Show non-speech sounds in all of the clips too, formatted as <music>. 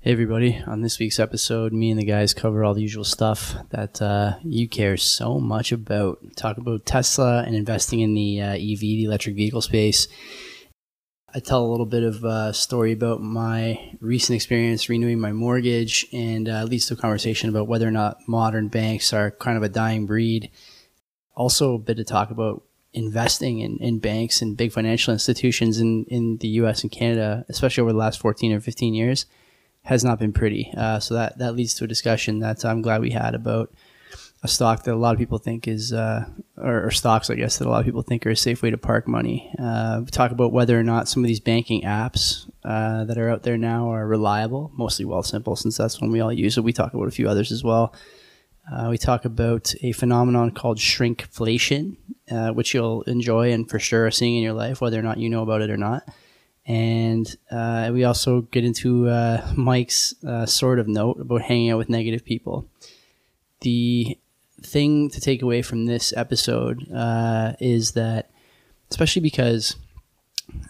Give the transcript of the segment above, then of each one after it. Hey, everybody. On this week's episode, me and the guys cover all the usual stuff that uh, you care so much about. Talk about Tesla and investing in the uh, EV, the electric vehicle space. I tell a little bit of a story about my recent experience renewing my mortgage and uh, leads to a conversation about whether or not modern banks are kind of a dying breed. Also, a bit to talk about investing in, in banks and big financial institutions in, in the US and Canada, especially over the last 14 or 15 years has not been pretty. Uh, so that that leads to a discussion that I'm glad we had about a stock that a lot of people think is, uh, or, or stocks, I guess, that a lot of people think are a safe way to park money. Uh, we talk about whether or not some of these banking apps uh, that are out there now are reliable, mostly Well Simple, since that's one we all use. So we talk about a few others as well. Uh, we talk about a phenomenon called shrinkflation, uh, which you'll enjoy and for sure are seeing in your life, whether or not you know about it or not. And uh, we also get into uh, Mike's uh, sort of note about hanging out with negative people. The thing to take away from this episode uh, is that, especially because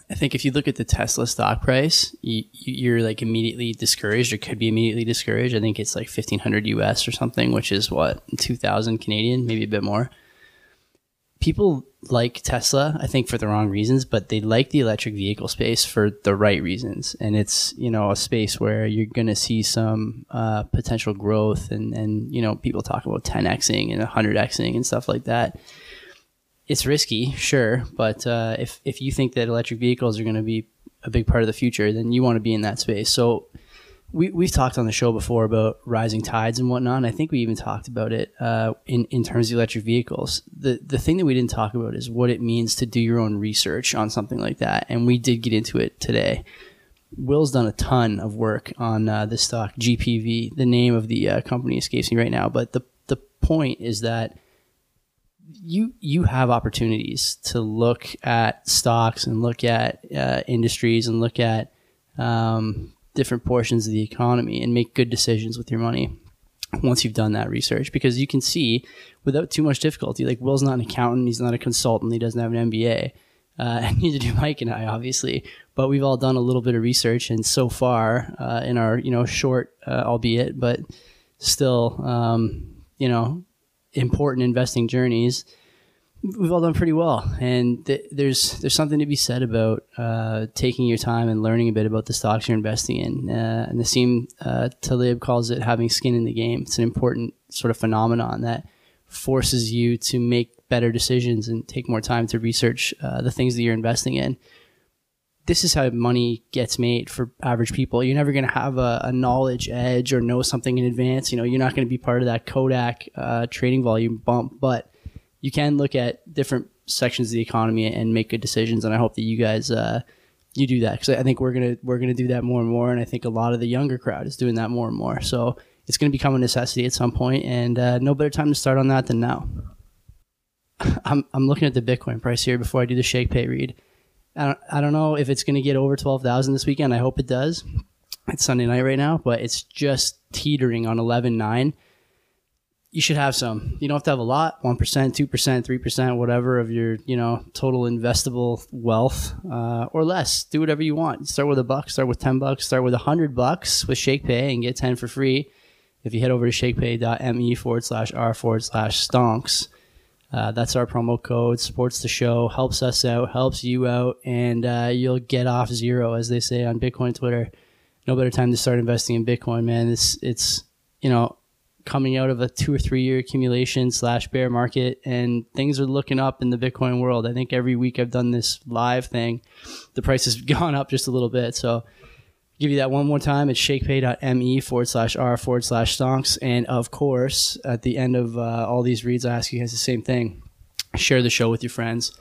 I think if you look at the Tesla stock price, you, you're like immediately discouraged or could be immediately discouraged. I think it's like 1500 US or something, which is what, 2000 Canadian, maybe a bit more people like Tesla, I think, for the wrong reasons, but they like the electric vehicle space for the right reasons. And it's, you know, a space where you're going to see some uh, potential growth and, and, you know, people talk about 10Xing and 100Xing and stuff like that. It's risky, sure, but uh, if, if you think that electric vehicles are going to be a big part of the future, then you want to be in that space. So we, we've talked on the show before about rising tides and whatnot. And I think we even talked about it uh, in, in terms of electric vehicles. The, the thing that we didn't talk about is what it means to do your own research on something like that. And we did get into it today. Will's done a ton of work on uh, this stock, GPV. The name of the uh, company escapes me right now. But the, the point is that you you have opportunities to look at stocks and look at uh, industries and look at um, different portions of the economy and make good decisions with your money once you've done that research because you can see without too much difficulty like will's not an accountant he's not a consultant he doesn't have an mba uh, <laughs> and neither do mike and i obviously but we've all done a little bit of research and so far uh, in our you know short uh, albeit but still um, you know important investing journeys we've all done pretty well, and th- there's there's something to be said about uh, taking your time and learning a bit about the stocks you're investing in. Uh, and Nassim uh, Talib calls it having skin in the game. It's an important sort of phenomenon that forces you to make better decisions and take more time to research uh, the things that you're investing in. This is how money gets made for average people. You're never going to have a, a knowledge edge or know something in advance. You know, you're not going to be part of that Kodak uh, trading volume bump, but you can look at different sections of the economy and make good decisions. And I hope that you guys uh, you do that because I think we're gonna we're gonna do that more and more. And I think a lot of the younger crowd is doing that more and more. So it's gonna become a necessity at some point, and uh, no better time to start on that than now. <laughs> I'm I'm looking at the Bitcoin price here before I do the shake pay read. I don't, I don't know if it's going to get over 12,000 this weekend. I hope it does. It's Sunday night right now, but it's just teetering on 11.9 you should have some. You don't have to have a lot 1%, 2%, 3%, whatever of your you know total investable wealth uh, or less. Do whatever you want. Start with a buck, start with 10 bucks, start with 100 bucks with ShakePay and get 10 for free. If you head over to shakepay.me forward slash r forward slash stonks, uh, that's our promo code. Supports the show, helps us out, helps you out, and uh, you'll get off zero, as they say on Bitcoin Twitter. No better time to start investing in Bitcoin, man. It's, it's you know, coming out of a two or three year accumulation slash bear market and things are looking up in the bitcoin world i think every week i've done this live thing the price has <laughs> gone up just a little bit so give you that one more time it's shakepay.me forward slash r forward slash stonks and of course at the end of uh, all these reads i ask you guys the same thing share the show with your friends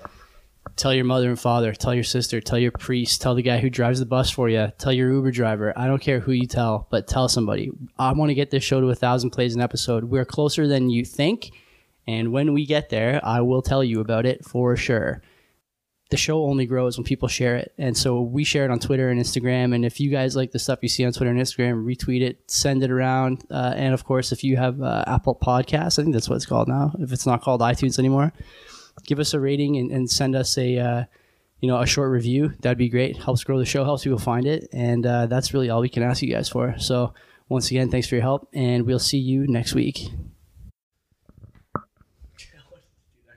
tell your mother and father, tell your sister, tell your priest, tell the guy who drives the bus for you, tell your Uber driver. I don't care who you tell, but tell somebody. I want to get this show to a thousand plays an episode. We're closer than you think, and when we get there, I will tell you about it for sure. The show only grows when people share it, and so we share it on Twitter and Instagram. And if you guys like the stuff you see on Twitter and Instagram, retweet it, send it around, uh, and of course, if you have uh, Apple Podcasts, I think that's what it's called now. If it's not called iTunes anymore give us a rating and, and send us a uh, you know, a short review, that'd be great. Helps grow the show, helps people find it. And uh, that's really all we can ask you guys for. So, once again, thanks for your help, and we'll see you next week.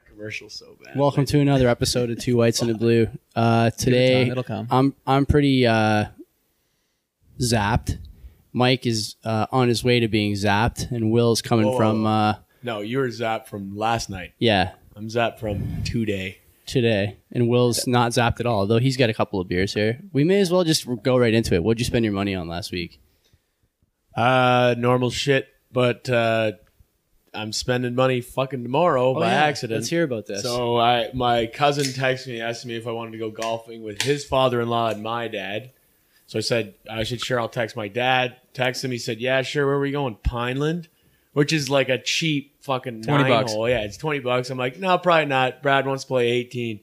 Commercial so bad. Welcome to another episode of Two Whites <laughs> and a Blue. Uh, It'll today, come, it'll come. I'm I'm pretty uh, zapped. Mike is uh, on his way to being zapped, and Will's coming Whoa. from uh, No, you were zapped from last night. yeah I'm zapped from today. today, and Will's not zapped at all. Though he's got a couple of beers here. We may as well just go right into it. What'd you spend your money on last week? Uh, normal shit, but uh, I'm spending money fucking tomorrow Oh, by accident. Let's hear about this. So I, my cousin texted me, asked me if I wanted to go golfing with his father-in-law and my dad. So I said I should sure. I'll text my dad. Text him. He said, "Yeah, sure. Where are we going? Pineland, which is like a cheap fucking 20 nine bucks. hole. Yeah, it's twenty bucks." I'm like, "No, probably not." Brad wants to play eighteen.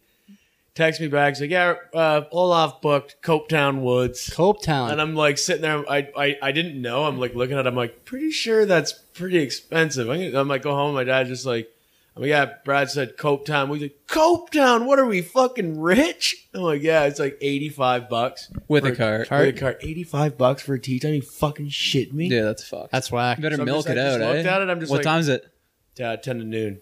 Text me back. He's like, "Yeah, uh, Olaf booked Copetown Woods." Copetown. And I'm like sitting there. I, I I didn't know. I'm like looking at. it. I'm like pretty sure that's pretty expensive. I'm, gonna, I'm like go home. My dad's just like, I'm like yeah. Brad said Cope Town. We like Cope Town. What are we fucking rich? I'm like yeah. It's like 85 bucks With for a cart. With a cart. 85 bucks for a tea time. You fucking shit me. Yeah, that's fucked. That's whack. you better So I'm milk just- it I just out. looked eh? at it, I'm just what like- Oh, time's it? Uh, 10 to noon.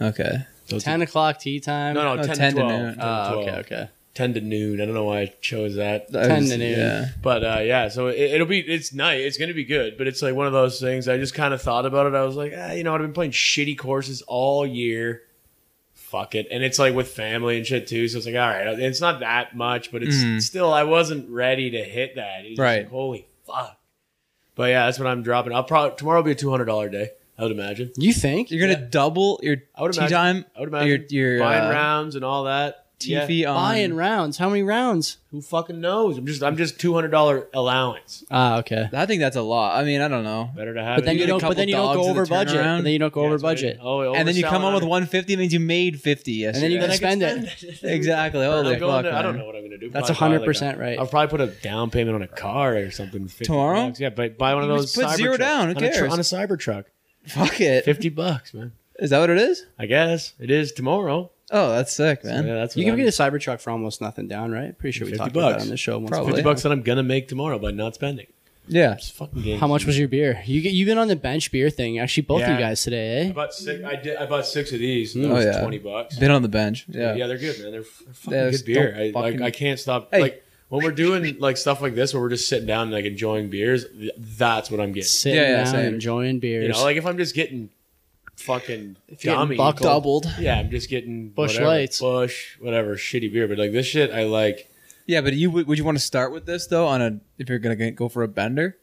Okay. So it's- Ten o'clock tea time. No, no, Oh, 10, to 12. noon. 10 to Ah, 12. okay, okay. 10 to noon. I don't know why I chose that. I 10 was- to noon. Yeah. But uh, yeah, so it, it'll be it's nice. It's gonna be good, but it's like one of those things. I just kind of thought about it. I was like, ah, you know, I've been playing shitty courses all year. Fuck it, and it's like with family and shit too. So it's like, all right, it's not that much, but it's Mhm. still. I wasn't ready to hit that. It's just Right. like, Holy fuck. But yeah, that's what I'm dropping. I'll probably tomorrow will be a two hundred dollar day. I would imagine. You think You're gonna double your I would tea imagine- time, I would imagine your your buying uh, rounds and all that. tea Yeah. fee on buying rounds? How many rounds? Who fucking knows? I'm just I'm just two hundred dollar allowance. Ah, okay. I think that's a lot. I mean, I don't know. Better to have. But it. then you get a don't. But couple then you don't dogs go in the over budget. turnaround. But then you don't go Yeah, over that's what I mean. budget. Oh, And then you come overselling up with it. 150 means you made 50. Yes. And then you Then gotta I can spend it. it. <laughs> Exactly. I'm Holy going fuck, to- I don't man. know what I'm gonna do. That's Probably buy, like, 100% right. I'll probably put a down payment on a car or something. 50 Tomorrow? bucks. yeah, but buy one of You those. just put zero Cybertruck- down, on who a tr- cares? On a Cybertruck, Fuck it. <laughs> fifty bucks, man. Is that what it is? I guess it is tomorrow. Oh, that's sick, Yeah, man. that's You what can I'm- get a Cybertruck for almost nothing down, right? Pretty sure we 50 talked about that bucks. on the show once. Probably. fifty before. bucks that I'm gonna make tomorrow by not spending. Yeah. It's fucking game. How much was your beer? You get, you've been on the bench beer thing. Actually, both Yeah. you guys today, I eh? bought six. I did. I bought six of these. Oh, That was yeah. twenty bucks. Been on the bench. Yeah. Yeah. they're good, man. They're, f- they're fucking Yeah, good just beer. don't I, like, fucking- I can't stop. Hey. Like when we're doing like stuff like this, where we're just sitting down and like enjoying beers. th- That's what I'm getting. Sitting Yeah, yeah, down, same. enjoying beers. You know, like if I'm just getting fucking you're getting dummy, buckled. Doubled. yeah, I'm just getting Busch whatever, Lights. bush, whatever, shitty beer. But like this shit, I like. Yeah, but you would would you want to start with this though? On a if you're gonna go for a bender,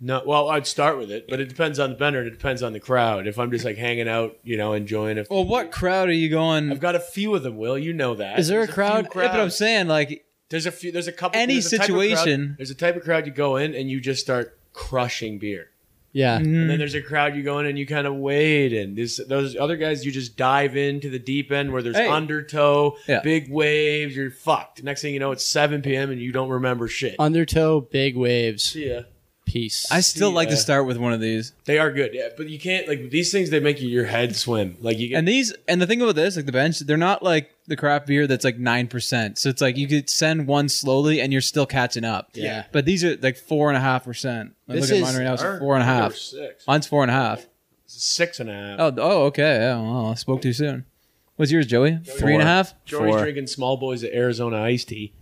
No, well, I'd start with it, but it depends on the bender. and It depends on the crowd. If I'm just like hanging out, you know, enjoying it. well, what crowd are you going? I've got a few of them. Will you know that? Is there a There's crowd- few Yeah, but I'm crowds. saying like There's a few. There's a couple. Any there's a type of crowd- situation. there's a type of crowd you go in and you just start crushing beer. yeah, Mm. Mm-hmm. And then there's a crowd you go in and you kind of wade in. This those other guys you just dive into the deep end where there's Hey. undertow, Yeah. big waves. You're fucked. Next thing you know, it's 7 p.m. and you don't remember shit. undertow, big waves, yeah, peace. I still like to yeah. start with one of these. they are good. Yeah, but you can't like these things. They make you, your head swim. Like you get. And these and the thing about this, like the bench, they're not like the craft beer that's like nine percent. So it's like you could send one slowly and you're still catching up. Yeah. But these are like four and a half percent. Like, This look at is- mine right now, it's Darn, four and a they were half. Six. Mine's four and a half. Six and a half. Oh oh okay. Yeah, well, I spoke too soon. What's yours, Joey? Three and a Four. half? Jory's four. drinking small boys of Arizona iced tea.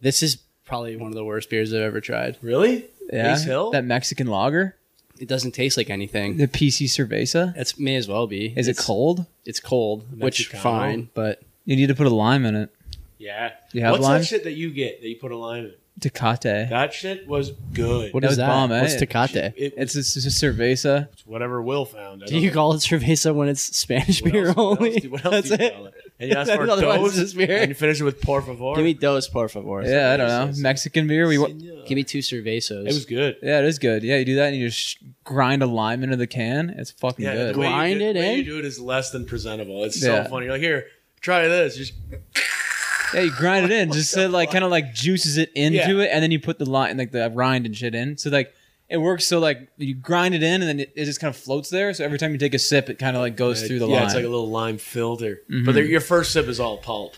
this is probably one of the worst beers I've ever tried. Really? Yeah. Ace Hill? That Mexican lager? It doesn't taste like anything. The PC cerveza? It may as well be. Is it's, it cold? It's cold, which Mexicano. fine, but You need to put a lime in it. yeah. You have What's lime? that shit that you get that you put a lime in? Tecate. That shit was good. what That is was that? bomb, eh? What's Tecate? It was It's a, it's a cerveza. whatever Will found. I Do don't you know. call it cerveza when it's Spanish What beer else- what only? else do- what else That's do you it. call it? And you ask for Otherwise it's dos, just beer. and you finish it with por favor. Give me dos, por favor. Yeah, I don't know. cervezas. Mexican beer. We wa- Give me two cervezas. it was good. Yeah, it is good. Yeah, you do that and you just sh- grind a lime into the can. It's fucking Yeah, good. eh? the way Grind you do, it the way in? you do it is less than presentable. It's Yeah. so funny. You're like, here, try this. Just Yeah, you grind it <laughs> in, just so it, like kind of like juices it into Yeah. it, and then you put the lime, like the rind and shit in. So like it works. So like you grind it in, and then it, it just kind of floats there. So every time you take a sip, it kind of like goes through the yeah, lime. it's like a little lime filter. Mhm. But they're- your first sip is all pulp.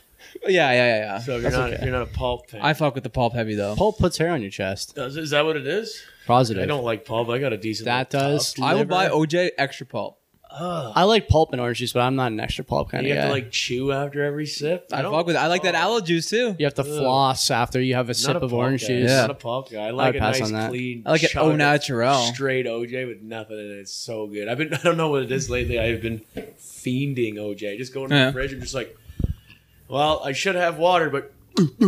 Yeah, yeah, yeah, yeah. So you're That's not okay. you're not a pulp fan. I fuck with the pulp heavy though. Pulp puts hair on your chest. Does- is that what it is? Positive. I don't like pulp. I got a decent. That little does. tuft. I would buy liver. OJ extra pulp. Ugh. I like pulp and orange juice, but I'm not an extra pulp kind You of guy. have to like chew after every sip. I, don't- fuck with. It. I like that Oh. aloe juice too. you have to Ugh. floss after you have a Not sip a of pulp orange guy. juice. Yeah. Not a pulp guy. I like a pass nice on that. clean. I like an chug au of naturel. Straight OJ with nothing in it. It's so good. I've been. <laughs> I don't know what it is lately. I've been fiending OJ. Just going to Yeah. the fridge. I'm just like, well, I should have water, but <laughs>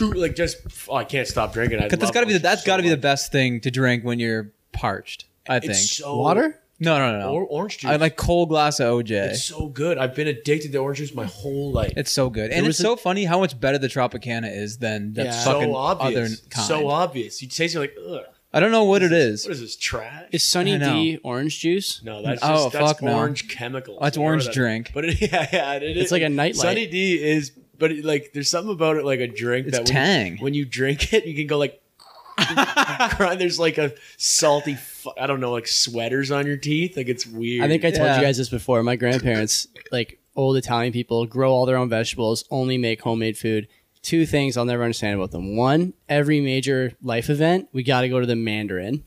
like just oh, I can't stop drinking. I Cause that's love gotta be the, OJ that's so gotta be the much. best thing to drink when you're parched. I think. It's so Water? no, no, no, or no. orange juice. I like cold glass of OJ. It's It's, so good. I've been addicted to orange juice my whole life. so good, and There it's was a- so funny how much better the Tropicana is than that Yeah. fucking so obvious. other kind. So obvious. You taste it you're like, ugh. I don't know what it is. What is this trash? Is Sunny I know. D orange juice? no, that's Oh, just that's fuck no. orange chemicals. That's You know orange that- drink. But it, <laughs> yeah, yeah, it is. It's like a nightlight. Sunny D is, but it, like, there's something about it, like a drink It's that tang. When, when you drink it, you can go like. <laughs> cry. There's like a salty, fu- I don't know, like sweaters on your teeth. Like it's weird. I think I told Yeah. you guys this before. My grandparents, <laughs> like old Italian people, grow all their own vegetables, only make homemade food. Two things I'll never understand about them. One, every major life event, we got to go to the Mandarin.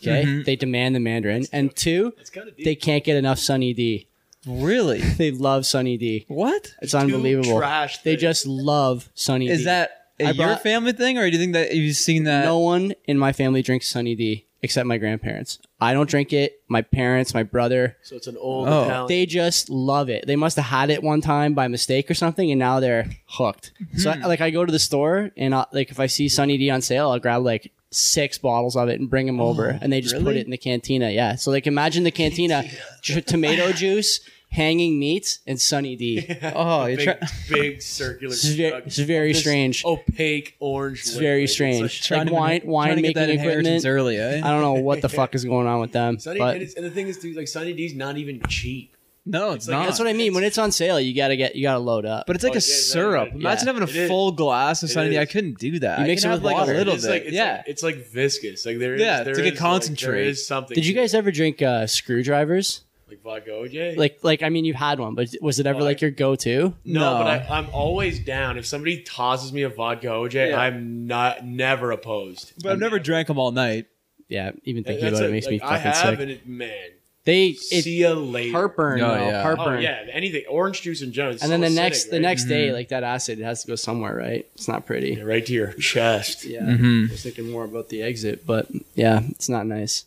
Okay. Mm-hmm. They demand the Mandarin. and two, it's kind of they can't get enough Sunny D. Really? They love Sunny D. What It's unbelievable. trash they things. just love Sunny D. is that? A I your brought- family thing, or do you think that you've seen that? no one in my family drinks Sunny D except my grandparents. I don't drink it. My parents, my brother, so. It's an old Oh. Italian. <laughs> they just love it. They must have had it one time by mistake or something, and now they're hooked. So, I, like, I go to the store and I, like if I see Sunny D on sale, I'll grab like six bottles of it and bring them over, and they just put really? it in the cantina. Yeah, so like imagine the cantina, j- tomato juice, hanging meats, and Sunny <laughs> D. Oh, you big, try, <laughs> big circular. It's very, jug. it's very This strange. Opaque orange. It's very strange. like wine, wine trying to making get that inheritance equipment. early. Eh? I don't know what the fuck is going on with them, Sunny, but and, it's, and the thing is, dude, like Sunny D's not even cheap. no, it's, like- not. that's what I mean. When it's on sale, you gotta get, you gotta load up. But it's like Oh, a yeah, yeah, syrup. yeah. Imagine having a It is. full glass of It Sunny D. is. I couldn't do that. You I mix can it have with like water. a little it's bit. Like, it's yeah. Like, it's like viscous. Like there is. Yeah, it's there like a is, concentrate. there is something. Did you to it. guys ever drink uh, screwdrivers? like vodka OJ? Like, like I mean, you've had one, but was it ever Oh, like I- your go-to? no, No. but I, I'm always down. If somebody tosses me a vodka OJ, Yeah. I'm not never opposed. but I've never drank them all night. Yeah, even That's thinking about it a- makes me like, I fucking have, sick. and it, man, They see it ya later. heartburn, Oh, though, yeah. heartburn. Oh yeah, anything orange juice and Jones. And then the next, the next day, Mhm. like that acid, it has to go somewhere, right? It's not pretty. right to your chest. Yeah, Mhm. I was thinking more about the exit, but yeah, it's not nice.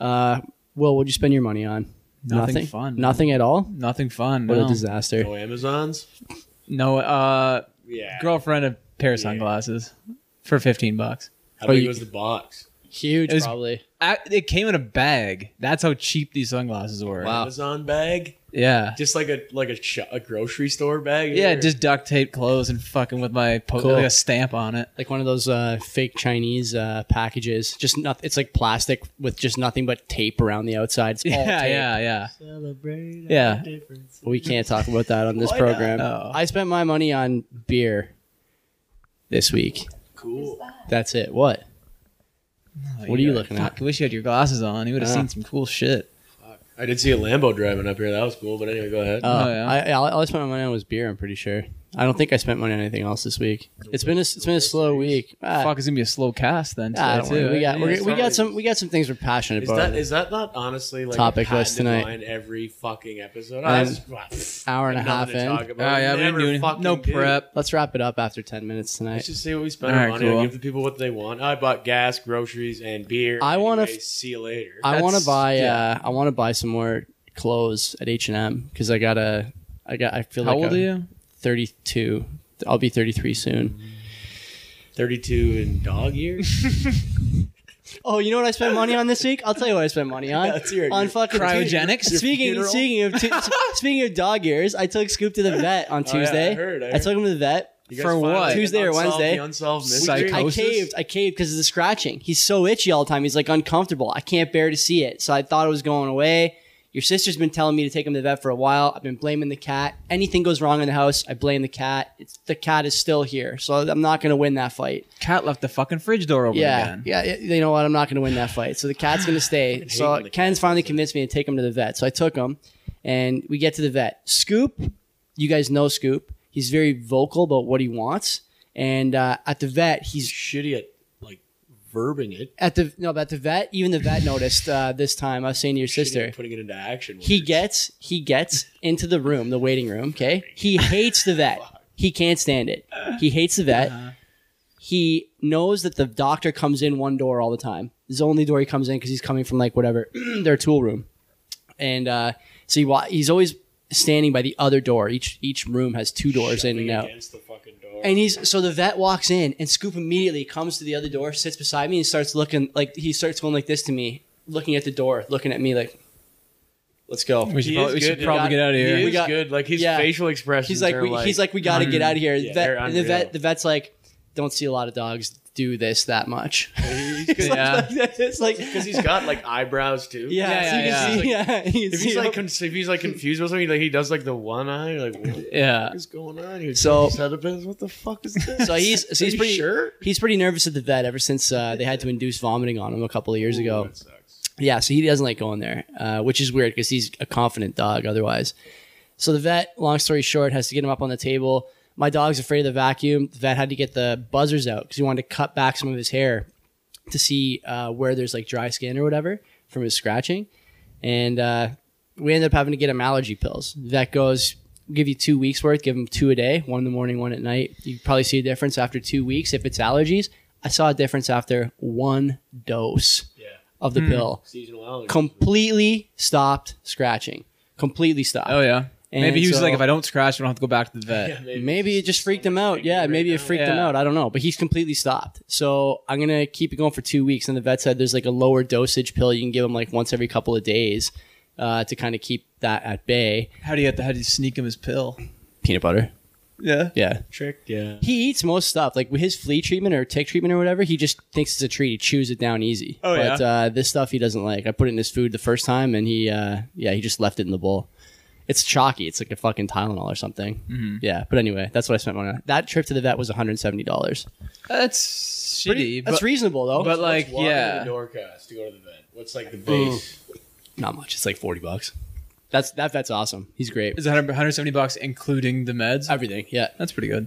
Uh, Will, what'd you spend your money on? Nothing fun. Nothing at all. Nothing fun. What No. a disaster. No Oh, Amazons. no uh, Yeah, girlfriend a pair of Yeah. sunglasses for fifteen bucks. How Oh, big you- was the box? Huge, It was- probably. I, it came in a bag. That's how cheap these sunglasses were. Wow. Amazon bag, Yeah. just like a like a, sh- a grocery store bag. Yeah, Or- just duct tape clothes and fucking with my po- Cool. like a stamp on it. <laughs> like one of those uh, fake Chinese uh, packages. Just not. It's like plastic with just nothing but tape around the outside. It's all <laughs> yeah, tape. yeah, yeah. Celebrate Yeah. our difference. But we can't talk about that on this Why program. not? Oh. I spent my money on beer this week. Cool. That's it. What? What are you looking at? Fuck, I wish you had your glasses on. You would have Ah. seen some cool shit. I did see a Lambo driving up here. That was cool. But anyway, go ahead. Uh, Oh, yeah. I, all I spent my money on was beer. I'm pretty sure. I don't think I spent money on anything else this week. It's been a, it's been a slow week. Ah, Fuck, it's gonna be a slow cast then. ah, today, don't worry. too. We got Yeah. we're, we sorry. got some we got some things we're passionate is about. that is that not honestly like Topic a patented list tonight. line every fucking episode? Um, just- hour and a half nothing to in. talk about. Oh, We yeah, we didn't never do any, fucking no do. prep. Let's wrap it up after ten minutes tonight. Let's just see what we spent All our right, money cool. on. Give the people what they want. I bought gas, groceries, and beer. I wanna Anyway, f- see you later. I want to That's- buy. yeah. Uh, I want to buy some more clothes at H and M because I gotta. I got. I feel How like old I'm are you? Thirty-two. I'll be thirty-three soon. Thirty-two in dog years. Oh, you know what I spent money on this week? I'll tell you what I spent money <laughs> <laughs> on. Let's hear it. on fucking Cryogenics? Your Speaking funeral? speaking of <laughs> t- speaking of dog ears, I took Scoop to the vet on Oh, yeah, I Tuesday. heard, I I, heard. took him to the vet. You guys For finally what? Tuesday or unsolved- Wednesday? the unsolved I- mystery. I Psychosis? caved. I caved because of the scratching. He's so itchy all the time. He's like uncomfortable. I can't bear to see it. So I thought it was going away. Your sister's been telling me to take him to the vet for a while. I've been blaming the cat. Anything goes wrong in the house, I blame the cat. It's, the cat is still here, so I'm not going to win that fight. Cat left the fucking fridge door open yeah, again. yeah. y- You know what? I'm not going to win that fight. So the cat's going to <sighs> stay. when so the Ken's finally convinced me to take him to the vet. So I took him, and we get to the vet. Scoop, you guys know Scoop. He's He's very vocal about what he wants. And uh, at the vet, He's he's shitty at like verbing it. at the no, but at the vet, even the <laughs> vet noticed uh, this time. I was saying to your Shitty at sister, putting it into action. he words. gets he gets into the room, the waiting room. Okay, he hates the vet. He can't stand it. He hates the vet. He knows that the doctor comes in one door all the time. It's the only door he comes in because he's coming from like whatever <clears throat> their tool room, and uh, so he wa- he's always standing by the other door. Each each room has two doors in Shoving and out. against the fucking door. And he's so the vet walks in and Scoop immediately comes to the other door, sits beside me, and starts looking like he starts going like this to me, looking at the door, looking at me like, "Let's go." We should He probably, is we should good. probably He get out of He here. is We got- good. Like his yeah. facial expressions. He's like, are we, like "Mm, he's like, we got to get out of here. The Yeah, vet- they're and the vet, unreal. the vet's like, don't see a lot of dogs do this that <laughs> much. <laughs> he's Yeah. it's like, because he's got like eyebrows too. <laughs> yeah, Yeah, so you yeah, can see, yeah. <laughs> you can If see he's like him. con- if he's like confused about something, like he does like the one eye, like <laughs> what Yeah. Uh, is going on here? So- Son of a bitch, what the fuck is this? so he's so Are he's you pretty sure. he's pretty nervous at the vet ever since uh, they had to induce vomiting on him a couple of years ago. That sucks. Yeah, so he doesn't like going there, uh, which is weird because he's a confident dog otherwise. So the vet, long story short, has to get him up on the table. My dog's afraid of the vacuum. The vet had to get the buzzers out because he wanted to cut back some of his hair to see uh, where there's like dry skin or whatever from his scratching. And uh, we ended up having to get him allergy pills. That goes, give you two weeks worth, give him two a day, one in the morning, one at night. You probably see a difference after two weeks if it's allergies. I saw a difference after one dose Yeah, of the pill seasonal allergies. completely stopped scratching. Completely stopped. Oh yeah. And maybe he was so- like, if I don't scratch, I don't have to go back to the vet. <laughs> Yeah, Maybe it just freaked him out. Yeah, maybe it freaked him Yeah. out. I don't know. But he's completely stopped. So I'm gonna keep it going for two weeks. And the vet said there's like a lower dosage pill you can give him like once every couple of days uh, to kind of keep that at bay. How do you have to? How do you sneak him his pill? Peanut butter. Yeah. Yeah. trick. Yeah. He eats most stuff. Like with his flea treatment or tick treatment or whatever, he just thinks it's a treat. He chews it down easy. Oh, but, yeah. uh, this stuff he doesn't like. I put it in his food the first time and he, uh, yeah, he just left it in the bowl. It's chalky. It's like a fucking Tylenol or something. Mm-hmm. Yeah. But anyway, that's what I spent money on. That trip to the vet was $170. That's shitty. Pretty- but that's reasonable though. but like, What's water yeah. The door cost to go to the vet. What's like the base? Not much. It's like 40 bucks. That's, that vet's awesome. He's great. Is 100, 170 bucks including the meds? Everything. Yeah. That's pretty good.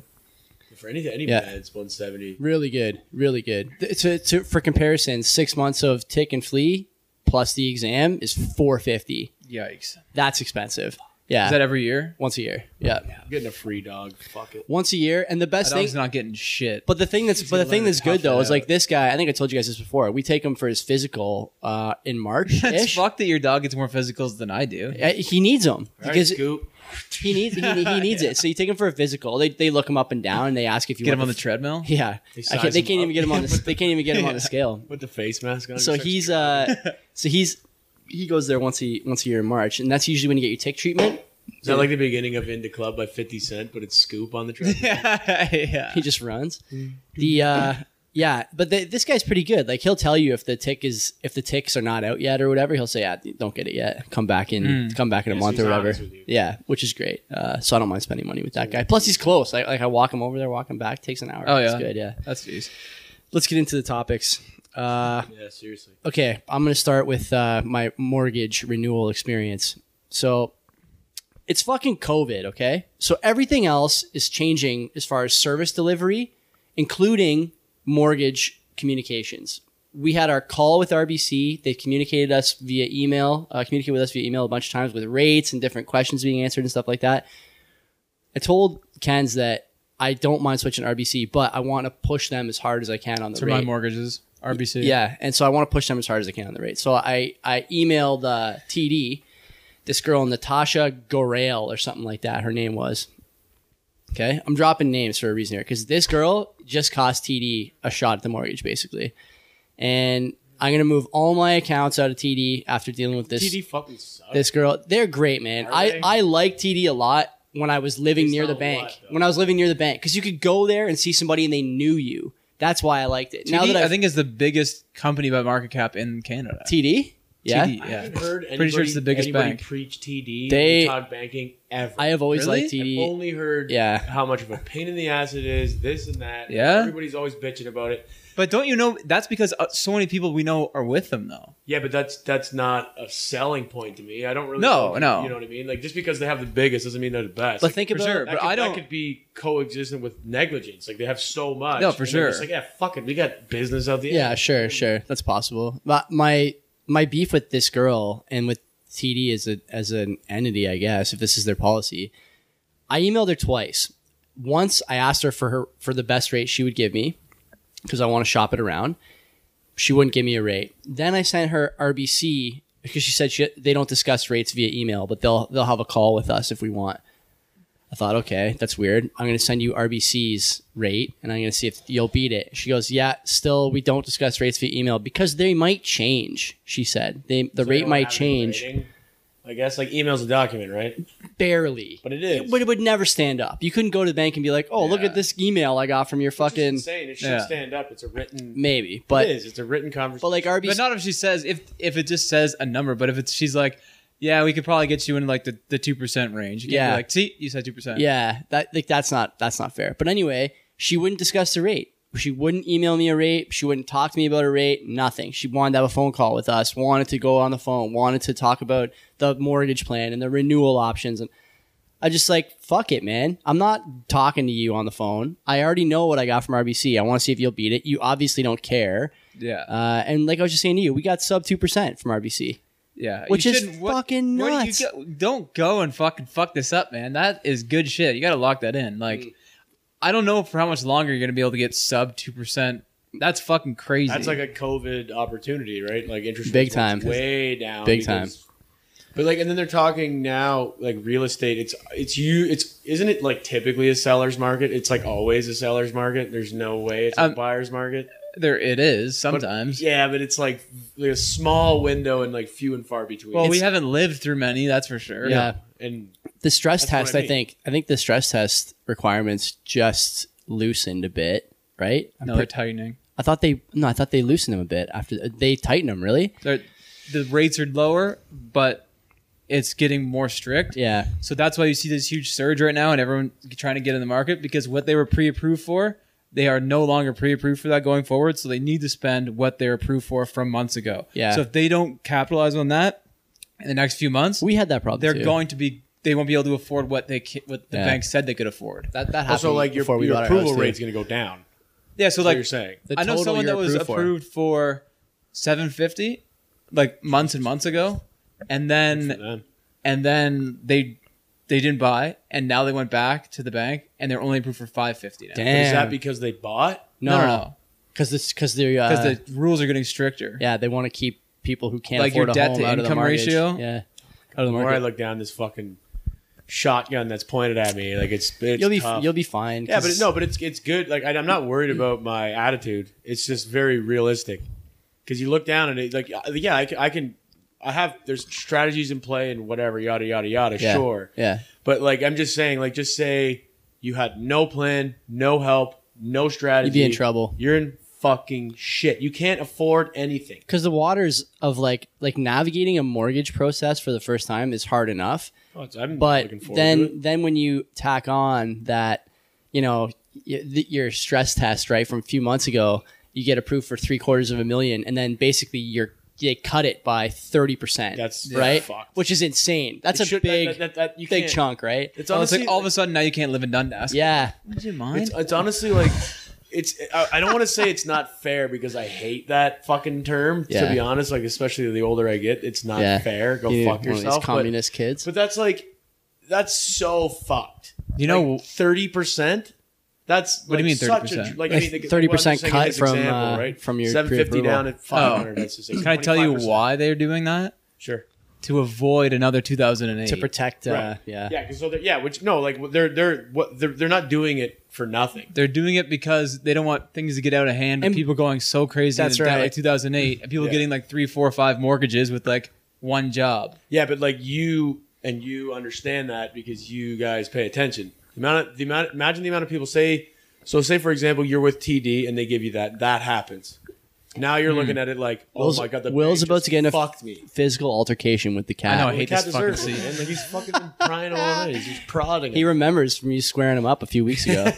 For any any Yeah. meds, one seventy. Really good, really good. Th- To, to, for comparison, six months of tick and flea plus the exam is four fifty. Yikes. That's expensive. Yeah, Is that every year? once a year. Yeah, Getting a free dog. Fuck it. once a year. And the That best dog's thing, not <laughs> getting shit. but the thing that's but the gonna thing learn to that's good tough that though is like out. this guy. I think I told you guys this before. We take him for his physical uh, in <laughs> March. It's fucked that your dog gets more physicals than I do. He needs him All right, because Scoop. he needs he, he <laughs> needs it. So you take him for a physical. They, they look him up and down and they ask if you Get want him on the to- treadmill. yeah. They I size can't, they him can't even up. get him on <laughs> the they can't even get him on the scale. With the face mask on. so he starts he's uh so he's he goes there once a once a year in March, and that's usually when you get your tick treatment. Is that like the beginning of Into Club by 50 Cent, but it's Scoop on the track? <laughs> yeah. yeah. <laughs> He just runs. Mm-hmm. The uh yeah, but the, this guy's pretty good. Like he'll tell you if the tick is if the ticks are not out yet or whatever. He'll say, "Yeah, don't get it yet. Come back in Mm. come back in a Yeah, so month he's or whatever." honest with you. Yeah, which is great. Uh, so I don't mind spending money with that guy. Plus he's close. I, like I walk him over there, walk him back. Takes an hour. Oh, It's yeah. good. Yeah. That's jeez. Let's get into the topics. Uh, yeah, seriously. okay, I'm going to start with uh, my mortgage renewal experience. So it's fucking COVID, okay? So everything else is changing as far as service delivery, including mortgage communications. We had our call with RBC. They communicated us via email, uh, communicated with us via email a bunch of times with rates and different questions being answered and stuff like that. I told Ken's that I don't mind switching to RBC, but I want to push them as hard as I can on the For rate. my mortgages, RBC. Yeah, and so I want to push them as hard as I can on the rate. So I I emailed uh, TD, this girl Natasha Gorel or something like that. Her name was. Okay, I'm dropping names for a reason here because this girl just cost TD a shot at the mortgage basically, and I'm gonna move all my accounts out of TD after dealing with this TD fucking sucks. this girl. They're great, man. Are I, they? I like TD a lot when I was living It's near the not a bank. lot, though. when I was living near the bank, because you could go there and see somebody and they knew you. That's why I liked it. TD, now that I I've- think is the biggest company by market cap in Canada. TD, yeah, TD, I yeah. haven't heard anybody, Pretty sure it's the biggest anybody bank. preach TD They- they, Todd Banking ever. I have always Really? liked I've TD. only heard Yeah. how much of a pain in the ass it is, this and that. Yeah? Everybody's always bitching about it. But don't you know that's because uh, so many people we know are with them though. Yeah, but that's that's not a selling point to me. I don't really No, think- no. You know what I mean? Like just because they have the biggest doesn't mean they're the best. But think For about sure. that but could, I don't- that could be coexistent with negligence. Like they have so much. No, for and they're Just sure. like yeah, fuck it, we got business out there. Yeah, sure, sure. That's possible. My my my beef with this girl and with TD as a as an entity, I guess, if this is their policy. I emailed her twice. Once I asked her for her for the best rate she would give me because I want to shop it around. She wouldn't give me a rate. Then I sent her RBC because she said she, they don't discuss rates via email, but they'll they'll have a call with us if we want. I thought, okay, that's weird. I'm going to send you RBC's rate and I'm going to see if you'll beat it. She goes, yeah, still, we don't discuss rates via email because they might change, she said. They, the So they rate don't might have any change. rating. I guess like email's a document, right? Barely. But it is. But it would never stand up. You couldn't go to the bank and be like, oh, look Yeah. at this email I got from your It's just fucking. insane. It should Yeah. stand up. It's a written. Maybe. But, But, it is. It's a written conversation. but like RBC. But not if she says if if it just says a number, but if it's she's like, yeah, we could probably get you in like the the two percent range. You can't be Yeah. like see, you said two percent. Yeah, that like that's not that's not fair. But anyway, she wouldn't discuss the rate. She wouldn't email me a rate. She wouldn't talk to me about a rate. Nothing. She wanted to have a phone call with us. Wanted to go on the phone. Wanted to talk about the mortgage plan and the renewal options. And I just like fuck it, man. I'm not talking to you on the phone. I already know what I got from RBC. I want to see if you'll beat it. You obviously don't care. yeah, Uh, and like I was just saying to you, we got sub two percent from RBC. yeah. which You is shouldn't- fucking where do you nuts. go- don't go and fucking fuck this up, man. That is good shit. You got to lock that in. Like, I don't know for how much longer you're gonna be able to get sub two percent. That's fucking crazy. That's like a COVID opportunity, right? Like interest Big rates went time. way down, Big because- But like, and then they're talking now, like real estate. It's it's you. It's isn't it like typically a seller's market? It's like always a seller's market. There's no way it's Um, a buyer's market. there it is But- sometimes. yeah, but it's like, like a small window and like few and far between. Well, we It's- haven't lived through many, that's for sure. yeah. and the stress That's what test I I, mean. think i think the stress test requirements just loosened a bit right I'm no, pre- they're tightening. i thought they no i thought they loosened them a bit after uh, they tighten them really They're, the rates are lower, but it's getting more strict. yeah So that's why you see this huge surge right now, and everyone trying to get in the market because what they were pre-approved for, they are no longer pre-approved for that going forward. So they need to spend what they're approved for from months ago. Yeah. So if they don't capitalize on that in the next few months, we had that problem they're too. going to be they won't be able to afford what they ca- what the Yeah. bank said they could afford. that, that happened also like your, before we your bought our approval house, too. rate's going to go down. Yeah. So That's what like you're saying. The I know total someone you're that was for. approved for, 750 like months and months ago and For then them. and then they they didn't buy and now they went back to the bank and they're only approved for 550 now. Damn. But Is that because they bought? no no no because this because they're uh, Cuz the rules are getting stricter. yeah they want to keep people who can't Like your afford a debt home to out of the income mortgage. ratio? yeah out of the Or I market look down this fucking shotgun that's pointed at me. Like it's, it's you'll be tough. you'll Mm. be fine Yeah, 'cause- but it, no, but it's it's good. Like I, I'm not worried about my attitude. It's just very realistic because you look down and it like yeah, I can, I can I have there's strategies in play and whatever yada yada yada. yeah, Sure, yeah but like I'm just saying, like just say you had no plan, no help, no strategy. you'd be in trouble You're in fucking shit. You can't afford anything. because the waters of like like navigating a mortgage process for the first time is hard enough Oh, it's- I'm but looking forward to it. then then when you tack on that you know y- th- your stress test right from a few months ago you get approved for three quarters of a million and then basically you're they cut it by 30% That's- yeah, right fucked. which is insane that's It a should- that- big that- that- that- you big can't- chunk Oh, right It's So honestly it's like all of a sudden now you can't live in Dundas. yeah Would you It's, mind? it's honestly like it's. I, I don't want to say it's not fair because I hate that fucking term. To Yeah. be honest, like especially the older I get, it's not Yeah. fair. Go You- one fuck of these yourself. But, communist kids but that's like that's so fucked. You know thirty percent. That's What do you mean such a- 30%? Like Like 30% well, I'm just saying cut as from, example, uh, right? from your seven fifty pre-approval. down at five hundred. oh. can I tell you why they're doing that? Sure. To avoid another 2008. to protect uh, Right. yeah Yeah, because so they're, yeah, which no, like they're they're what they're they're not doing it for nothing. They're doing it because they don't want things to get out of hand. And And- people going so crazy. That's in debt, right. Like 2008, and people Yeah. getting like three, four, five mortgages with like one job. Yeah, but like you and you understand that because you guys pay attention. The amount of the amount imagine the amount of people say so say for example you're with TD and they give you that that happens. Now you're looking at it like oh Hmm. Will's- my god the Will's bank about just to get in a- fucked me. physical altercation with the cat know, I The hate cat this fucking deserves it, scene. man. Like he's fucking been crying all night. He's prodding. he him. <laughs> remembers from you squaring him up a few weeks ago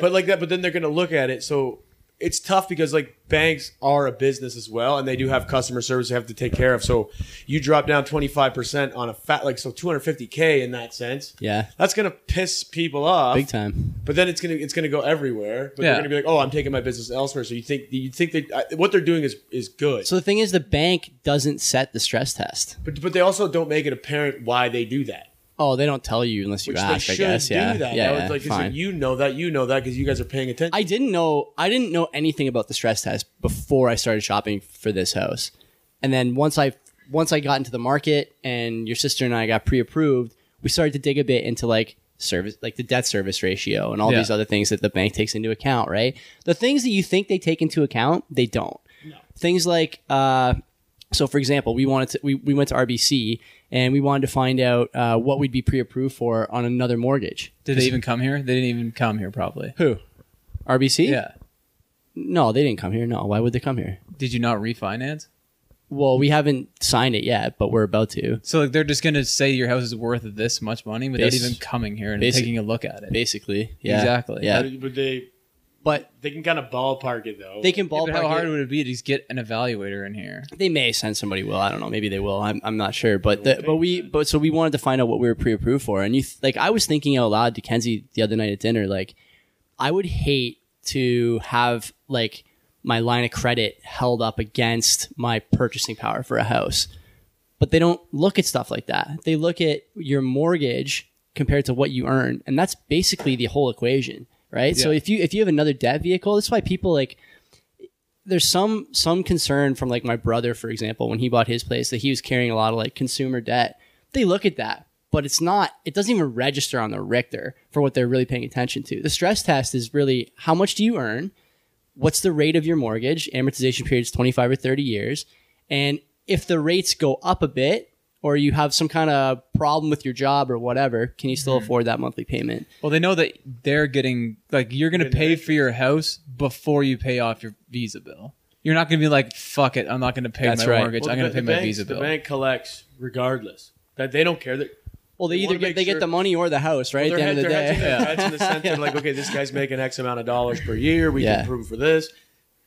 But like that. But then they're gonna look at it. So it's tough because like banks are a business as well, and they do have customer service they have to take care of. So you drop down twenty five percent on a fat like so two hundred fifty k in that sense. Yeah. that's gonna piss people off Big time. But then it's gonna it's gonna go everywhere. But Yeah. they're gonna be like, oh, I'm taking my business elsewhere. So you think you think that I, what they're doing is is good. So the thing is, the bank doesn't set the stress test. but but they also don't make it apparent why they do that. Oh, they don't tell you unless you Which ask. they I should guess. do yeah. that. Yeah. That would, yeah, like, it's like, fine. you know that you know that because you guys are paying attention. I didn't know I didn't know anything about the stress test before I started shopping for this house. And then once I once I got into the market and your sister and I got pre-approved, we started to dig a bit into like service like the debt service ratio and all Yeah. these other things that the bank takes into account, right? The things that you think they take into account, they don't. Things like uh so for example, we wanted to we, we went to RBC and we wanted to find out uh, what we'd be pre-approved for on another mortgage. Did they even come here? They didn't even come here, probably. Who? RBC? Yeah. No, they didn't come here. No, why would they come here? Did you not refinance? Well, we haven't signed it yet, but we're about to. So like they're just gonna say your house is worth this much money without Basi- even coming here and basic- taking a look at it. Basically, yeah, Exactly. yeah. But, but they But they can kind of ballpark it though. they can Yeah, ballpark. but how hard it. would it be to just get an evaluator in here? They may send somebody. Will I don't know. Maybe they will. I'm, I'm not sure. But the, but we but so we wanted to find out what we were pre-approved for. And you th- like I was thinking out loud to Kenzie the other night at dinner. Like I would hate to have like my line of credit held up against my purchasing power for a house. but they don't look at stuff like that. They look at your mortgage compared to what you earn, and that's basically the whole equation, right? So Yeah. if you if you have another debt vehicle, that's why people like there's some some concern from like my brother, for example, when he bought his place that he was carrying a lot of like consumer debt. They look at that, but it's not it doesn't even register on the Richter for what they're really paying attention to. The stress test is really how much do you earn? what's the rate of your mortgage amortization period is 25 or 30 years and if the rates go up a bit or you have some kind of problem with your job or whatever can you still Mm-hmm. afford that monthly payment Well, they know that they're getting like you're gonna pay for your house before you pay off your visa bill. You're not gonna be like, fuck it, I'm not gonna pay That's my right. mortgage. Well, I'm the ba- gonna pay the my banks- visa the bill. bank collects regardless. That they don't care. They're, well they They either wanna get make they get sure- the money or the house right Well, at the end of their the head- day their <laughs> heads- their heads in the sense they're like, okay, this guy's making X amount of dollars per year. We Yeah. can prove for this.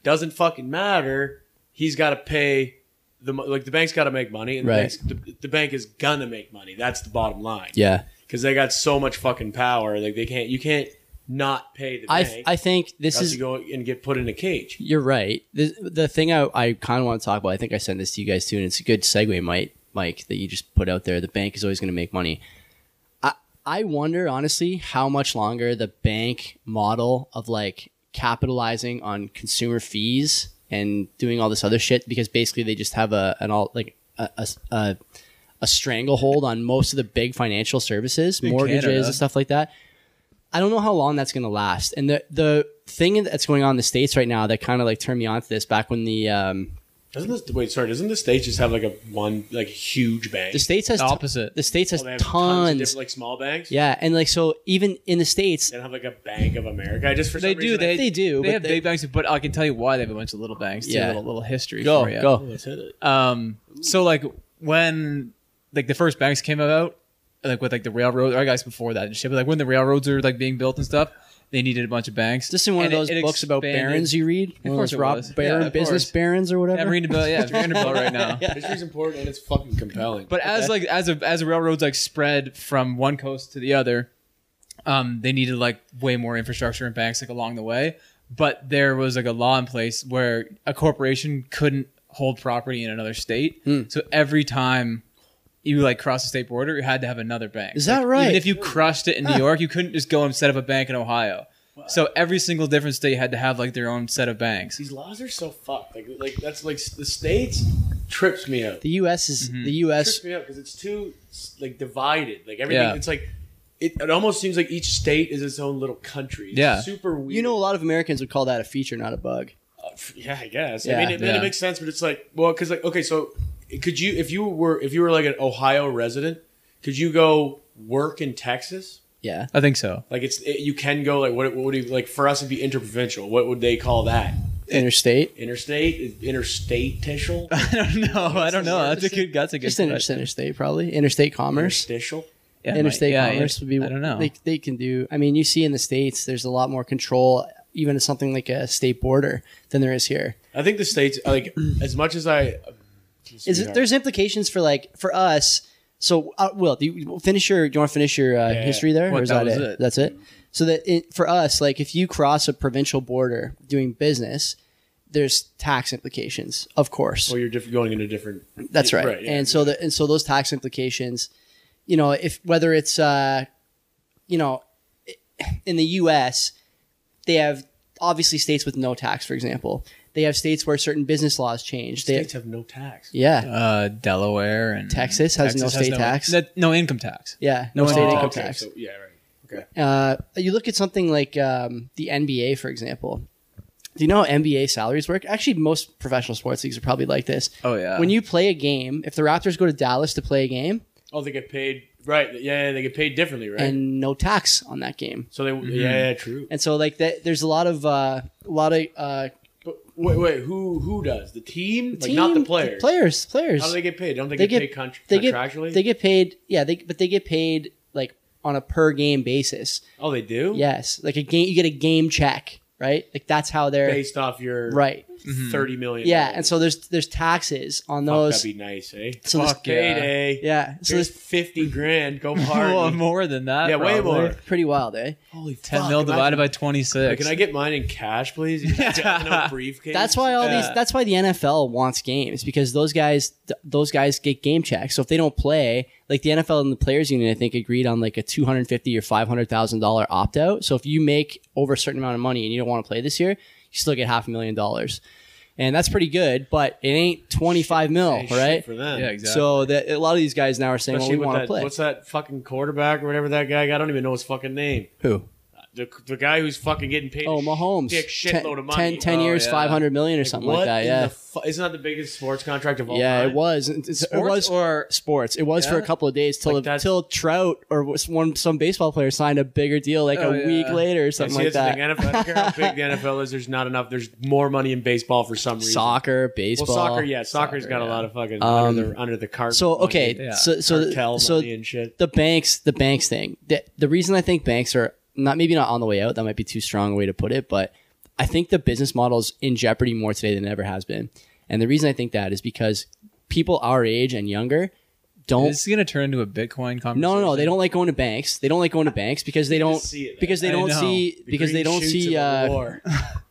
Doesn't fucking matter. He's got to pay the mo- like the bank's got to make money, and the Right. bank's- the, the, bank is gonna make money. That's the bottom line. yeah because they got so much fucking power. Like they can't, you can't not pay the i bank. i think this Unless is you go and get put in a cage. You're right. The, the thing I, I kind of want to talk about, I think I sent this to you guys too, and it's a good segue, Mike, Mike that you just put out there. The bank is always going to make money. I, I wonder, honestly, how much longer the bank model of like capitalizing on consumer fees and doing all this other shit, because basically they just have a, an all like a, a, a, a stranglehold on most of the big financial services, in mortgages Canada. and stuff like that. I don't know how long that's going to last. And the the thing that's going on in the states right now that kind of like turned me on to this back when the um, Doesn't this wait? Sorry, doesn't the state just have like a one like huge bank? the states has The opposite. the states has Oh, they have tons, of different, like small banks. yeah, and like so even in the states They don't have like a Bank of America. I just for They some do. reason, I- They, They do, They but have they- big banks, but I can tell you why they have a bunch of little banks. Yeah, Yeah. a little, little history. go for you. go Let's hit Oh, <laughs> it. Um, so like when like the first banks came about, like with like the railroad, or I guess before that and shit, but like when the railroads are like being built and stuff, they needed a bunch of banks. This in one And of it- those it books about expanded- barons you read, one of course those it Rob was. Baron Yeah, of business course. barons or whatever. Yeah, I'm reading about yeah, I'm reading about right <laughs> now. History's important and it's fucking compelling. But as like as a, as railroads like spread from one coast to the other, um, they needed like way more infrastructure and banks like along the way. But there was like a law in place where a corporation couldn't hold property in another state. Hmm. So every time you like cross the state border, you had to have another bank. Is Like, that right? Even if you crushed it in New York, you couldn't just go and set up a bank in Ohio. So every single different state had to have like their own set of banks. these laws are so fucked. Like, like that's like the states trips me out. the U.S. is Mm-hmm. the Trips U.S. me out because it's too like divided. Like everything, Yeah. it's like it, it. almost seems like each state is its own little country. It's Yeah. super weird. You know, a lot of Americans would call that a feature, not a bug. yeah, I guess. Yeah, I mean, it, yeah. it makes sense, but it's like, well, because like, okay, so could you, if you were, if you were like an Ohio resident, could you go work in Texas? Yeah, I think so. <laughs> Like, it's it, you can go like what, what would you like for us? It'd be interprovincial. What would they call that? interstate, <laughs> Interstate, interstatitial, I don't know. I don't know. That's a good. That's a good. just inter- question. interstate, probably interstate commerce. interstitial. Yeah, it might- interstate yeah, commerce yeah. would be. I don't know. They, they can do. I mean, you see in the states, there's a lot more control even something like a state border than there is here. I think the states like <clears throat> as much as I Is it, there's implications for like for us. So, uh, Will, do you finish your? Do you want to finish your uh, yeah. history there? What, or is that that, was it? it. That's it. So that it, for us, like if you cross a provincial border doing business, there's tax implications, of course. well you're diff- going into different That's right. right, yeah. and so the and so those tax implications, you know, if whether it's uh, you know, in the U.S. they have obviously states with no tax, for example. They have states where certain business laws change. They, states have no tax. yeah, Uh, Delaware and Texas has no state tax. No, no income tax. yeah, no state Oh, income okay, tax. so- yeah, right. Okay. Uh, you look at something like um, the NBA, for example. Do you know how NBA salaries work? Actually, most professional sports leagues are probably like this. Oh yeah. <laughs> When you play a game, if the Raptors go to Dallas to play a game, Oh, they get paid right. Yeah, yeah, they get paid differently, right? and no tax on that game. so they Mm-hmm. yeah, yeah, true. And so like that, there's a lot of uh, a lot of uh, But wait, wait, who who does the team? like team- not the players. players, players. How do they get paid? Don't they, They get, get- paid contr- they get contractually? they get paid, yeah. They but they get paid like on a per game basis. oh, they do. Yes, like a game, you get a game check, right? Like that's how they're based off your right. Mm-hmm. thirty million. Yeah, and so there's there's taxes on Fuck, those. that'd be nice, eh? so there's- Fuck yeah. Payday. yeah, so there's Here's fifty <laughs> grand. Go Well, party. more than that. yeah, way probably. more. pretty wild, eh? Holy Ten mil divided by twenty six. Can I get mine in cash, <laughs> please? In a briefcase. That's why all Yeah. these. That's why the NFL wants games because those guys, th- those guys get game checks. So if they don't play, like the NFL and the players union, I think agreed on like a two hundred fifty or five hundred thousand dollar opt out. So if you make over a certain amount of money and you don't want to play this year, you still get half a million dollars, and that's pretty good. But it ain't twenty five mil, Hey, shit right? For them. Yeah, exactly. So that a lot of these guys now are saying, Especially "Well, we with want to that- play." What's that fucking quarterback or whatever that guy? Got? I don't even know his fucking name. Who? The, the guy who's fucking getting paid. Oh, a Mahomes. Dick shitload ten, of money. 10 10 Oh, years, yeah. five hundred million or something what like that. in Yeah. The fu- isn't that the biggest sports contract of all Yeah, time? it was. It, it's- it Sports was or- sports. It was for a Yeah. couple of days till Like that's- till Trout or was one some baseball player signed a bigger deal like Oh, a yeah. week later or Yeah, something see, like that's the that. thing. NFL, I don't care <laughs> how big the NFL is. There's not enough. There's more money in baseball for some reason. Soccer, Well, baseball. soccer, yeah, soccer's got a yeah. lot of fucking Um, under the under the cart. So money, okay, Yeah. so so cartel so money and shit. the banks, the banks thing. The, the reason I think banks are not maybe not on the way out. That might be too strong a way to put it, but I think the business model is in jeopardy more today than it ever has been. And the reason I think that is because people our age and younger don't This is gonna turn into a Bitcoin conversation. No, no, no. They don't like going to banks. They don't like going to banks because they don't see it, man. because they I don't know. see The because green they don't shoots see. of the Uh, war.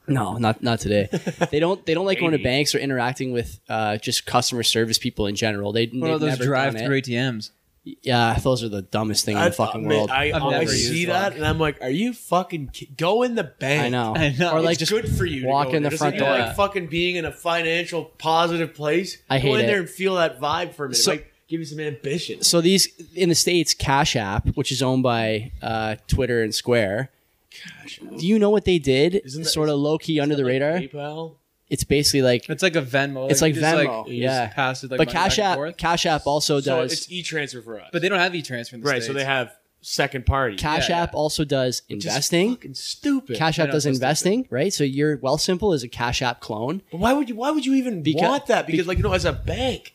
no, not not <laughs> today. they don't they don't like going to Maybe. banks or interacting with uh, just customer service people in general. They What are they've those never done it. drive-through ATMs? Yeah, those are the dumbest thing <laughs> in the fucking admit, world. I, I, I've I never see used that one. and I'm like, are you fucking ki- go in the bank? know. I know. Or like It's just good for you. to walk go in there. the Doesn't front it, door. Like fucking being in a financial positive place. I go hate in there it. and feel that vibe for a minute. So- like give me some ambition. so these in the states, Cash App, which is owned by uh, Twitter and Square. Do you know what they did? Isn't that- sort of low key under the radar. PayPal. It's basically like, It's like a Venmo. It's you like just, Venmo, you yeah. just pass it, like, but money Cash back and App, forth. Cash App also So does. it's e-transfer for us, But they don't have e-transfer in the right? So States. they have second party Cash Yeah, yeah. App also does Just investing. Fucking stupid. Cash I App know, does that's investing, right? So your Wealthsimple is a Cash App clone. But why would you? Why would you even Beca- want that? Because like you know, as a bank,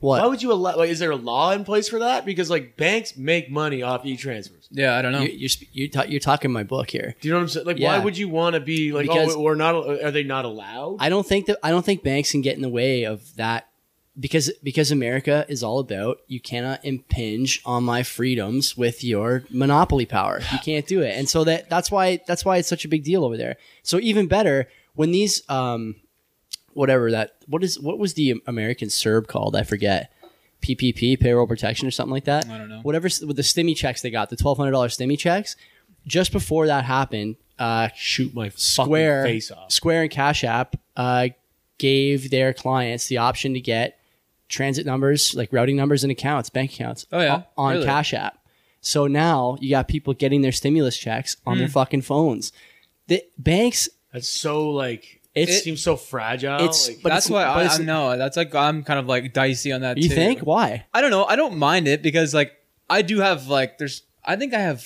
What? why would you allow? Like, is there a law in place for that? Because like banks make money off e-transfers. Yeah, I don't know. you, you're sp- you're, ta- you're talking my book here. Do you know what I'm saying? Like, Yeah. why would you want to be like? Because- oh, we're not. Are they not allowed? I don't think that I don't think banks can get in the way of that because because America is all about you cannot impinge on my freedoms with your monopoly power. You can't do it, and so that that's why that's why it's such a big deal over there. So even better when these um whatever that what is what was the American Serb called? I forget. PPP, payroll protection, or something like that. I don't know. Whatever s- with the stimmy checks they got, the twelve hundred dollars stimmy checks. Just before that happened, uh, shoot my Square, fucking face off. Square and Cash App uh, gave their clients the option to get transit numbers, like routing numbers and accounts, bank accounts. Oh, yeah? on Really? Cash App. So now you got people getting their stimulus checks on their fucking phones. The banks, That's so like. It, It's- seems so fragile. it's- like, but That's it's- why but I, it's- I know. That's like I'm kind of like dicey on that. you too. think why? I don't know. I don't mind it because like I do have like there's I think I have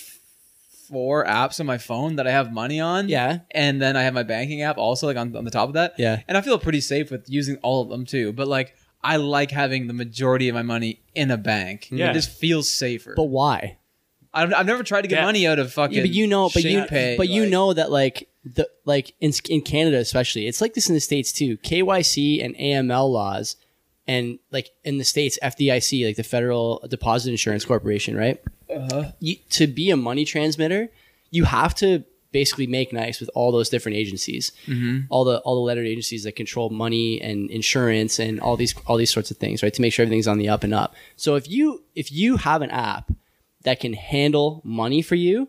four apps on my phone that I have money on. Yeah. And then I have my banking app also like on, on the top of that. Yeah. And I feel pretty safe with using all of them too. But like I like having the majority of my money in a bank. Yeah. It just feels safer. But why? I've, I've never tried to get Yeah. money out of fucking. Yeah, but you know, but you, Shane Pay, but you like- know that like the like in in Canada especially, it's like this in the states too. KYC and AML laws, and like in the states, FDIC, like the Federal Deposit Insurance Corporation, right? Uh-huh. You, to be a money transmitter, you have to basically make nice with all those different agencies, Mm-hmm. all the all the lettered agencies that control money and insurance and all these all these sorts of things, right? To make sure everything's on the up and up. So if you if you have an app that can handle money for you,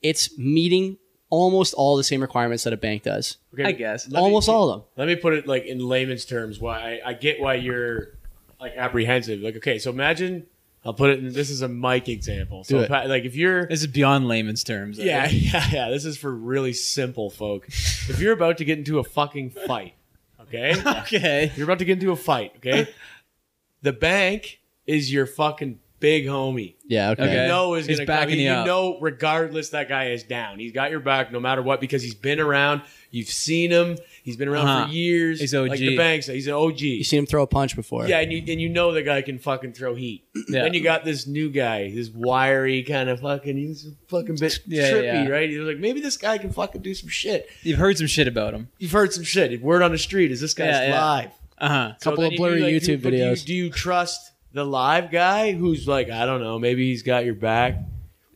it's meeting almost all the same requirements that a bank does. Okay, I guess. let me- almost all of them. Let me put it like in layman's terms. Why I, I get why you're like apprehensive. Like okay, so imagine I'll put it. in This is a mic example. So Do it. pa- like if you're This is beyond layman's terms. yeah yeah yeah, this is for really simple folk. if you're about to get into a fucking fight, <laughs> okay, <laughs> Okay. you're about to get into a fight, okay. The bank is your fucking big homie. Yeah. Okay. Okay. You know is He's going to backing come. you You up. know, regardless, that guy is down. He's got your back no matter what because he's been around. You've seen him. He's been around Uh-huh. for years. He's OG. Like the banks. He's an OG. You seen him throw a punch before? Yeah, and you, and you know the guy can fucking throw <clears throat> heat. Yeah. Then you got this new guy, this wiry kind of fucking, he's a fucking bit Yeah, trippy, yeah. right? You're like, maybe this guy can fucking do some shit. You've heard some shit about him. You've heard some shit. Word on the street is this guy's Yeah, yeah. live. Uh huh. So Couple then of you blurry do, like, do- YouTube but do you- videos. Do you, trust the live guy who's like, I don't know, maybe he's got your back.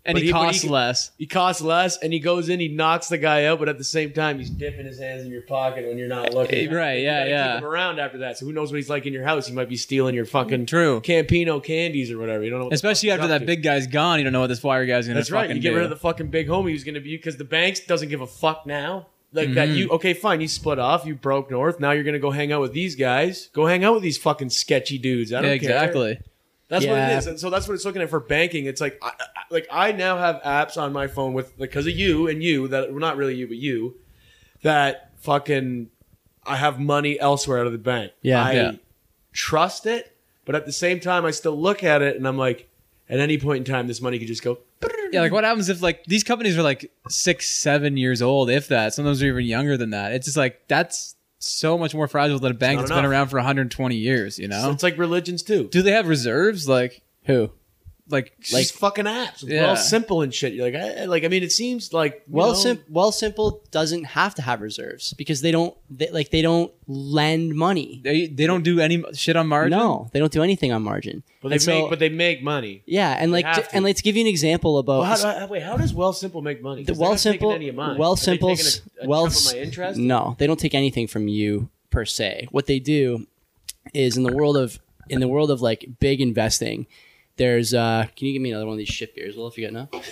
And But he, he- but he costs can- less. He costs less, and he goes in, he knocks the guy out, but at the same time, he's dipping his hands in your pocket when you're not looking. Right, You yeah, gotta yeah. Keep him around after that. So who knows what he's like in your house? He might be stealing your fucking True. Campino candies or whatever. You don't know. What the Especially fuck he's after up that to. big guy's gone, you don't know what this wire guy's gonna That's right. fucking You get do. rid of the fucking big homie who's going to be because the banks doesn't give a fuck now. Like that. Mm-hmm. You okay? Fine. You split off. You broke north. Now you're going to go hang out with these guys. Go hang out with these fucking sketchy dudes. I don't yeah, care. exactly. That's what Yeah. it is, and so that's what it's looking at for banking. It's like, I, I, like I now have apps on my phone with because of you and you that well, not really you but you that fucking I have money elsewhere out of the bank. Yeah. I Yeah. trust it, but at the same time, I still look at it and I'm like, at any point in time, this money could just go. Yeah, like what happens if like these companies are like six, seven years old, if that. Sometimes they're even younger than that. It's just like that's so much more fragile than a bank not that's been enough. around for 120 years. You So know? it's like religions too. Do they have reserves? Like, Who? like, It's just fucking apps. Yeah. Well, simple and shit. You're like, I, like I mean, it seems like you Well, know, sim- well, simple doesn't have to have reserves because they don't they, like they don't lend money. they they don't do any shit on margin. No, they don't do anything on margin. but they And so- make but they make money. yeah, and like have to. and let's give you an example about Well, how, do I- wait, how does Well Simple make money? 'Cause the they're well not taking simple. any of mine. Are Well they simple. taking a- a well, chunk of s- my <laughs> interest? no, they don't take anything from you per se. What they do is in the world of in the world of like big investing. There's uh, can you give me another one of these shit beers? Well, if you got no, <laughs>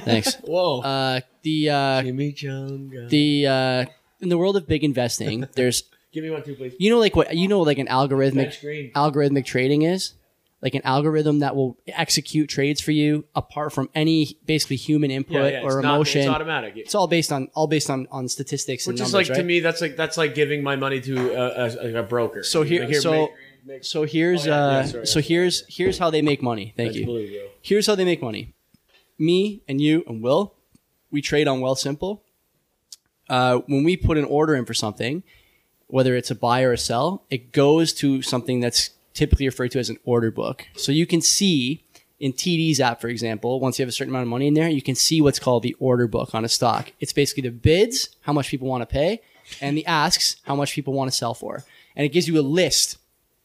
thanks. Whoa. Uh, the uh, give me Chunga. the uh, in the world of big investing, there's give me one too, please. you know like what you know like an That algorithmic screen. algorithmic trading is like an algorithm that will execute trades for you apart from any basically human input Yeah, yeah, or it's not- emotion. it's automatic. It's all based on all based on on statistics Which and is numbers, like right? to me, that's like that's like giving my money to a, a, a broker. So here- Like, so- make- make- so here's Oh, yeah, yeah, uh sorry, so that's- here's here's how they make money. Thank that's you. blue, yo. Here's how they make money. Me and you and Will, we trade on Well Simple. Uh, when we put an order in for something, whether it's a buy or a sell, it goes to something that's typically referred to as an order book. So you can see in TD's app, for example, once you have a certain amount of money in there, you can see what's called the order book on a stock. It's basically the bids, how much people want to pay, and the asks, how much people want to sell for. And it gives you a list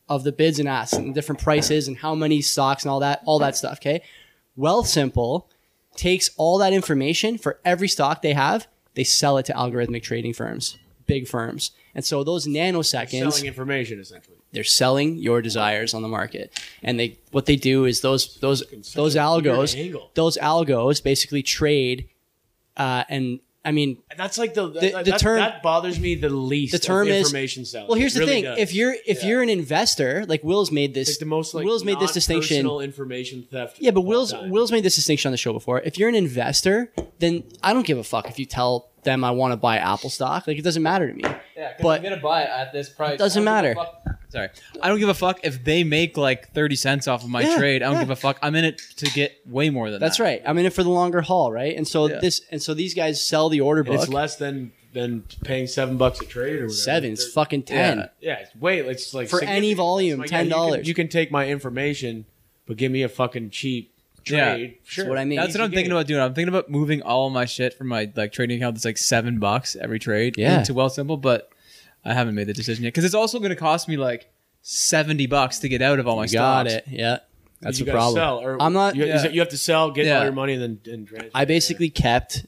of the bids and asks and the different prices and how many stocks and all that, all that stuff. Okay. Well Simple takes all that information for every stock they have, they sell it to algorithmic trading firms, big firms. And so those nanoseconds Selling information essentially. they're selling your desires on the market and they what they do is those those those such a weird algos angle. those algos basically trade uh, and i mean And That's like the the, the that, term- that bothers me the least. the of term is information selling. well here's It the really thing does. if you're if Yeah. you're an investor like will's made this It's the most like will's made this distinction non-personal information theft. Yeah, but of all Will's time. Will's made this distinction on the show before. If you're an investor, then I don't give a fuck if you tell them I want to buy Apple stock. Like it doesn't matter to me. Yeah, 'cause But- I'm gonna buy it at this price. Doesn't I don't matter. give a fuck- Sorry, I don't give a fuck if they make like thirty cents off of my Yeah, trade. I don't yeah. give a fuck. I'm in it to get way more than That's that. right. I'm in it for the longer haul, right? And so Yeah. this and so these guys sell the order And book. it's less than than paying seven bucks a trade or whatever. seven, They're- it's fucking ten. Yeah. Yeah, it's way it's like For any significant. volume, It's like, yeah, you can- $10. You, can take my information, but give me a fucking cheap Yeah. trade. Sure. That's what I mean. That's what I'm Easy thinking game. about doing. I'm thinking about moving all my shit from my like trading account that's like seven bucks every trade Yeah. into Well Simple, but I haven't made the decision yet because it's also going to cost me like seventy bucks to get out of all my You got stocks. it. Yeah. That's you the gotta problem. Sell, or I'm not- You, yeah. you have to sell, get Yeah. all your money, and then and transfer. I basically kept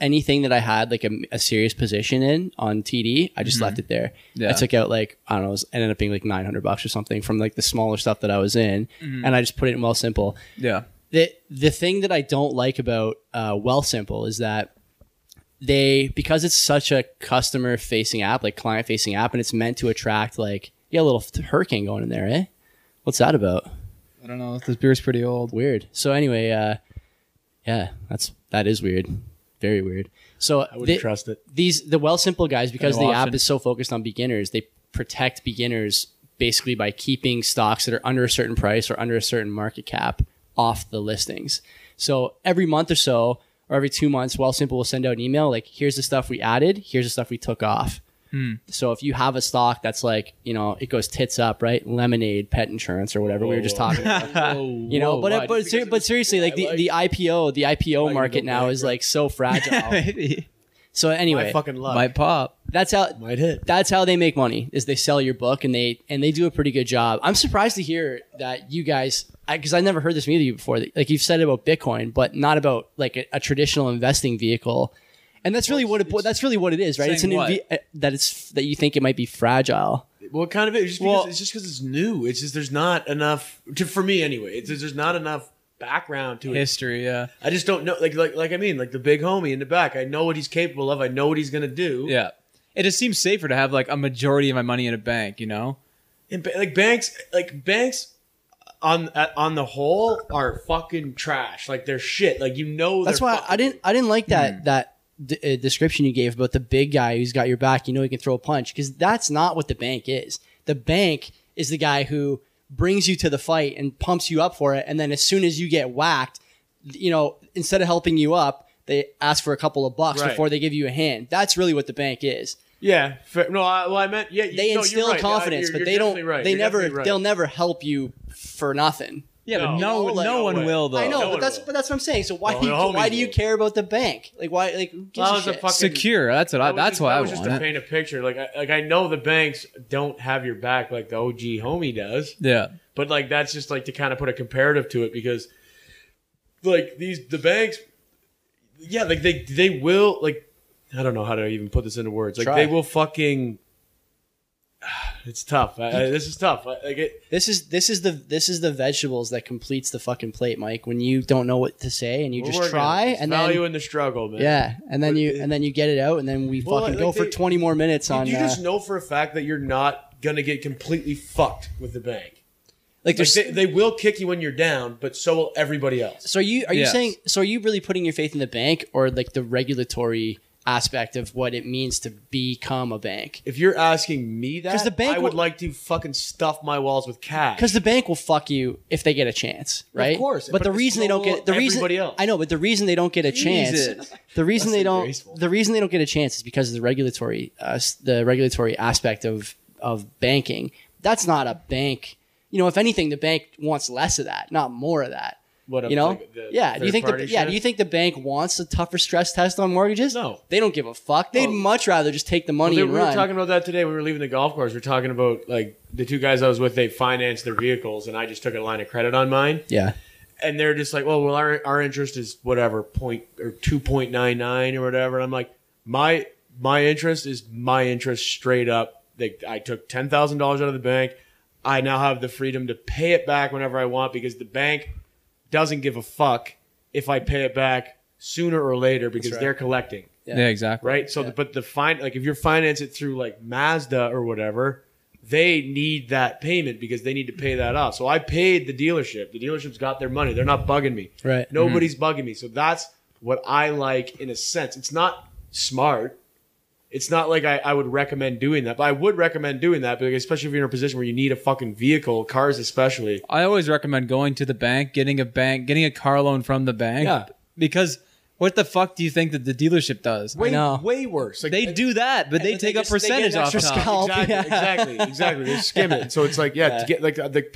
anything that I had like a, a serious position in on TD. I just Mm-hmm. left it there. Yeah. I took out like I don't know, it was- ended up being like nine hundred bucks or something from like the smaller stuff that I was in, Mm-hmm. and I just put it in Well Simple. Yeah. the the thing that I don't like about uh, Well Simple is that they because it's such a customer facing app, like client facing app, and it's meant to attract like yeah, a little f- hurricane going in there, eh? What's that about? I don't know. This beer's pretty <laughs> old. Weird. So anyway, uh, yeah, that's that is weird, very weird. So I wouldn't the- trust it. these the Well Simple guys because Kinda the app option. is so focused on beginners, they protect beginners basically by keeping stocks that are under a certain price or under a certain market cap off the listings. So every month or so, or every two months, Well Simple will send out an email like, "Here's the stuff we added. Here's the stuff we took off." So if you have a stock that's like, you know, it goes tits up, right? Lemonade, pet insurance, or whatever we were just talking about <laughs> you know but why? but, Just ser- because but seriously like the, I the ipo the ipo you market don't now like is her. like <laughs> so fragile Maybe so I anyway fucking love. <laughs> might pop. that's how might hit. that's how they make money is they sell your book and they and they do a pretty good job i'm surprised to hear that you guys because i, never heard this from either of you before that, like you've said about bitcoin but not about like a, a traditional investing vehicle and that's really what it, bo- that's really what it is right it's an saying inve- uh, that it's that you think it might be fragile What kind of it? Just because, Well- it's just because it's new. It's just there's not enough to, for me anyway. It's just there's not enough background to it. History. Yeah. I just don't know. Like like like I mean, like the big homie in the back. I know what he's capable of. I know what he's gonna do. Yeah. It just seems safer to have like a majority of my money in a bank. You know. And ba- like banks, like banks. On uh, on the whole, are fucking trash. Like they're shit. Like you know. That's they're why fucking- Hmm. I didn't. I didn't like that that d- uh, description you gave about the big guy who's got your back. You know he can throw a punch because that's not what the bank is. The bank is the guy who brings you to the fight and pumps you up for it, and then as soon as you get whacked, you know instead of helping you up, they ask for a couple of bucks Right. before they give you a hand. That's really what the bank is. Yeah. Fair. No. I, well, I meant yeah. You, They no, instill you're right. confidence, I, you're, but you're they don't. definitely Right. They You're never. definitely Right. They'll never help you for nothing. Yeah, No. but No, no, no, like- no one way. will though. I know, No but one that's will. but that's what I'm saying. So why Well, do the you, homies why do you will. care about the bank? Like why like who gives Well, a that was a shit? fucking- Secure. That's what. I, That was that's just- why that I was just want to it. paint a picture. Like, I, like I know the banks don't have your back like the OG homie does, yeah. but like that's just like to kind of put a comparative to it because, like these the banks, yeah, like they they will like I don't know how to even put this into words. Like Try. they will fucking. <sighs> It's tough. I, I- this is tough. I, like it, This is this is the this is the vegetables that completes the fucking plate, Mike. When you don't know what to say and you we're just working on try it. It's and value then in the struggle, man. yeah, and then But you it- and then you get it out, and then we Well, fucking like go for they- twenty more minutes on. you uh, just know for a fact that you're not gonna get completely fucked with the bank. like Like there's. they, they will kick you when you're down, but so will everybody else. so are you are you Yes. saying so are you really putting your faith in the bank or like the regulatory aspect of what it means to become a bank? If you're asking me that, 'Cause the bank I would will- like to fucking stuff my walls with cash. Because the bank will fuck you if they get a chance, right? course, But, but the it's reason they don't still get the reason everybody else. I know, but the reason they don't get a chance, Jesus. the reason That's they don't, ungraceful. the reason they don't get a chance is because of the regulatory, uh, s- the regulatory aspect of of banking. That's not a bank. You know, if anything, the bank wants less of that, not more of that. What, you know, like the yeah. Do you think the third-party yeah? shit? Do you think the bank wants a tougher stress test on mortgages? No. they don't give a fuck. They'd Well- much rather just take the money Well, and we run. were talking about that today. We were leaving the golf course. We are talking about like the two guys I was with. They financed their vehicles, and I just took a line of credit on mine. yeah, and they're just like, well, well, our our interest is whatever point or two point nine nine or whatever. And I'm like, my my interest is my interest straight up. Like I took ten thousand dollars out of the bank. I now have the freedom to pay it back whenever I want because the bank doesn't give a fuck if I pay it back sooner or later because right. they're collecting, Yeah. Yeah. exactly. right? So, the, but the fine like if you're finance it through like Mazda or whatever. They need that payment because they need to pay that off. So I paid the dealership. The dealership's got their money. They're not bugging me. right. Nobody's bugging me. So that's what I like in a sense. It's not smart. It's not like I, I would recommend doing that, but I would recommend doing that, because especially if you're in a position where you need a fucking vehicle, cars especially. I always recommend going to the bank, getting a bank, getting a car loan from the bank. Yeah. Because what the fuck do you think that the dealership does? I know. way worse. Like, they do that, but they but take they a just- they get an percentage off extra top. scalp. Uh, exactly, Yeah. exactly, exactly. They skim it. So it's like, yeah, to get like uh, the,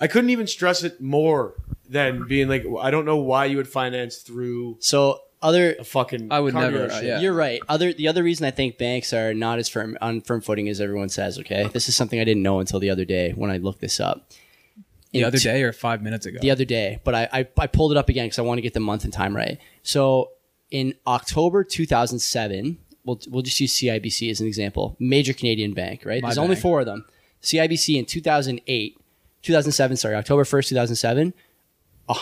I couldn't even stress it more than being like, I don't know why you would finance through So other a fucking. I would car never, dealership. uh, yeah. You're right. Other the other reason I think banks are not as firm on firm footing as everyone says. Okay, this is something I didn't know until the other day when I looked this up. the In other t- day or five minutes ago. the other day, but I, I, I pulled it up again because I want to get the month and time right. So in October 2007, we'll, we'll just use CIBC as an example, major Canadian bank, right? My There's only bank. four of them. CIBC in 2008, 2007, sorry, October 1st, 2007,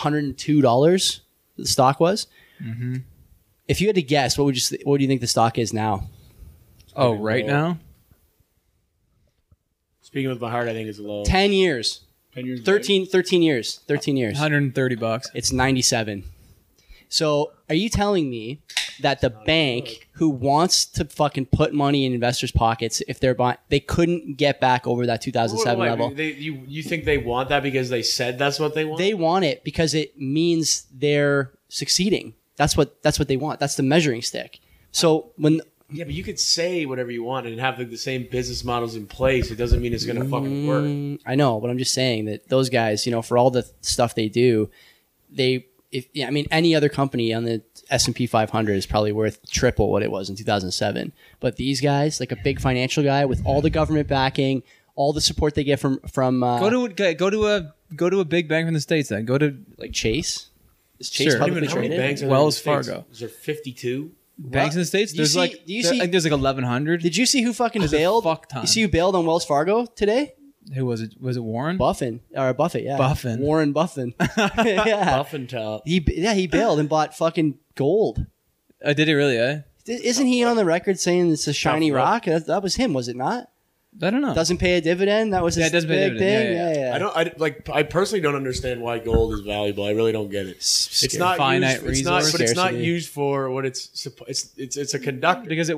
$102 the stock was. Mm-hmm. If you had to guess, what would you, s- what do you think the stock is now? oh, right now? Speaking with my heart, I think it's low. 10 years, 10 years 13, 13 years, 13 years. 130 bucks. It's 97. So, are you telling me that the bank who wants to fucking put money in investors' pockets if they're buying, they couldn't get back over that 2007 Wait, wait, level? They, you, you think they want that because they said that's what they want? They want it because it means they're succeeding. That's what that's what they want. That's the measuring stick. So when yeah, but you could say whatever you want and have like, the same business models in place. It doesn't mean it's going to fucking work. Mm, I know, but I'm just saying that those guys, you know, for all the stuff they do, they if yeah, I mean any other company on the S&P 500 is probably worth triple what it was in 2007. But these guys, like a big financial guy with all the government backing, all the support they get from from uh, Go to a- go to a go to a big bank from the states. Then go to like Chase. Is Chase Sure. I don't publicly how many traded? banks are there in Wells the States? Fargo. Is there <laughs> 52? banks in the states. Do you There's see- like do you there- see- I think there's like 1100. Did you see who fucking a bailed? fuck ton. You see who bailed on Wells Fargo today? Who was it? Was it Warren? Buffin or Buffett, yeah. Buffin. Warren <laughs> Buffin. <laughs> yeah. Buffin top. He yeah, he bailed and bought fucking gold. Uh, did it really? Eh? Th- Isn't he on the record saying it's a shiny Tough luck. rock? That, that was him, was it not? I don't know. Doesn't pay a dividend. That was Yeah, his it doesn't big pay a thing. dividend. Yeah, Yeah, yeah, yeah. I don't. I like. I personally don't understand why gold is valuable. I really don't get it. It's scary. not Finite used, It's not, resource. but it's not Scarcity. used for what it's. suppo- It's it's it's a conductor. because it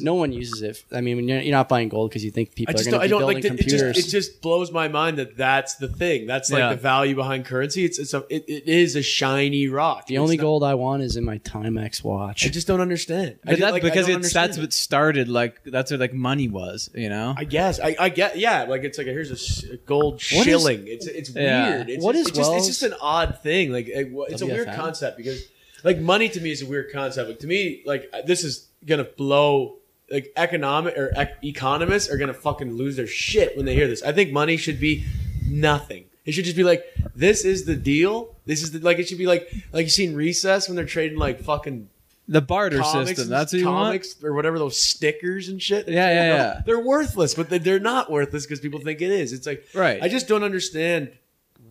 <laughs> No one uses it. I mean, when you're, you're not buying gold because you think I people are just going don't, to I be don't building like it, it computers. just it just blows my mind that that's the thing. That's like Yeah. the value behind currency. It's it's a it, it is a shiny rock. the only It's not- gold I want is in my Timex watch. I just don't understand. I But just, that, like, I because don't it's that's understand what started like that's what like money was. You know. I guess I, I get yeah like it's like here's a, sh- a gold What is- shilling it's it's Yeah. weird it's, What it's is just Wells- it's just an odd thing like it- it's a weird WFM? concept because like money to me is a weird concept like to me like uh, this is gonna blow like economic or ec- economists are gonna fucking lose their shit when they hear this I think money should be nothing it should just be like this is the deal this is the, like it should be like like you see in recess when they're trading like fucking the barter comics system. and That's what you want. comics or whatever those stickers and shit. Yeah, yeah, You know, yeah. They're worthless, but they- they're not worthless because people think it is. It's like Right. I just don't understand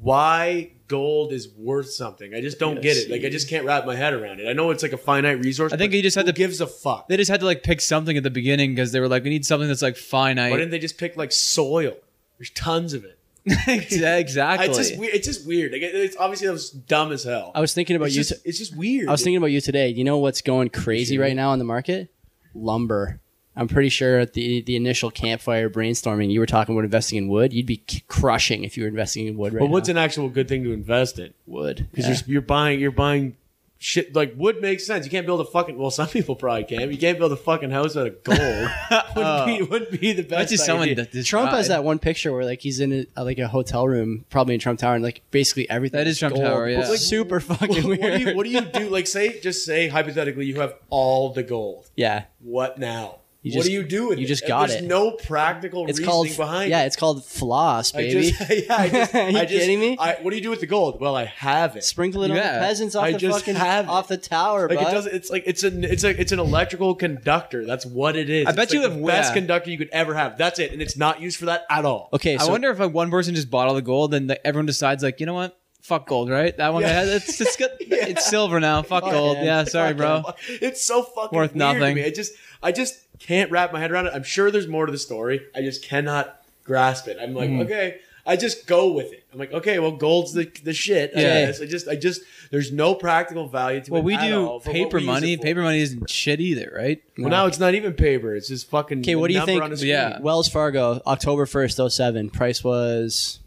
why gold is worth something. I just don't get it. Like I just can't wrap my head around it. I know it's like a finite resource. I think but you just had who to- gives a fuck. They just had to like pick something at the beginning because they were like, we need something that's like Why finite. didn't they just pick like soil? There's tons of it. <laughs> exactly. It's just weird. It's just weird. Like, it- it's obviously that was dumb as hell. I was thinking about it's you. just, t- it's just weird. I was thinking about you today. You know what's going crazy right now in the market? Lumber. I'm pretty sure at the the initial campfire brainstorming, you were talking about investing in wood. You'd be c- crushing if you were investing in wood right but what's now. an actual good thing to invest in? wood? because Yeah. you're, you're buying you're buying shit like wood makes sense. You can't build a fucking well, some people probably can. but You can't build a fucking house out <laughs> of gold. wouldn't, Oh. be, wouldn't be the best. That's just someone idea. that just Trump has tried. that one picture where like he's in a, uh, like a hotel room, probably in Trump Tower, and like basically everything. That is Trump gold. Tower, yeah. It's super fucking What, weird. what do you what do <laughs> you do? Like say just say hypothetically you have all the gold. yeah, What now? You what just- do you do with you it? just And got There's it. no practical it's reasoning called behind. yeah, it. it's called floss, I baby. just, <laughs> yeah, I just, Are you I just- kidding me? I, what do you do with the gold? Well, I have <laughs> it. Sprinkle it on Yeah. the peasants off I the just fucking have it. off the tower, Like bud. it does. It's like it's an it's a it's an electrical conductor. That's what it is. I It's bet you like if- the best yeah. conductor you could ever have. That's it, and it's not used for that at all. okay, so I wonder if like one person just bought all the gold, and like, everyone decides like, you know what? Fuck gold, right? That one Yeah. has it's <laughs> it's, good. it's silver now. Fuck Fuck gold. him. Yeah, sorry, Fuck bro. It's so fucking Worth weird To nothing. me. I just I just can't wrap my head around it. I'm sure there's more to the story. I just cannot grasp it. I'm Mm-hmm. like, okay, I just go with it. I'm like, okay, well, gold's the the shit. I, Yeah. guess. I just I just there's no practical value to Well, it. we at do all for what paper we use money. it for. Paper money isn't shit either, right? Well, now it's not even paper. It's just fucking. okay, what do you number think? On a screen. Yeah. Wells Fargo, October first, 07. Price was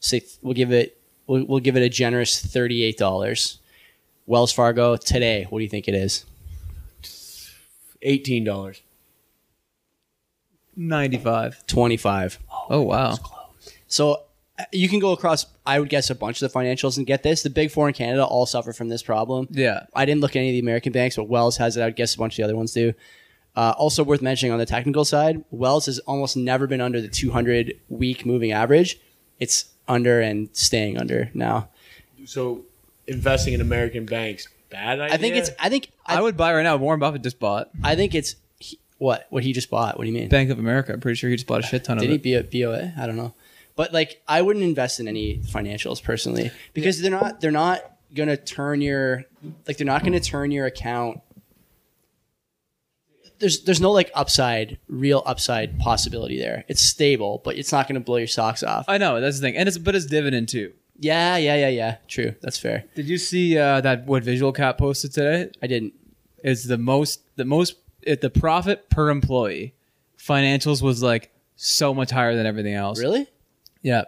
say we'll give it we'll, we'll give it a generous thirty eight dollars. Wells Fargo today, what do you think it is? eighteen dollars. Ninety-five. Twenty five. Oh wow. So uh, you can go across, I would guess, a bunch of the financials and get this. The big four in Canada all suffer from this problem. Yeah. I didn't look at any of the American banks, but Wells has it. I would guess a bunch of the other ones do. Uh, also worth mentioning on the technical side, Wells has almost never been under the 200 week moving average. It's under and staying under now. So investing in American banks, bad idea. I think it's. I think. I, I, would buy right now. Warren Buffett just bought I think it's. He, what? What he just bought? What do you mean? Bank of America. I'm pretty sure he just bought a shit ton Did of he it. be a BOA? I don't know. But like I wouldn't invest in any financials personally because they're not they're not gonna turn your like they're not gonna turn your account. There's there's no like upside, real upside possibility there. It's stable, but it's not gonna blow your socks off. I know that's the thing, and it's but it's dividend too. yeah, yeah, yeah, yeah. True. That's fair. Did you see uh, that what Visual Cat posted today? I didn't. It's the most the most it, the profit per employee. Financials was like so much higher than everything else. Really? Yeah.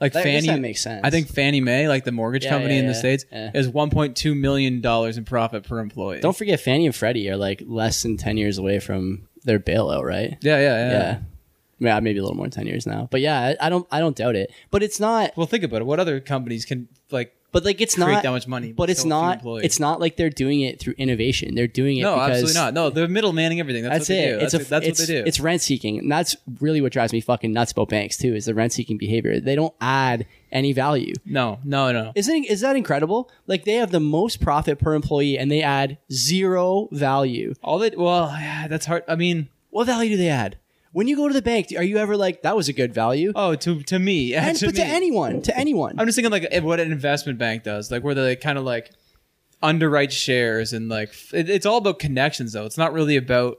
Like That- I guess Fannie that makes sense. I think Fannie Mae, like the mortgage Yeah, company yeah, in the yeah, states, yeah. is 1.2 million dollars in profit per employee. Don't forget Fannie and Freddie are like less than ten years away from their bailout, right? yeah, yeah, yeah, Yeah. Yeah, maybe a little more than ten years now. But yeah, I, I don't I don't doubt it. But it's not Well, think about it. What other companies can like but like it's create not that much money? but it's still a few not employees? it's not like they're doing it through innovation. They're doing it No, because absolutely not. No, they're middlemanning everything. That's, That's what they it. do. It's That's, a, that's it's, what they do. It's rent seeking. And that's really what drives me fucking nuts about banks too, is the rent seeking behavior. They don't add any value. no, no, no. Isn't is that incredible? Like they have the most profit per employee and they add zero value. All that. Well, <sighs> yeah, that's hard. I mean, What value do they add? When you go to the bank, are you ever like, that was a good value? oh, to to me, yeah, and, to but me. to anyone, to anyone. I'm just thinking like eh, what an investment bank does, like where they kind of like underwrite shares and like f- it, it's all about connections though. It's not really about.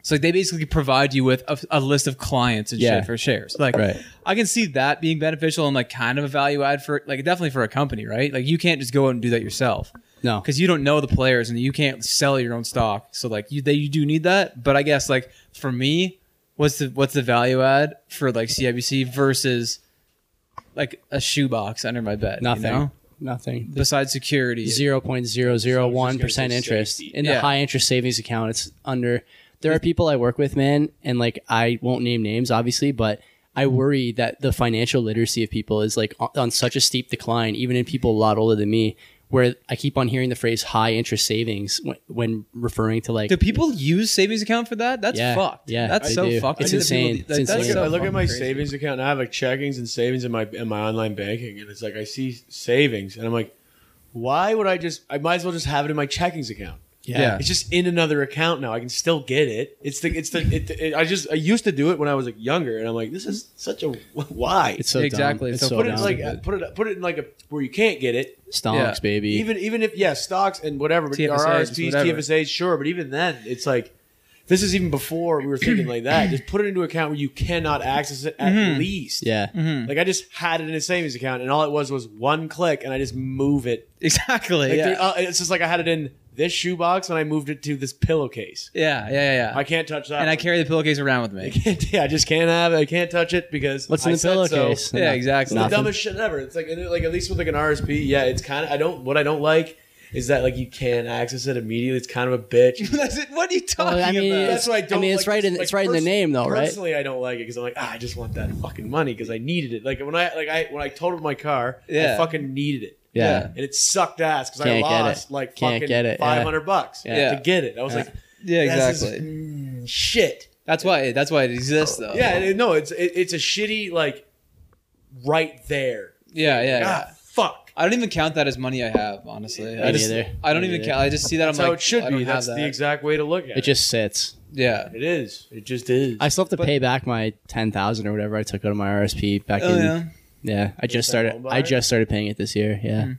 It's like they basically provide you with a, a list of clients and Yeah. shit for shares. Like Right. I can see that being beneficial and like kind of a value add for like definitely for a company, right? Like you can't just go out and do that yourself. No. because you don't know the players and you can't sell your own stock. So like you, they, you do need that. But I guess like for me, what's the what's the value add for like CIBC versus like a shoebox under my bed? you Nothing. know? Nothing. Besides security, zero point zero zero one So it's just gonna percent say interest safety. in the Yeah. Mm-hmm. high interest savings account. It's under. There are people I work with, man, and like I won't name names, obviously, but I Mm-hmm. worry that the financial literacy of people is like on, on such a steep decline, even in people a lot older than me. Where I keep on hearing the phrase "high interest savings" when, when referring to like do people use savings account for that? That's Yeah. fucked. Yeah, that's they so do. fucked. It's I think the insane. people- It's that's I look, insane. at, so I look at fucking my crazy. savings account and I have like checkings and savings in my in my online banking and it's like I see savings and I'm like, why would I just I might as well just have it in my checkings account. Yeah. It's just in another account now. I can still get it. It's the it's the it, it, I just I used to do it when I was like younger and I'm like this is such a <laughs> why. it's so Exactly, Dumb. It's so so, put it dumb. like put it put it in like a where you can't get it. stonks, Yeah. baby. Even even if yeah, stocks and whatever, but TFSAs, our RSPs, whatever. TFSAs, sure. But even then, it's like this is even before we were thinking like that. Just put it into an account where you cannot access it at least. yeah, Like I just had it in a savings account, and all it was was one click, and I just move it. Exactly. Like, yeah. there- uh, it's just like I had it in this shoebox, and I moved it to this pillowcase. yeah. Yeah. Yeah. I can't touch that, and I one. carry the pillowcase around with me. yeah, <laughs> I just can't have it. I can't touch it because what's I in the said so. pillowcase? Yeah, exactly. It's the Nothing. dumbest shit ever. It's like, and it- like at least with like an RSP, yeah, it's kind of. I don't. What I don't like is that like you can't access it immediately. It's kind of <laughs> a bitch. That's it. <laughs> What are you talking I mean, about? That's what I don't. I mean, like. it's right in- Like, it's right in the perso- name, though, right? Personally, I don't like it because I'm like, ah, I just want that fucking money because I needed it. Like when I like I when I totaled my car, I Yeah. fucking needed it. yeah. And it sucked ass because I Can't get lost it. like Can't fucking get it, yeah. five hundred bucks Yeah. to get it. I was like, Yeah, this is, exactly. mm, shit. That's why. That's why it exists, though. Yeah, it- no, it's it, it's a shitty like right there. Yeah. Yeah. yeah. Ah, fuck. I don't even count that as money I have, honestly. I Me just, neither. I don't Me even neither. count. I just see that. That's I'm how like, it should I don't be. have That's that. the exact way to look at it. It just sits. yeah. it is. It just is. I still have to But- pay back my ten thousand or whatever I took out of my RSP back Oh in. yeah. Yeah, I just that Mm. started. home I buyer? just started paying it this year. Yeah,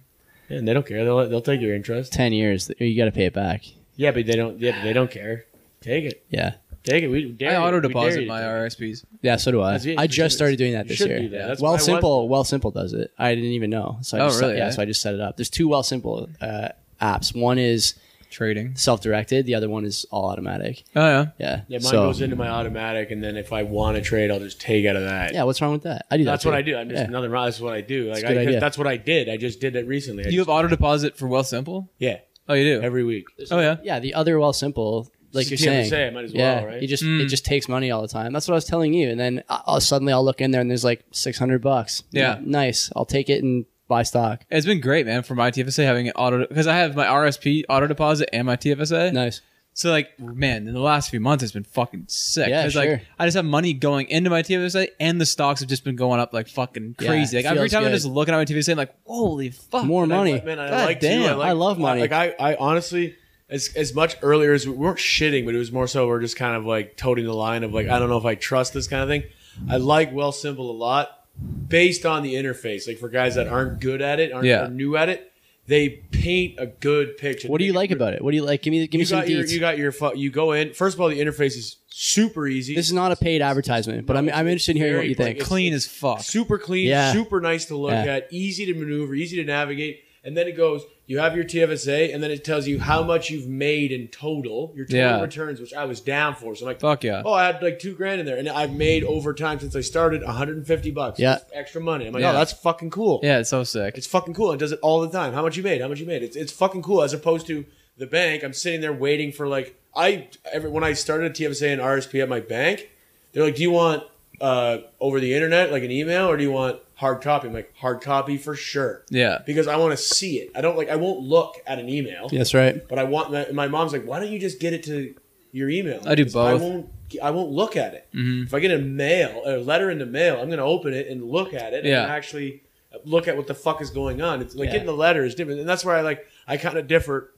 Yeah, and they don't care. They'll they'll take your interest. ten years. You got to pay it back. Yeah, but they don't. Yeah, but they don't care. Take it. Yeah, Take it. We dare I you. auto We dare deposit you to my take it. RSPs. yeah. So do I. That's it. I You just should- started doing that you this should year. do that. Yeah. That's Well what I was- Simple. Well Simple does it. I didn't even know. So I Oh, just really, yeah. eh? So I just set it up. There's two Well Simple uh, apps. One is Trading. self-directed. The other one is all automatic. Oh yeah. Yeah. Yeah, mine so, goes into my automatic, and then if I want to trade, I'll just take out of that. Yeah. What's wrong with that? I do that. that's too. what I do. I'm just Yeah. another. That's what I do. Like a good I, idea. that's what I did. I just did it recently. I You have just- auto deposit for Wealth Simple? yeah, Oh, you do. every week. oh yeah. yeah. The other Well Simple like you're It's saying. TFSA, might as well, yeah, right? it just it Mm. just takes money all the time. That's what I was telling you. And then I- I'll, suddenly I'll look in there and there's like 600 bucks. Yeah. nice. I'll take it and buy stock. It's been great, man, for my TFSA having it auto because I have my RSP auto deposit and my TFSA. Nice. So like, man, in the last few months, it's been fucking sick. Yeah, 'Cause, sure. Like, I just have money going into my TFSA, and the stocks have just been going up like fucking Yeah, crazy. it like every feels time I good. just look at my TFSA, I'm like, holy fuck, More And I- money. I, man, I God like damn, you. I, like, I love money. Like I, I honestly, as as much earlier as we weren't shitting, but it was more so we're just kind of like toting the line of like I don't know if I trust this kind of thing. I like Well Simple a lot, based on the interface. Like for guys that aren't good at it, aren't Yeah. are new at it, they paint a good picture. What do you like about it? What do you like? Give me give me You some got your deets. you got your fu- you go in. First of all, the interface is super easy. this is not a paid advertisement, but I'm I'm interested in hearing what very you think. like- clean as fuck. super clean, Yeah. super nice to look Yeah. at, easy to maneuver, easy to navigate. And then it goes, you have your TFSA, and then it tells you how much you've made in total, your total Yeah. returns, which I was down for. So I'm like, Fuck yeah. Oh, I had like two grand in there, and I've made over time since I started 150 bucks. Yeah. It's extra money. I'm like, Yeah. oh, that's fucking cool. Yeah, it's so sick. It's fucking cool. It does it all the time. How much you made? How much you made? It's it's fucking cool. As opposed to the bank, I'm sitting there waiting for like I every when I started TFSA and RSP at my bank, they're like, "Do you want uh, over the internet, like an email, or do you want hard copy?" I'm like, "Hard copy for sure." yeah, Because I want to see it. I don't like. I won't look at an email. That's right. But I want my, my mom's like, why don't you just get it to your email? I do Because both. Mm-hmm. I won't. I won't look at it. If I get a mail, a letter in the mail, I'm gonna open it and look at it Yeah. and actually look at what the fuck is going on. It's like getting the letter is different, and that's where I like. I kind of differ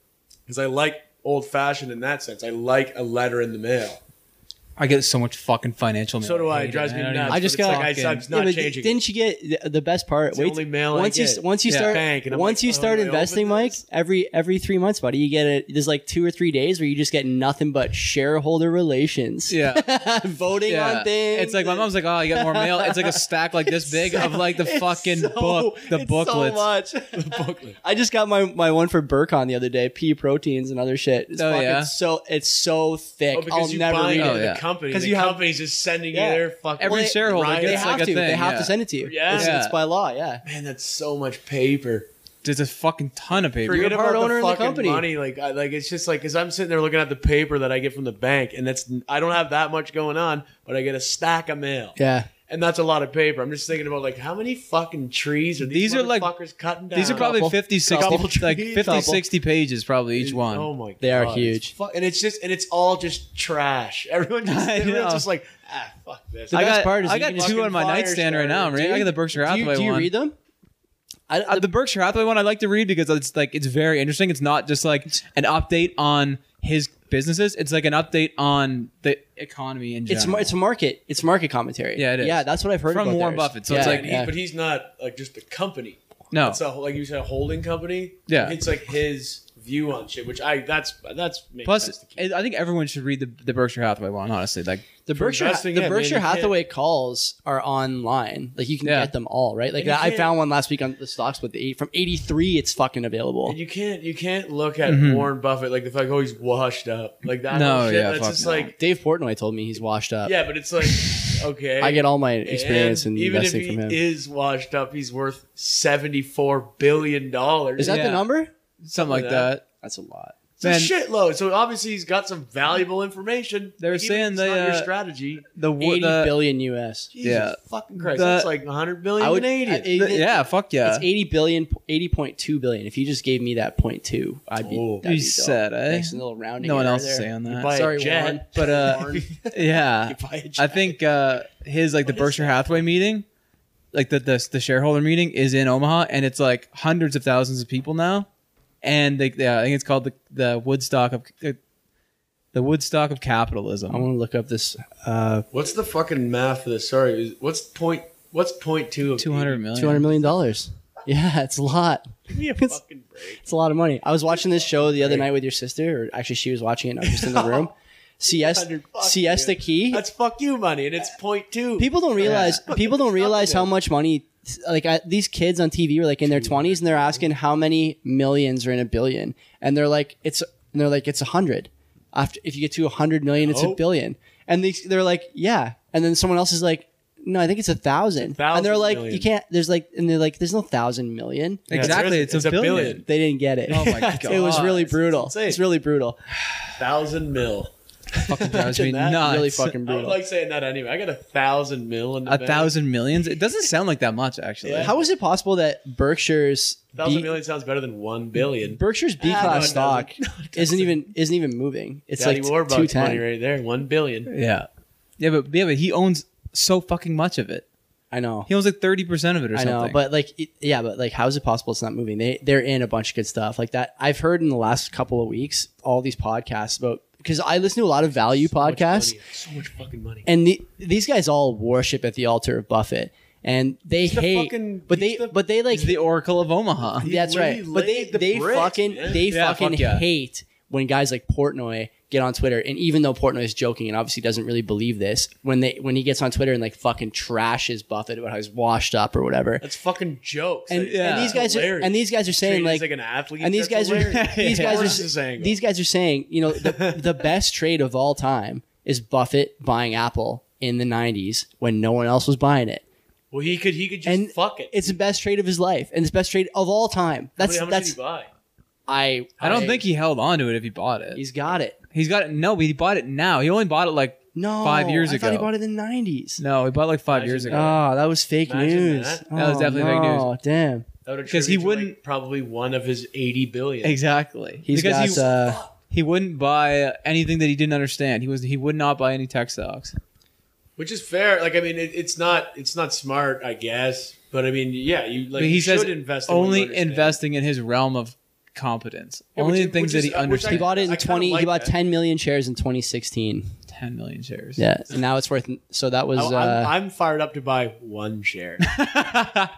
because I like old fashioned in that sense. I like a letter in the <laughs> mail. I get so much fucking financial. mail. So do I. It hate drives me man. nuts. don't I just But it's got. like I said, it's Yeah, not but changing it. Didn't you get the- the best part? It's the only mail I once you get. once you Yeah. start Bank, and I'm once like, you oh, start do I open investing, Mike. this? Every every three months, buddy, you get it. There's like two or three days where you just get nothing but shareholder relations. <laughs> Yeah. <laughs> voting Yeah. on things. It's like my mom's like, oh, you got more mail. It's like a stack like this big of like the <laughs> It's fucking so- book, the it's booklets. So much. Oh, I just got my my one for Burcon the other day. Pea proteins and other shit. It's Oh, fucking yeah? so it's so thick. Oh, because I'll you never buy read it it. Oh, in yeah. the company. 'Cause The you have- company's just sending Yeah. you their fucking. Every Well, they- shareholder Ryan- They gets have like to. a thing. they have yeah. to send it to you. Yeah. It's, it's Yeah. by law. Yeah. Man, that's so much paper. There's a fucking ton of paper. You're Forget a about part the owner in the fucking company. money. Like, I, like it's just like because I'm sitting there looking at the paper that I get from the bank, and that's I don't have that much going on, but I get a stack of mail. Yeah. and that's a lot of paper. I'm just thinking about like how many fucking trees are these, These are, like- motherfuckers cutting down? These are probably Couple. 50, 60, Couple like trees. 50, Couple. 60 pages probably each one. Oh my god, They are It's huge. fu- and it's just and it's all just trash. <laughs> Everyone just, <laughs> I know. everyone's just like ah fuck this. The I best got, part is I you got can just two on my fucking fire nightstand right now, starter, man. I dude. got the Berkshire Do you, Hathaway do you one. read them? I, Uh, the Berkshire Hathaway one I like to read because it's like it's very interesting. It's not just like an update on his businesses. It's like an update on the economy in general. it's mar- it's market it's market commentary. Yeah, it is. Yeah, that's what I've heard From about Warren theirs. Buffett, so yeah, it's It's like- like, he- yeah. but he's not like just the company. no. It's a, like you said, a holding company. Oh. Yeah. it's like his view on shit, which I that's that's makes sense Plus, to keep. it, I think everyone should read the, the Berkshire Hathaway one. Honestly, like the for Berkshire investing, the yeah, man, Berkshire you can't- Hathaway calls are online. Like you can Yeah. get them all right. Like And you I can't- found one last week on the stocks, but the eight, from eighty three, it's fucking available. And you can't you can't look at Warren Buffett like the fact oh he's washed up like that. Mm-hmm. No, whole shit. yeah, that's fuck just no. like Dave Portnoy told me he's washed up. yeah, but it's like <sighs> okay. I get all my experience and and even if investing he from him. Is, is washed up, he's worth seventy four billion dollars. that Yeah. the number? something like Yeah. that. That's a lot. it's a man- shitload? So obviously he's got some valuable information. They were Like, even if saying it's they, not your uh, strategy. The, wo- Eighty the- billion U.S. Jesus yeah. fucking Christ, The- that's like hundred billion I would- Canadian. I- the- yeah, fuck yeah. It's 80 billion, 80.2 billion. If you just gave me that point two, I'd be. Oh. that'd You be dope. said, eh? Nice little rounding. no one error else is there. saying You that. buy Sorry, a jet, Warren, but, uh, <laughs> <laughs> Warren, yeah, you buy a jet. I think uh, his like the What is Berkshire that? Hathaway meeting, like the, the the shareholder meeting, is in Omaha, and it's like hundreds of thousands of people now, and they, yeah, I think it's called the the Woodstock of the Woodstock of capitalism. I want to look up this uh, What's the fucking math for this? Sorry, is- what's point? What's point two of Two hundred million. two hundred million dollars. Yeah, <laughs> it's a lot. Give me a fucking break. It's a lot of money. I was watching this show the other night with your sister, or actually, she was watching it. and I was just in the <laughs> room. Siesta, 100 bucks, siesta dude. key. That's fuck you money, and it's point two. people don't realize. People don't realize how much money. Like I, these kids on TV are like in their twenties, and they're asking how many millions are in a billion, and they're like, it's, and they're like, it's a hundred. After if you get to a hundred million, it's a Oh. billion, and they, they're like, yeah, and then someone else is like. No, I think it's a thousand. and they're thousand like, million. you can't. There's like, and they're like, there's no thousand million. Yeah, it's- Exactly, it's, it's a, a billion. billion. They didn't get <laughs> it. Oh my It was God. really It's brutal. insane. It's really brutal. thousand mil. Fucking <laughs> drives me Imagine that. nuts. Really fucking I don't <laughs> like saying that anyway. I got a thousand mil in the A bank. thousand millions? It doesn't sound like that much, actually. Yeah. How is it possible that Berkshire's Thousand B- million sounds better than one billion. Berkshire's B Ah, no, it class doesn't. stock <laughs> No, it doesn't. isn't even isn't even moving? It's Daddy like Warbucks two money ten. right there. One billion. Yeah. Yeah, but yeah, but he owns so fucking much of it. I know. He owns like thirty percent of it or I something. know, but like, it, yeah, but like, how is it possible it's not moving? They they're in a bunch of good stuff like that. I've heard in the last couple of weeks all these podcasts about because I listen to a lot of value Much podcasts, money. So much fucking money. and the, these guys all worship at the altar of Buffett, and they the hate, fucking- but they he's the- but they like he's the Oracle of Omaha. He that's right, laid but they the they bricks, fucking man. they Yeah, fucking fuck yeah. hate when guys like Portnoy get on Twitter, and even though Portnoy is joking and obviously doesn't really believe this, when they when he gets on Twitter and like fucking trashes Buffett about how he's washed up or whatever, That's fucking jokes. and, Like, and Yeah. these guys are, hilarious. and these guys are saying Treated as like, an athlete. and these That's guys are <laughs> hilarious. these Of guys course it's are angle. these guys are saying you know <laughs> the, the best trade of all time is Buffett buying Apple in the '90s when no one else was buying it, well, he could he could just and fuck it. It's the best trade of his life, and it's the best trade of all time. How That's many- how much that's did he buy? I I don't think he held on to it if he bought it. he's got it. he's got it. No, he bought it now. He only bought it like No, Five years I thought he ago. bought it in the '90s. no, he bought it like five Imagine years ago. Oh, that was fake Imagine news. that. That was Oh, definitely fake no, Damn, Because he wouldn't probably one of his eighty billion. Exactly. he's got. he, <gasps> uh, he wouldn't buy anything that he didn't understand. He was he would not buy any tech stocks. which is fair. Like I mean, it, it's not it's not smart, I guess. But I mean, yeah, you like but you he says should invest in what you only understand. investing in his realm of competence. Yeah, only which in is- things which that is- he uh, which I- he understands. bought it in I kinda 20 he like bought that. 10 million shares in 2016 Ten million <laughs> shares. <laughs> yeah and now it's worth so that was I, uh, am I'm fired up to buy <laughs> one share Then-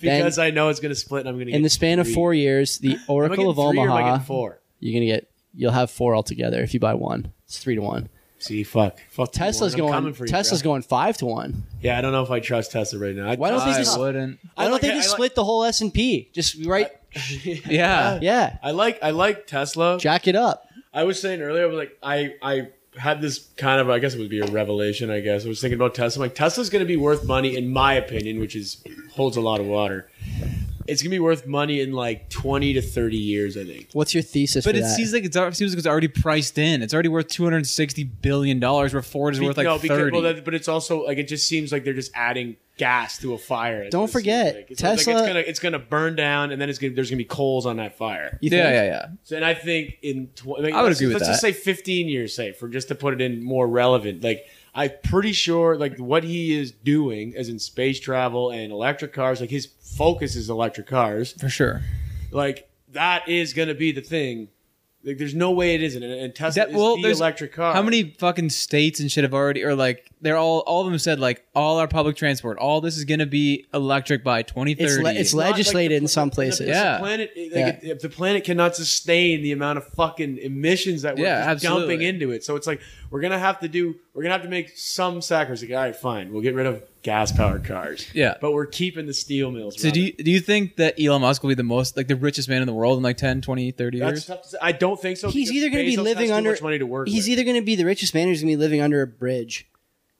because I know it's going to split. and I'm going to in the span of three. four years, the Am I Oracle getting of three or am I Omaha, getting four. you're gonna get you'll have four altogether if you buy one. It's three to one. See, fuck, fuck. you, Tesla's Warren. I'm going coming for you, Tesla's bro. going five to one. Yeah, I don't know if I trust Tesla right now. I, Why don't I, think he's- wouldn't. I don't like think it. he I like- split the whole S and P. Just <laughs> right, Yeah. yeah, <laughs> I like I like Tesla. jack it up. I was saying earlier, I was like, I I had this kind of, I guess it would be a revelation. I guess I was thinking about Tesla. I'm like, Tesla's going to be worth money, in my opinion, which is holds a lot of water. It's going to be worth money in like 20 to 30 years, I think. What's your thesis? But for it that? seems like it's al- seems like it's already priced in. It's already worth two hundred and sixty billion dollars, where Ford is worth like no, because, thirty. well, that, but it's also like it just seems like they're just adding gas to a fire. It Don't just seems forget, like. It seems like Tesla- it's gonna it's gonna burn down, and then it's gonna, there's gonna be coals on that fire. You yeah, think? yeah, yeah. So, and I think in tw- mean, I would let's- agree with let's just say that. 15 years, say, for just to put it in more relevant. Like I'm pretty sure, like what he is doing, as in space travel and electric cars, like his focus is electric cars. for sure. Like that is going to be the thing. Like there's no way it isn't, and, and Tesla That- well, is the there's- electric car. How many fucking states and shit have already, or like, they're all, all of them said, like, all our public transport, all this is going to be electric by 2030. It's le- it's Not, like, legislated the- in some the- places. The, Yeah. planet, like, Yeah. If the planet cannot sustain the amount of fucking emissions that we're Yeah, just absolutely. dumping into it, so it's like we're gonna have to do. We're gonna have to make some sacrifice. Like, all right, fine, we'll get rid of gas powered cars. Yeah. but we're keeping the steel mills. so do you, do you think that Elon Musk will be the most, like, the richest man in the world in like 10, 20, 30 Robert. That's years? tough to say. I don't think so. He's because either gonna be Bezos living has under- too much money to work. He's with. either gonna be the richest man or he's gonna be living under a bridge.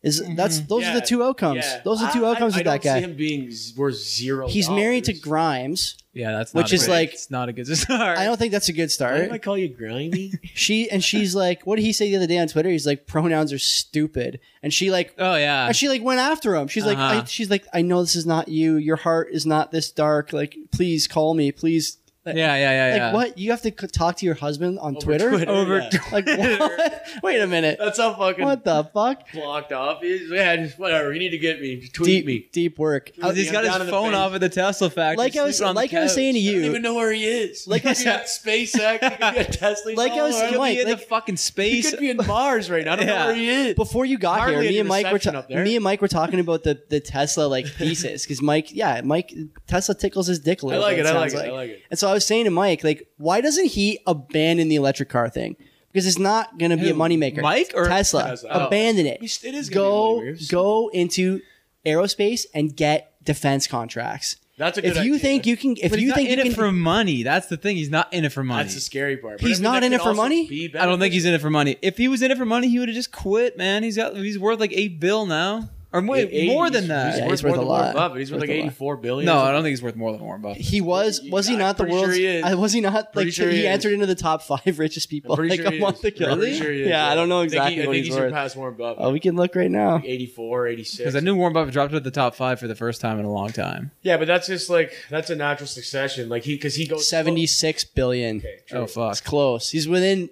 Is Mm-hmm. that's those are Yeah, the two outcomes? yeah. Those are the two I- outcomes I, with I that don't guy. See him being z- worth zero. He's married to dollars. Grimes. Yeah, that's Which not a is good- like- it's not a good <laughs> start. I don't think that's a good start. Why did I call you grimy? She and she's like, what did he say the other day on Twitter? He's like, pronouns are stupid, and she like, oh, yeah. and she like went after him. She's like, I, Uh-huh. she's like, I know this is not you. Your heart is not this dark. Like, please call me, please. yeah, yeah, yeah, Like, yeah. what? You have to c- talk to your husband on Over Twitter? Twitter, Over- yeah. Like, what? <laughs> wait a minute. <laughs> That's how fucking What the fuck? blocked off. He's, yeah, just whatever. You need to get me. Just tweet Deep, me. deep work. Oh, He's yeah, got down in his the phone basement. off at the Tesla factory. Like I was- sleeping on the like I was couch. saying to I you- don't even know where he is. Like Like I I got SpaceX, he could <laughs> be at Tesla. Like I was- He could be- Mike, Be in like- the fucking he space. could be in Mars right now. I don't Yeah. know where he is. Before you got Hardly here, me any and Mike were reception ta- up there. me and Mike were talking about the, the Tesla <laughs> like thesis because Mike, yeah, Mike Tesla tickles his dick a I little. like bit, it. I like sounds it. I like it. And so I was saying to Mike, like, why doesn't he abandon the electric car thing? Because it's not going to be a Who, moneymaker. Mike or- Tesla? Tesla. Oh. Abandon it. It is go gonna be weird. go into aerospace and get defense contracts. That's a good If you idea. think you can, if But he's you not think in you it can, for money. That's the thing. He's not in it for money. that's the scary part. He's not in it for money? I don't think he's in it for money. If he was in it for money, he would have just quit, man. He's got he's worth like eight bill now. or more, Eight- more he's- than that. Yeah, He's, worth, more than Warren Buffett. He's worth, like a lot. eighty-four billion. no, or I something. don't think he's worth more than Warren Buffett. He was was he I'm not the pretty sure world's? he is. I- was he not Pretty like sure he, he is. entered into the top five richest people I'm pretty like sure a he month is. ago? I'm pretty sure he is, yeah, I don't know I think he- exactly I what think he's he worth. surpassed Warren Buffett. Oh, we can look right now. 84, Because 86. I knew Warren Buffett dropped to the top five for the first time in a long time. yeah, but that's just like that's a natural succession. Like he because he goes Seventy six billion. Okay, true. Oh fuck, It's close. He's within.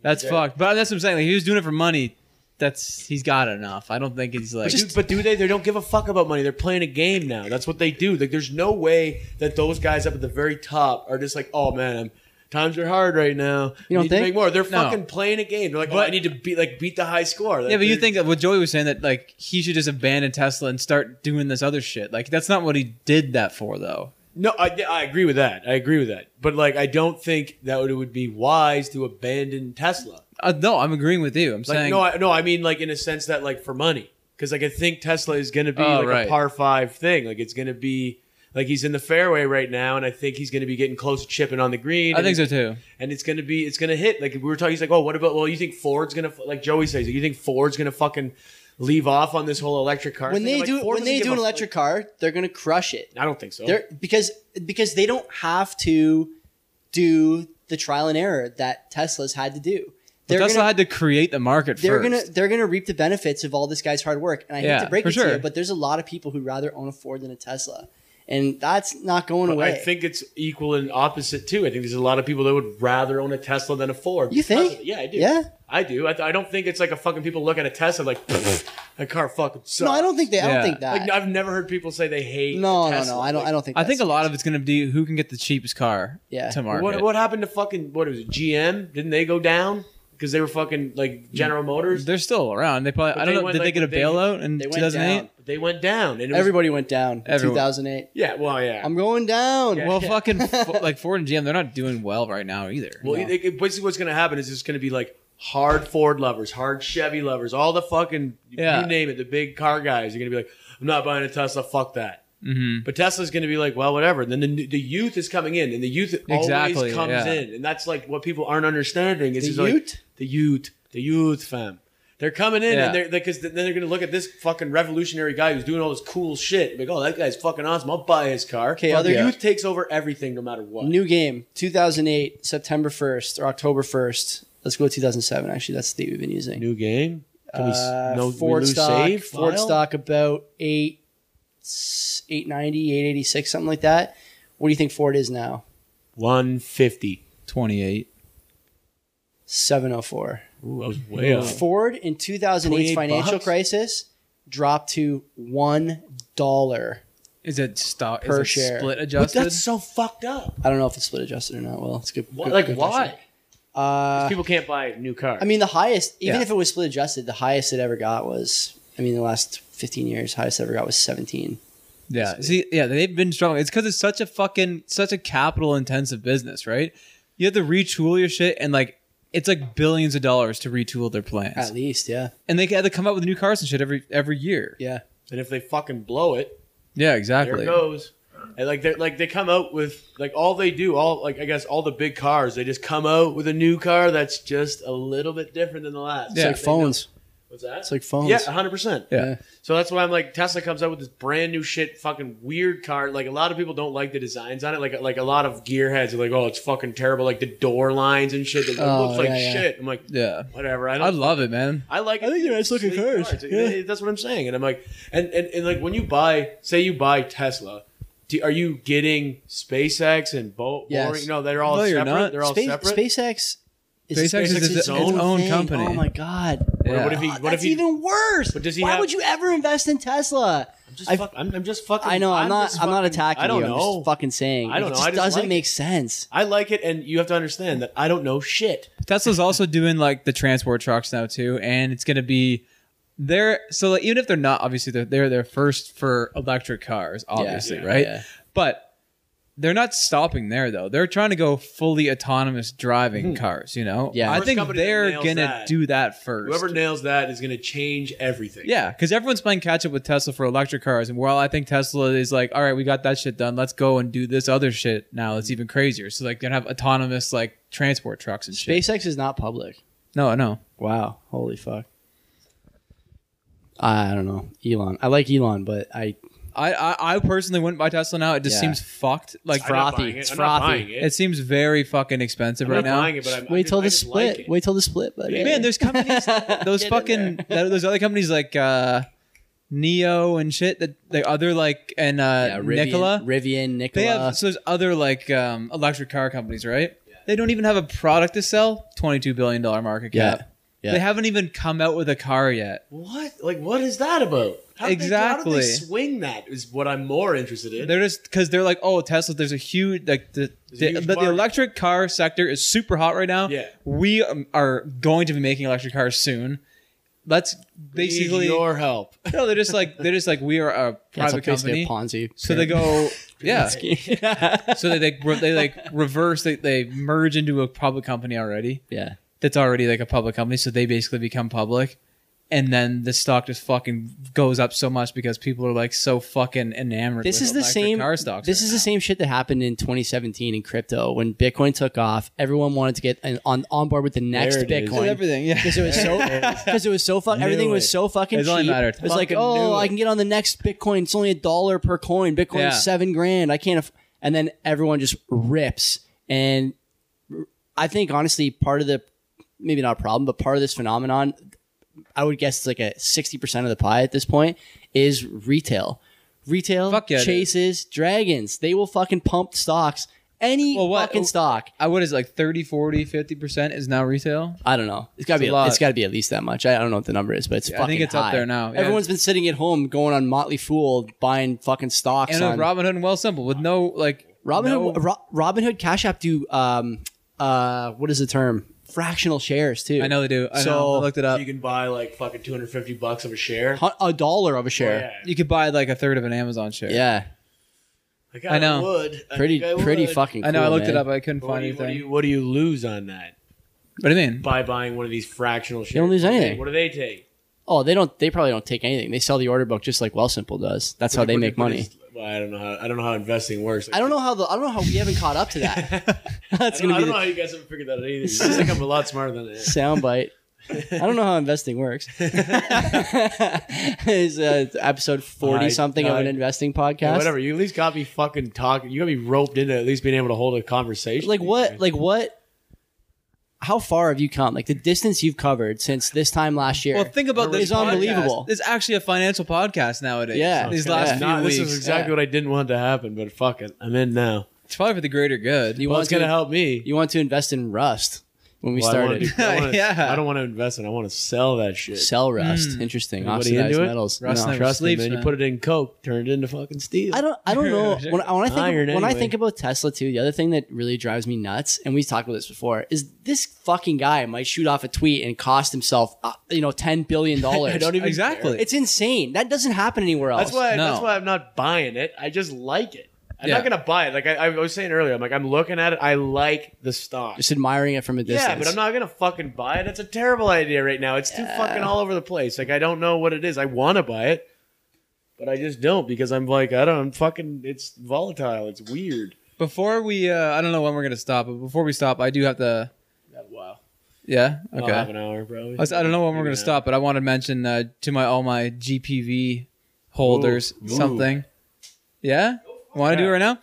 that's Yeah. fucked. But that's what I'm saying. Like, if he was doing it for money. That's he's got enough. I don't think he's like. But, dude, but do they? They don't give a fuck about money. They're playing a game now. That's what they do. Like, there's no way that those guys up at the very top are just like, oh man, I'm, times are hard right now. You don't need think? to make more? They're No. fucking playing a game. They're like, oh, I need to beat like beat the high score. Like, yeah, but you they're- think that what Joey was saying that like he should just abandon Tesla and start doing this other shit. Like that's not what he did that for though. No, I, I agree with that. I agree with that. But like, I don't think that it would be wise to abandon Tesla. Uh, no, I'm agreeing with you. I'm Like, saying no, I, no, I mean like in a sense that like for money, because like I think Tesla is going to be Oh, like right. a par five thing. Like it's going to be like he's in the fairway right now, and I think he's going to be getting close to chipping on the green. I and think so he's- too. and it's going to be it's going to hit. Like we were talking, he's like, oh, what about? Well, you think Ford's going to like Joey says, you think Ford's going to fucking leave off on this whole electric car? When thing? I'm they like, do Ford when doesn't they give do a an fuck. electric car, they're gonna crush it. I don't think so. They're because because they don't have to do the trial and error that Tesla's had to do. But They're Tesla gonna, had to create the market they're first. gonna they're gonna reap the benefits of all this guy's hard work. And I Yeah, hate to break for it to sure. you, but there's a lot of people who'd rather own a Ford than a Tesla, and that's not going But away. I think it's equal and opposite too. I think there's a lot of people that would rather own a Tesla than a Ford. You think? Because of it. Yeah, I do. Yeah. I do. I, I don't think it's like a fucking people look at a Tesla like <laughs> "Pfft, that car fucking sucks. no, I don't think they. I don't Yeah. think that. Like I've never heard people say they hate. no, a no, Tesla. no. I don't. Like, I don't think. I that's think a lot of it's gonna be who can get the cheapest car Yeah. to market. What what happened to fucking what was it? GM? Didn't they go down because they were fucking like General Motors? They're still around. They probably. But I don't they know. went, Did they like, get a they- bailout in they went 2008? down. They went down. And it was, Everybody went down. in Everyone. 2008. Yeah. Well, yeah. I'm going down. Yeah. Well, Well, fucking Fo- like Ford and GM, they're not doing well right now either. Well, No. it, it- basically, what's going to happen is it's going to be like hard Ford lovers, hard Chevy lovers, all the fucking Yeah. you name it, the big car guys. are going to be like, I'm not buying a Tesla. Fuck that. hmm But Tesla's going to be like, well, whatever. And then the, new- the youth is coming in, and the youth Exactly, always comes yeah. in, and that's like what people aren't understanding is The just like youth? the youth, the youth, fam. They're coming in, Yeah. and they're because then they're going to look at this fucking revolutionary guy who's doing all this cool shit. and be Like, oh, that guy's fucking awesome. I'll buy his car. Okay, But other- the youth takes over everything, no matter what. New game, 2008, September 1st or October 1st. Let's go with 2007. Actually, that's the date we've been using. New game. Can we, Uh, s- no, we Ford lose stock, save Ford file? stock about eight, s- 890, 886, something like that. What do you think Ford is now? 150. 28. 704. Ooh, I was way off. Ford in 2008's 28 financial bucks? crisis dropped to one dollar. Is it stock Per is it share. split But adjusted? that's so fucked up. I don't know if it's split adjusted or not. Well, it's good. Why- good- like, good question. why? Uh, People can't buy new cars. I mean, the highest, even Yeah. if it was split adjusted, the highest it ever got was, I mean, the last 15 years, highest it ever got was 17. Yeah. See, yeah, they've been struggling. It's because it's such a fucking such a capital intensive business, right? You have to retool your shit, and like it's like billions of dollars to retool their plants, At least, yeah. and they had to come up with new cars and shit every every year. Yeah. and if they fucking blow it, Yeah, there exactly. it goes. And like they like they come out with like all they do all like I guess all the big cars they just come out with a new car that's just a little bit different than the last. It's Yeah. like They know- phones. What's that? It's like phones. yeah, hundred percent. Yeah. So that's why I'm like Tesla comes out with this brand new shit, fucking weird car. Like a lot of people don't like the designs on it. Like like a lot of gearheads are like, oh, it's fucking terrible. Like the door lines and shit. It Oh, looks like yeah, yeah. shit. I'm like, Yeah. whatever. I I don't. love it, man. I like. I think they're nice looking sleek cars. Yeah. It- it- That's what I'm saying. And I'm like, and, and and like when you buy, say you buy Tesla, do, are you getting SpaceX and Bo- Yes. Boring? No, they're all No, you're separate. not. They're all Space, separate. SpaceX is SpaceX is its own thing. company. Oh my God. Yeah. What if he? What That's if he? even worse. But does he Why have- would you ever invest in Tesla? just I- fuck- I'm, I'm just fucking. I know. I'm, not. just I'm not fucking- attacking I don't you. know. I'm just fucking saying. I don't It know. just I just doesn't like make sense. I like it, and you have to understand that I don't know shit. <laughs> Tesla's also doing like the transport trucks now too, and it's gonna be there. So like, even if they're not obviously they're they're their first for electric cars, obviously, Yeah. right? Yeah. But they're not stopping there though. They're trying to go fully autonomous driving cars. You know, Hmm. Yeah. I First think company that they're nails gonna that. do that first. Whoever nails that is going to change everything. yeah, because everyone's playing catch up with Tesla for electric cars, and while I think Tesla is like, all right, we got that shit done, let's go and do this other shit now. Hmm. It's even crazier. So like, they're gonna have autonomous like transport trucks and shit. SpaceX is not public. No, no. Wow. Holy fuck. I don't know Elon. I like Elon, but I I, I I personally wouldn't buy Tesla now. It just Yeah. seems fucked. Like It's I'm not frothy. buying it. It's I'm not frothy. buying it. it seems very fucking expensive I'm right not now. buying it, but I'm, I wait just- till I the just split. like it. wait till the split, buddy. <laughs> Man, <laughs> there's companies, those Get in fucking, that, those other companies like uh, Neo and shit. That the other like and uh, yeah, Rivian, Nikola. Rivian, Nicola. They have so there's other like um, electric car companies, right? They don't even have a product to sell. Twenty two billion dollar market Yeah. cap. Yeah. They haven't even come out with a car yet. What? Like, what is that about? How did they- how did Exactly. they swing that is what I'm more interested in. They're just because they're like, oh, Tesla. There's a huge like the a the, huge but the market. electric car sector is super hot right now. Yeah. we um, are going to be making electric cars soon. Let's Need basically your <laughs> help. <laughs> no. They're just like they're just like we are a Yeah, it's private basically company. a Ponzi. So <laughs> they go yeah. yeah. So they like re- they like reverse they they merge into a public company already yeah. that's already like a public company. So they basically become public. And then the stock just fucking goes up so much because people are like so fucking enamored. This with is the electric same. car stocks. This right is now. the same shit that happened in 2017 in crypto when Bitcoin took off. Everyone wanted to get an- on on board with the next There it is. Bitcoin. everything. Yeah, because it <laughs> was <laughs> so because it was so fuck Knew everything it. was so fucking It's cheap. only a matter of it was like Fucking oh knew I it. can get on the next Bitcoin. It's only a dollar per coin. Bitcoin's Yeah. seven grand. I can't. Aff-. And then everyone just rips. And I think honestly, part of the maybe not a problem, but part of this phenomenon, I would guess it's like a sixty percent of the pie at this point is retail. Retail Fuck yeah, it is. chases dragons. They will fucking pump stocks. Any Well, what- fucking stock. I Uh, what is it, like 30, 40, 50 percent is now retail. I don't know. It's gotta It's be. a lot. It's gotta be at least that much. I don't know what the number is, but it's. Yeah, I fucking think it's up high. there now. Yeah. Everyone's been sitting at home, going on Motley Fool, buying fucking stocks. And on on Robinhood and Well Simple with no like Robin no- Hood, Ro- Robin Hood Cash App do um uh what is the term? Fractional shares too. I know they do. I so know. I looked it up. you can buy like fucking 250 bucks of a share. hu- a dollar of a share. Yeah. You could buy like a third of an Amazon share. yeah. Like, I, I know. Would. I pretty think I pretty would. fucking. Oh, I know. I cool, looked it man. up. I couldn't But What find do, you, what, do anything. you, what do you lose on that What do you mean? by buying one of these fractional shares? don't lose What do anything. What do they take? Oh, they don't. They probably don't take anything. They sell the order book just like Wellsimple does. That's how What- they what- make what money. is- well, I don't know how I don't know how investing works. I don't know how the. I don't know how we haven't caught up to that. <laughs> That's <laughs> I don't, gonna I be don't the know how you guys haven't figured <laughs> that out either. You guys think I'm a lot smarter than that. soundbite. I don't know how investing <laughs> works. is uh, episode forty I- something of I- an investing podcast? Yeah, whatever. You at least got me fucking talking. You got me roped into at least being able to hold a conversation. Like what? Like what? How far have you come? Like the distance you've covered since this time last year. Well, think about this. It's unbelievable. podcast. It's actually a financial podcast nowadays. Yeah. These Okay. last Yeah. few Nah, weeks. This is exactly Yeah. what I didn't want to happen, but fuck it. I'm in now. It's probably for the greater good. you Well, want it's going to to help me. You want to invest in Rust when we Well, I wanna started. do- I <laughs> wanna- Yeah. I don't want to invest in it. I want to sell that shit. Sell Rust. Interesting. Anybody Oxidized into it? metals. Hmm. Rust No. never- Trust me, Sleeps, man. You man. put it in coke, turned it into fucking steel. I don't. I don't <laughs> know. When, I- when I think Iron when I anyway. think about Tesla too, the other thing that really drives me nuts, and we talked about this before, is this fucking guy might shoot off a tweet and cost himself, uh, you know, ten billion dollars. <laughs> I don't even Exactly. It's insane. That doesn't happen anywhere else. That's why. No. That's why I'm not buying it. I just like it. I'm Yeah. not gonna buy it. Like I, I was saying earlier, I'm like I'm looking at it. I like the stock. Just admiring it from a distance. Yeah, but I'm not gonna fucking buy it. That's a terrible idea right now. It's too fucking all over the place. Like I don't know what it is. I want to buy it, but I just don't because I'm like I don't. I'm fucking. It's volatile. It's weird. Before we, uh, I don't know when we're gonna stop, but before we stop, I do have to. Wow. Yeah. Okay. I'll have Okay. an hour probably. I, was- I don't know when Maybe we're gonna not. stop, but I want to mention uh, to my all my GPV holders Ooh. Ooh. something. Yeah. Want to do it right now?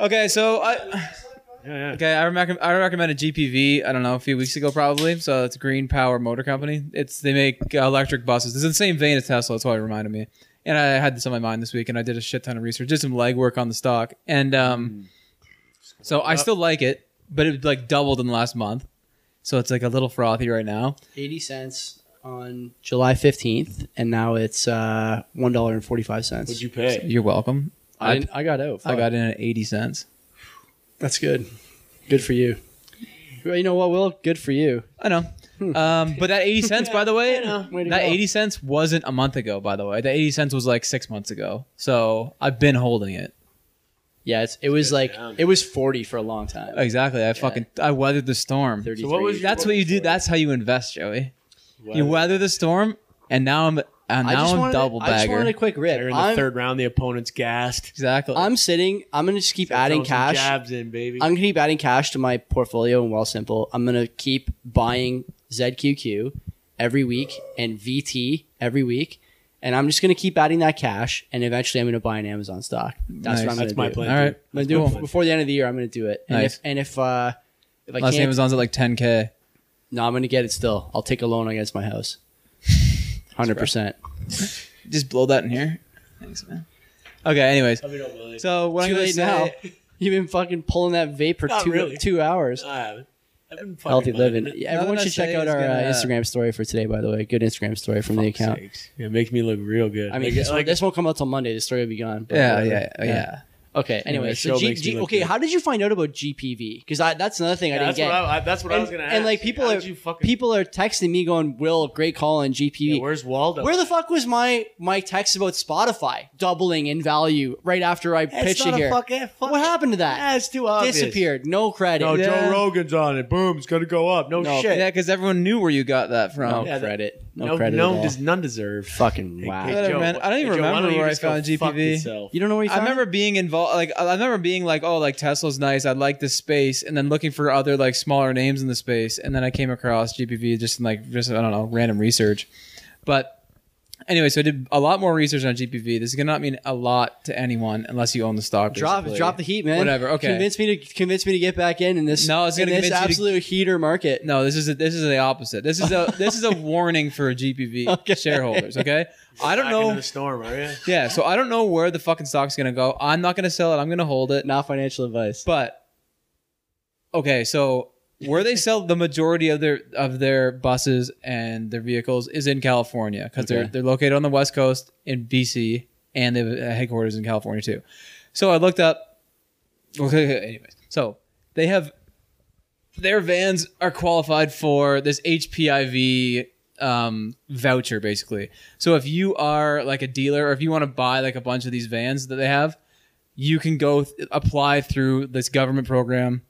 Okay. So I. Yeah, yeah. Okay, I recommend I recommend a GPV. I don't know a few weeks ago probably. So it's Green Power Motor Company. It's they make uh, electric buses. It's in the same vein as Tesla. That's why it reminded me. And I had this on my mind this week, and I did a shit ton of research, did some legwork on the stock, and Mm. um, so Uh, I still like it, but it like doubled in the last month. So it's like a little frothy right now. 80 cents on July 15th, and now it's uh, one dollar and 45 Would cents. you pay? You're welcome. I, didn't, I got out. I Fuck. got in at eighty cents. That's good. Good for you. Well, you know what, Will? Good for you. I know. Um, but that 80 cents, by <laughs> the way, Hmm. Way to that go. 80 cents wasn't a month ago, by the way. That 80 cents was like six months ago. So I've been holding it. Yeah, it's, it was Good like sound. it was 40 for a long time. Exactly. I fucking, I weathered the storm. 33. So what was your- That's what you do. That's how you invest, Joey. You Wow. weather the storm, and now I'm, and I now just I'm wanted, double I just bagger. wanted a quick They're rip. in the I'm, third round. The opponent's gassed. exactly. I'm sitting. I'm gonna just keep adding Throw some cash. Jabs in, baby. I'm gonna keep adding cash to my portfolio in Well Simple. I'm gonna keep buying ZQQ every week and VT every week, and I'm just going to keep adding that cash, and eventually I'm going to buy an Amazon stock. That's what Nice. I'm going That's to do. my plan. All right. I'm going to do Cool. it before the end of the year. I'm going to do it. And Nice. if and if uh, if I Last can't, Amazon's at like 10k. no, I'm going to get it still. I'll take a loan against my house. Hundred percent. Just blow that in here. Thanks, man. Okay. Anyways, so what Too I'm gonna late now. say- You've been fucking pulling that vape for Not two really. two hours. I haven't. I've been fucking Healthy minding living. it. Yeah, everyone Nothing I should check say out is our uh, gonna- Instagram story for today. By the way, good Instagram story from the account. Sakes. Yeah, it makes me look real good. I mean, Like, this, like- this won't come out till Monday. The story will be gone. but Yeah, whatever. yeah, yeah, yeah. Okay. Anyway, the so show G, makes me G- look okay. good. How did you find out about GPV? Because that's another thing I didn't that's get. what I, I- that's what I and, was gonna ask. and, like people How are did you fucking, people are texting me going, "Will, great call on GPV." Yeah, where's Waldo? Where the fuck was my my text about Spotify doubling in value right after I It's pitched not it a here? fuck- eh, fuck what it. happened to that? Yeah, it's too obvious. Disappeared. No credit. No, Yeah. Joe Rogan's on it. Boom, it's gonna go up. No, No, shit. Yeah, because everyone knew where you got that No from. Yeah, that- credit. No, no, credit. at no, all. does none deserve. fucking wow. Hey, Whatever, Joe, man. I don't even hey, Joe, why remember don't you where I just go found fuck GPV. yourself? you don't know where you I found it? remember being involved. Like I I remember being like, oh, like Tesla's nice. I like this space, and then looking for other like smaller names in the space, and then I came across GPV just in, like just I don't know random research, but anyway, so I did a lot more research on GPV. This is gonna not mean a lot to anyone unless you own the stock. Drop, basically. drop the heat, man. Whatever, okay. Convince me to convince me to get back in in this. No, it's gonna in this convince you to- absolute heater market. No, this is a, this is the opposite. This is a this is a warning for GPV Okay. shareholders. Okay, I don't Back know. into the storm, <laughs> are you? yeah, so I don't know where the fucking stock's gonna go. I'm not gonna sell it. I'm gonna hold it. Not financial advice. But okay, so where they sell the majority of their of their buses and their vehicles is in California because they're Okay. they're located on the West Coast in BC and they have a headquarters in California too. So I looked up. Okay, okay, anyways, so they have their vans are qualified for this HPIV um, voucher basically. So if you are like a dealer or if you want to buy like a bunch of these vans that they have, you can go th- apply through this government program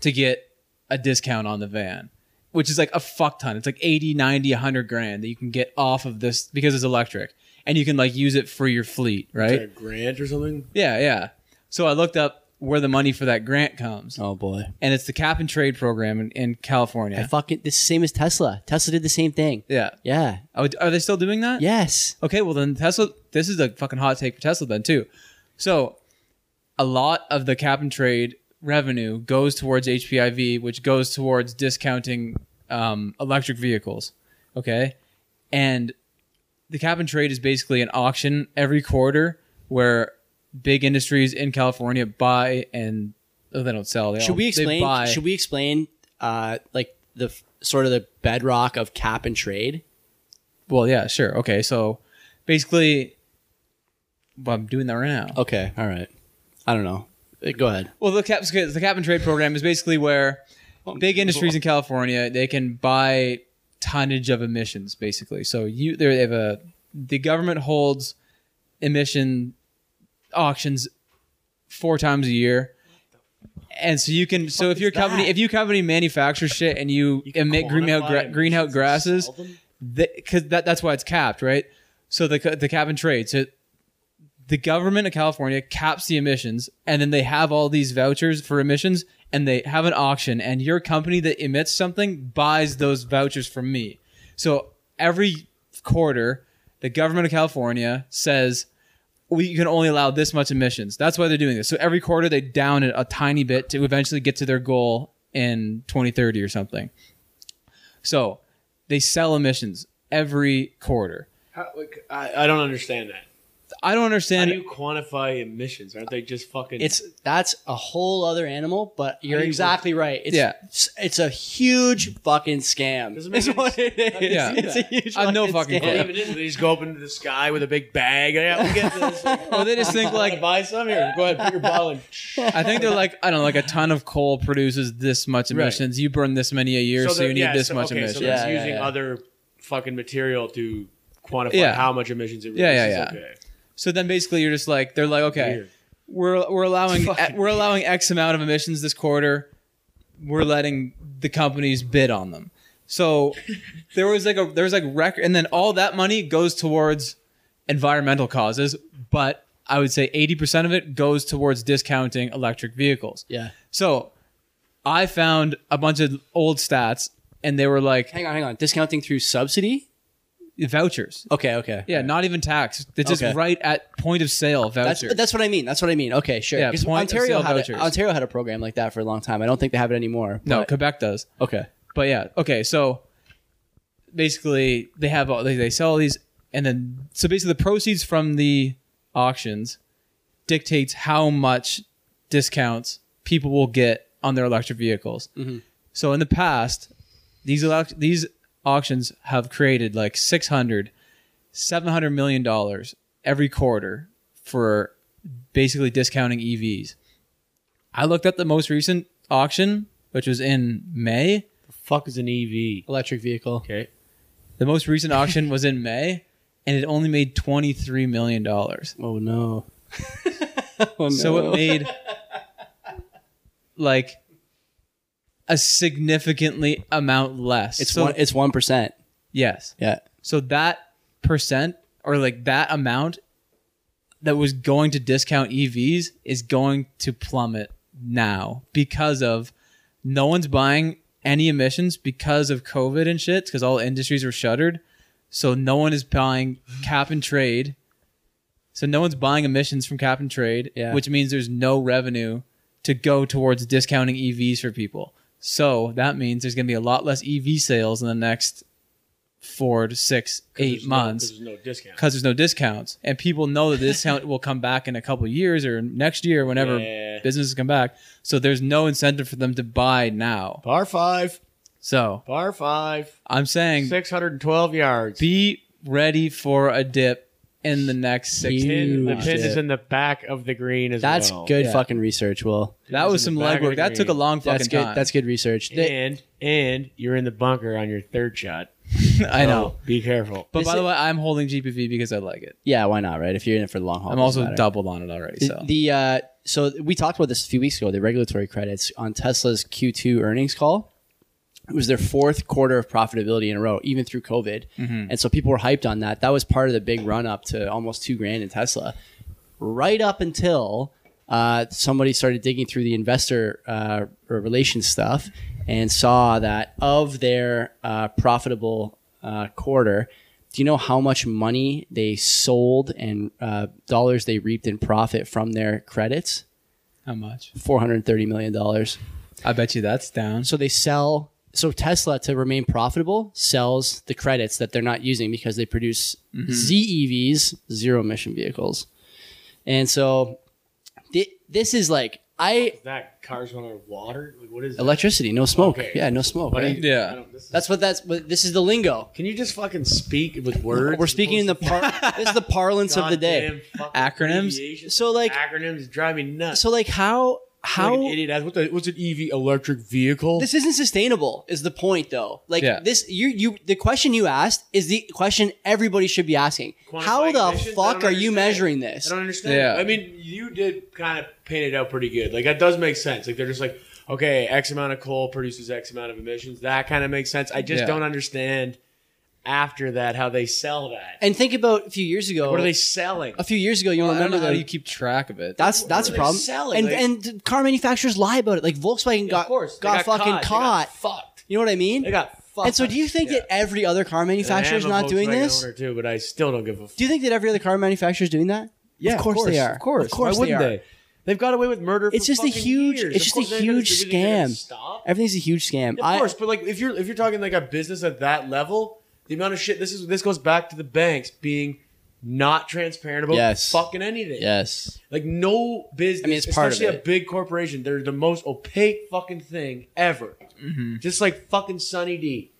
to get a discount on the van, which is like a fuck ton. It's like 80, 90, 100 grand that you can get off of this because it's electric and you can like use it for your fleet, right? A grant or something? Yeah, yeah. So I looked up where the money for that grant comes, Oh boy. and it's the cap and trade program in, in California. I fucking this is same as Tesla. Tesla did the same thing. yeah. Yeah. Oh, are they still doing that? Yes. Okay, well then Tesla. This is a fucking hot take for Tesla then too. So, a lot of the cap and trade revenue goes towards HPIV, which goes towards discounting um, electric vehicles. Okay, and the cap and trade is basically an auction every quarter where big industries in California buy and oh, they don't sell. They Should all- we they explain? buy. Should we explain? Uh, like the f- sort of the bedrock of cap and trade. well, yeah, sure. Okay, so basically, well, I'm doing that right now. Okay. All right. I don't know. Uh, Go ahead. Well, the cap the cap and trade program is basically where Oh, big industries in California they can buy tonnage of emissions, basically. So you they have a the government holds emission auctions four times a year. And so you can, so if your is company, that? if you company manufactures shit and you, emit greenhouse gra- greenhouse grasses, because that, that's why it's capped, right? So the ca- the cap and trade. So the government of California caps the emissions, and then they have all these vouchers for emissions, and they have an auction, and your company that emits something buys those vouchers from me. So every quarter, the government of California says. We can only allow this much emissions. That's why they're doing this. So every quarter they down it a tiny bit to eventually get to their goal in 2030 or something. So they sell emissions every quarter. How, like, I, I don't understand that. I don't How understand. <laughs> do you quantify emissions? Aren't they just fucking? It's that's a whole other animal, but you're do you- exactly right. It's, Yeah. it's it's a huge fucking scam. Doesn't <laughs> make Is any what it is. Yeah. It's a huge. I have no fucking Well, clue. scam. even if they just go up into the sky with a big bag. Yeah, we get <laughs> this. Like, Or they just think like like buy some here. Go ahead, put your bottle <laughs> in. I think they're like I don't know, like a ton of coal produces this much emissions. You burn this many a year, so, they're- you need yeah, this so- much okay, emissions. So it's Yeah, yeah, using yeah. other fucking material to quantify Yeah. how much emissions it Yeah, yeah, releases. yeah. Okay. So then basically you're just like they're like okay, Weird. we're we're allowing e, Fucking we're allowing X amount of emissions this quarter. We're letting the companies bid on them. So there was like a there was like record, and then all that money goes towards environmental causes, but I would say eighty percent of it goes towards discounting electric vehicles. Yeah. So I found a bunch of old stats, and they were like, Hang on, hang on. Discounting through subsidy. vouchers. Okay, okay. Yeah, not even tax. It's Okay. just right at point of sale That's, voucher. that's what I mean. That's what I mean. Okay, sure. Yeah, 'Cause point of Ontario sale had a, vouchers. Ontario had a program like that for a long time. I don't think they have it anymore. no, but- Quebec does. okay. But yeah, okay. So basically, they have all they, they sell all these, and then so basically, the proceeds from the auctions dictates how much discounts people will get on their electric vehicles. So in the past, these elec- these auctions have created like 600 700 million dollars every quarter for basically discounting EVs. I looked at the most recent auction, which was in May, fuck is an EV? Electric vehicle. Okay. the most recent auction was in May, and it only made twenty three million dollars. Oh no. <laughs> oh, So no. <laughs> it made like a significantly amount less. it's so, one it's one percent. yes. Yeah. So that percent or like that amount that was going to discount EVs is going to plummet now because of no one's buying any emissions because of COVID and shit, because all industries were shuttered. So no one is buying cap and trade. So no one's buying emissions from cap and trade, Yeah. which means there's no revenue to go towards discounting EVs for people. So that means there's going to be a lot less EV sales in the next four to six, eight months There's no discount. because there's no discounts and people know that the discount will come back in a couple of years or next year whenever Yeah. businesses come back so there's no incentive for them to buy now Par five. so Par five. i'm saying Six hundred and twelve yards. be ready for a dip in the next Huge six pin, the Huge pin is dip. in the back of the green as That's well. good Yeah. fucking research, Will. that was some Pin is in the back of legwork the that took a green. long fucking That's good time that's good research. They- And and you're in the bunker on your third shot. <laughs> i know So Be careful. but This by the is- way i'm holding gpv because i like it yeah, why not, right? If you're in it for the long haul. i'm it doesn't also matter. doubled on it already so The uh, so we talked about this a few weeks ago. The regulatory credits on Tesla's Q2 earnings call. It was their fourth quarter of profitability in a row, even through COVID, and so people were hyped on that. That was part of the big run up to almost two grand in Tesla, right up until uh, somebody started digging through the investor uh, relations stuff and saw that of their uh, profitable uh, quarter, do you know how much money they sold and uh, dollars they reaped in profit from their credits? how much $430 million. i bet you that's down So they sell. So Tesla, to remain profitable, sells the credits that they're not using because they produce Mm-hmm. ZEVs, zero emission vehicles. And so thi- this is like, I. Is that cars going under water? Like, what is that? Electricity, no smoke. Okay. Yeah, no smoke. What do right? you- Yeah. I don't- this is- That's what that's. But this is the lingo. Can you just fucking speak with words? We're speaking in the par- this is the parlance <laughs> of the day. Acronyms? So, like- acronyms drive me nuts. So like how Like how an idiot ass, what the, what's an EV electric vehicle? this isn't sustainable is the point though like Yeah. this you you the question you asked is the question everybody should be asking how Quantifying the emissions? I fuck don't are you understand. measuring I this don't understand. Yeah. I mean, you did kind of paint it out pretty good. Like that does make sense. Like they're just like, okay, X amount of coal produces X amount of emissions. That kind of makes sense. I just Yeah. don't understand after that how they sell that. and think about a few years ago What are they selling? a few years ago you I don't remember know how that you keep track of it that's What that's a are they problem selling? and Like- and car manufacturers lie about it like volkswagen got of course, they got, fucking They caught, got fucked. you know what i mean They got fucked. and so do you think that every other car And I am manufacturer is a not doing Volkswagen this Owner too, but I still don't give a. F- do you think that every other car manufacturer is doing that of course, they are Of course, of course Why wouldn't they are. they? They've got away with murder. It's for just a fucking huge- years. it's Of just course a they're gonna- huge they're gonna scam. Stop. everything's a huge scam Of I- course, but like if you're if you're talking like a business at that level, the amount of shit this is this goes back to the banks being not transparent about Yes. fucking anything. yes Like no business, I mean, it's part of especially a it. big corporation, they're the most opaque fucking thing ever. Mm-hmm. Just like fucking Sunny D,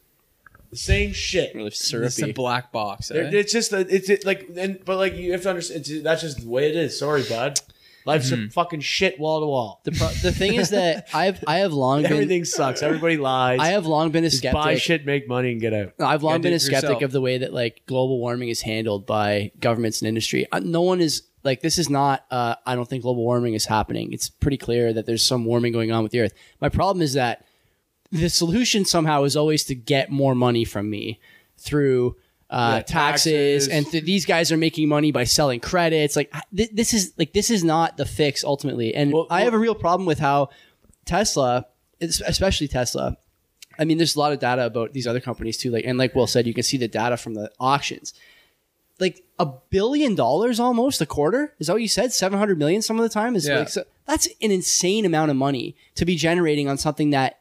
the same shit. really it's a syrupy black box eh? They're- It's just a, it's it, like and but like you have to understand it's, that's just the way it is. Sorry, bud. Life's a fucking shit wall to wall. The, pro- the thing is that I've I have long been <laughs> Everything sucks. Everybody lies. I have long been a Just buy skeptic. shit, make money, and get out. No, I've long Gotta do been a it skeptic yourself. of the way that like global warming is handled by governments and industry. Uh, No one is like this is not. Uh, I don't think global warming is happening. It's pretty clear that there's some warming going on with the Earth. My problem is that the solution somehow is always to get more money from me through. Uh, Yeah, taxes, taxes. and th- these guys are making money by selling credits. Like th- this is like this is not the fix ultimately, and Well- I have a well- real problem with how Tesla, es- especially Tesla, I mean, there's a lot of data about these other companies too. Like, and like Will said, you can see the data from the auctions. Like a billion dollars almost a quarter is that what you said? Seven hundred million some of the time is Yeah. like so, that's an insane amount of money to be generating on something that,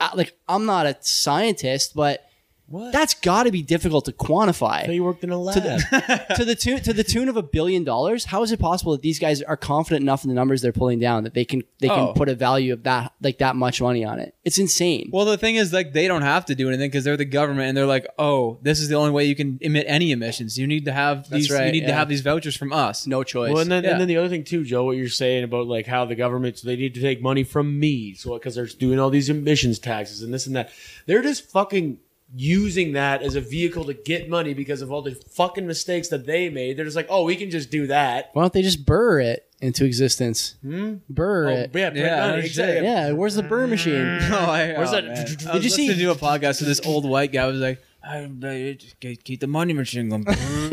uh, like, I'm not a scientist, but What? that's got to be difficult to quantify <laughs> So you worked in a lab. to the tune to the tune of a billion dollars. How is it possible that these guys are confident enough in the numbers they're pulling down that they can they Oh. can put a value of that like that much money on it? It's insane. Well, the thing is, like, they don't have to do anything because they're the government, and they're like, "Oh, this is the only way you can emit any emissions. You need to have That's these. you right, need to yeah. have these vouchers from us." <laughs> no choice. <laughs> well, and then, Yeah. and then the other thing too, Joe, what you're saying about like how the government so they need to take money from me, so because they're doing all these emissions taxes and this and that, they're just fucking using that as a vehicle to get money because of all the fucking mistakes that they made. They're just like, oh, we can just do that. Why don't they just burr it into existence? Hmm? Burr Oh, yeah, it. Yeah, yeah, no exactly. shit. Yeah, where's the burr machine? Oh, I, Where's oh, that- man. Did I was you see- listening to a podcast with this old white guy was like, I, I just keep the money machine going. <laughs>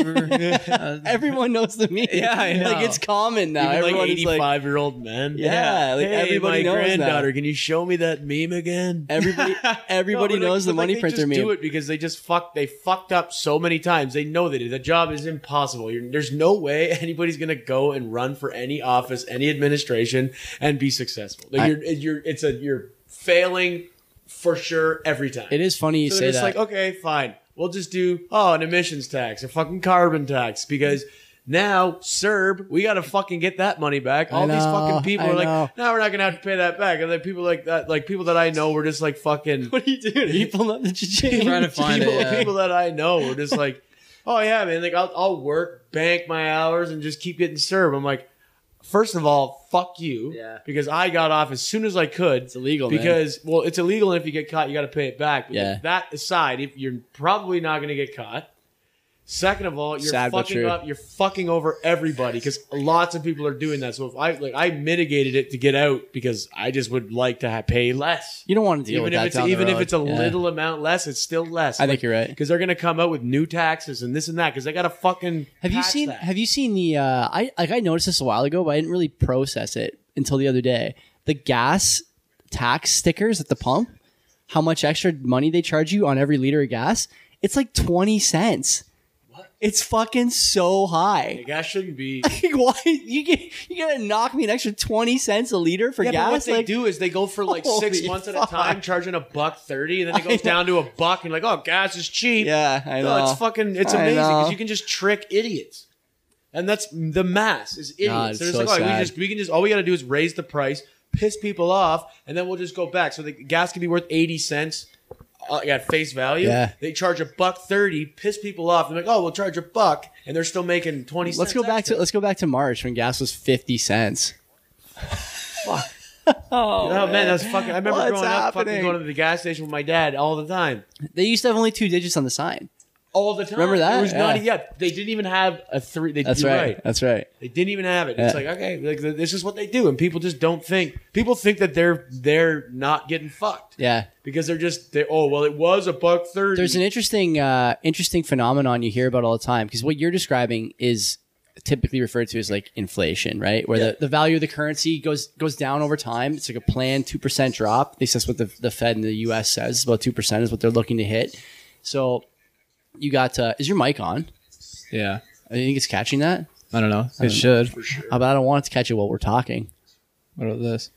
<laughs> Mm. <laughs> yeah, Everyone knows the meme. Yeah, I know. <laughs> like it's common now. Even Everyone like is like 85 year old men. Yeah, like, hey, everybody my knows that. granddaughter, can you show me that meme again? everybody. Everybody <laughs> No, but, like, knows the but, like, money they printer just meme. Do it because they just fucked. They fucked up so many times. They know they did. The job is impossible. You're, there's no way <laughs> anybody's gonna go and run for any office, any administration, and be successful. Like, I- you're, you're, it's a you're failing for sure every time. It is funny you So say they're just that. like, okay, fine. We'll just do oh an emissions tax, a fucking carbon tax, because now CERB, we gotta fucking get that money back. All these know, fucking people I are know. like, now we're not gonna have to pay that back. And then people like that, like people that I know, were just like fucking <laughs> what are you doing? Are you pulling up the cha-ching? Trying to find people, it. yeah. people that I know were just like, oh yeah, man, like I'll, I'll work, bank my hours, and just keep getting served. I'm like, first of all, fuck you, Yeah. because I got off as soon as I could. It's illegal, man. because well, it's illegal, and if you get caught, you got to pay it back. But Yeah. that aside, if you're probably not going to get caught. Second of all, you're Sad but fucking true. up. You're fucking over everybody because lots of people are doing that. So if I like, I mitigated it to get out because I just would like to ha- pay less You don't want to deal even with if that it's down the even if road. it's a Yeah. little amount less, it's still less. I think you're right. because they're gonna come out with new taxes and this and that because they gotta fucking. Have you tax seen? That. Have you seen the? Uh, I like I noticed this a while ago, but I didn't really process it until the other day. The gas tax stickers at the pump, how much extra money they charge you on every liter of gas? It's like twenty cents. It's fucking so high. Like, that shouldn't be. <laughs> Like, why you get you gotta knock me an extra twenty cents a liter for Yeah, but what gas? they Like, do is they go for like six Holy months at fuck. a time, charging a buck thirty, and then I it goes know. down to a buck, and you're like, oh, gas is cheap. yeah, I know. no, it's fucking, it's I amazing because know. you can just trick idiots, and that's the mass is idiots. God, it's They're just so like, oh, we sad. just we can just all we gotta do is raise the price, piss people off, and then we'll just go back. So the gas can be worth eighty cents. uh, at face value. Yeah. They charge a buck thirty, piss people off. They're like, oh, we'll charge a buck, and they're still making twenty. Let's cents go back extra. to let's go back to March when gas was fifty <laughs> cents. <laughs> Oh, man, that's fucking. I remember What's growing up, fucking happening? going to the gas station with my dad all the time. They used to have only two digits on the sign. All the time. Remember that? It was not Yeah. yet. They didn't even have a three. They, That's you're right. That's right. They didn't even have it. It's Yeah. like okay, like th- this is what they do, and people just don't think. People think that they're they're not getting fucked Yeah. because they're just they oh well it was a buck thirty. There's an interesting, uh, interesting phenomenon you hear about all the time because what you're describing is typically referred to as like inflation, right? Where Yeah. the, the value of the currency goes goes down over time. It's like a planned two percent drop. At least that's what the, the Fed in the U.S. says. It's About two percent is what they're looking to hit. So you got uh, is your mic on? I think it's catching that, I don't know. It should. Uh, but I don't want it to catch it while we're talking. <laughs> What about this?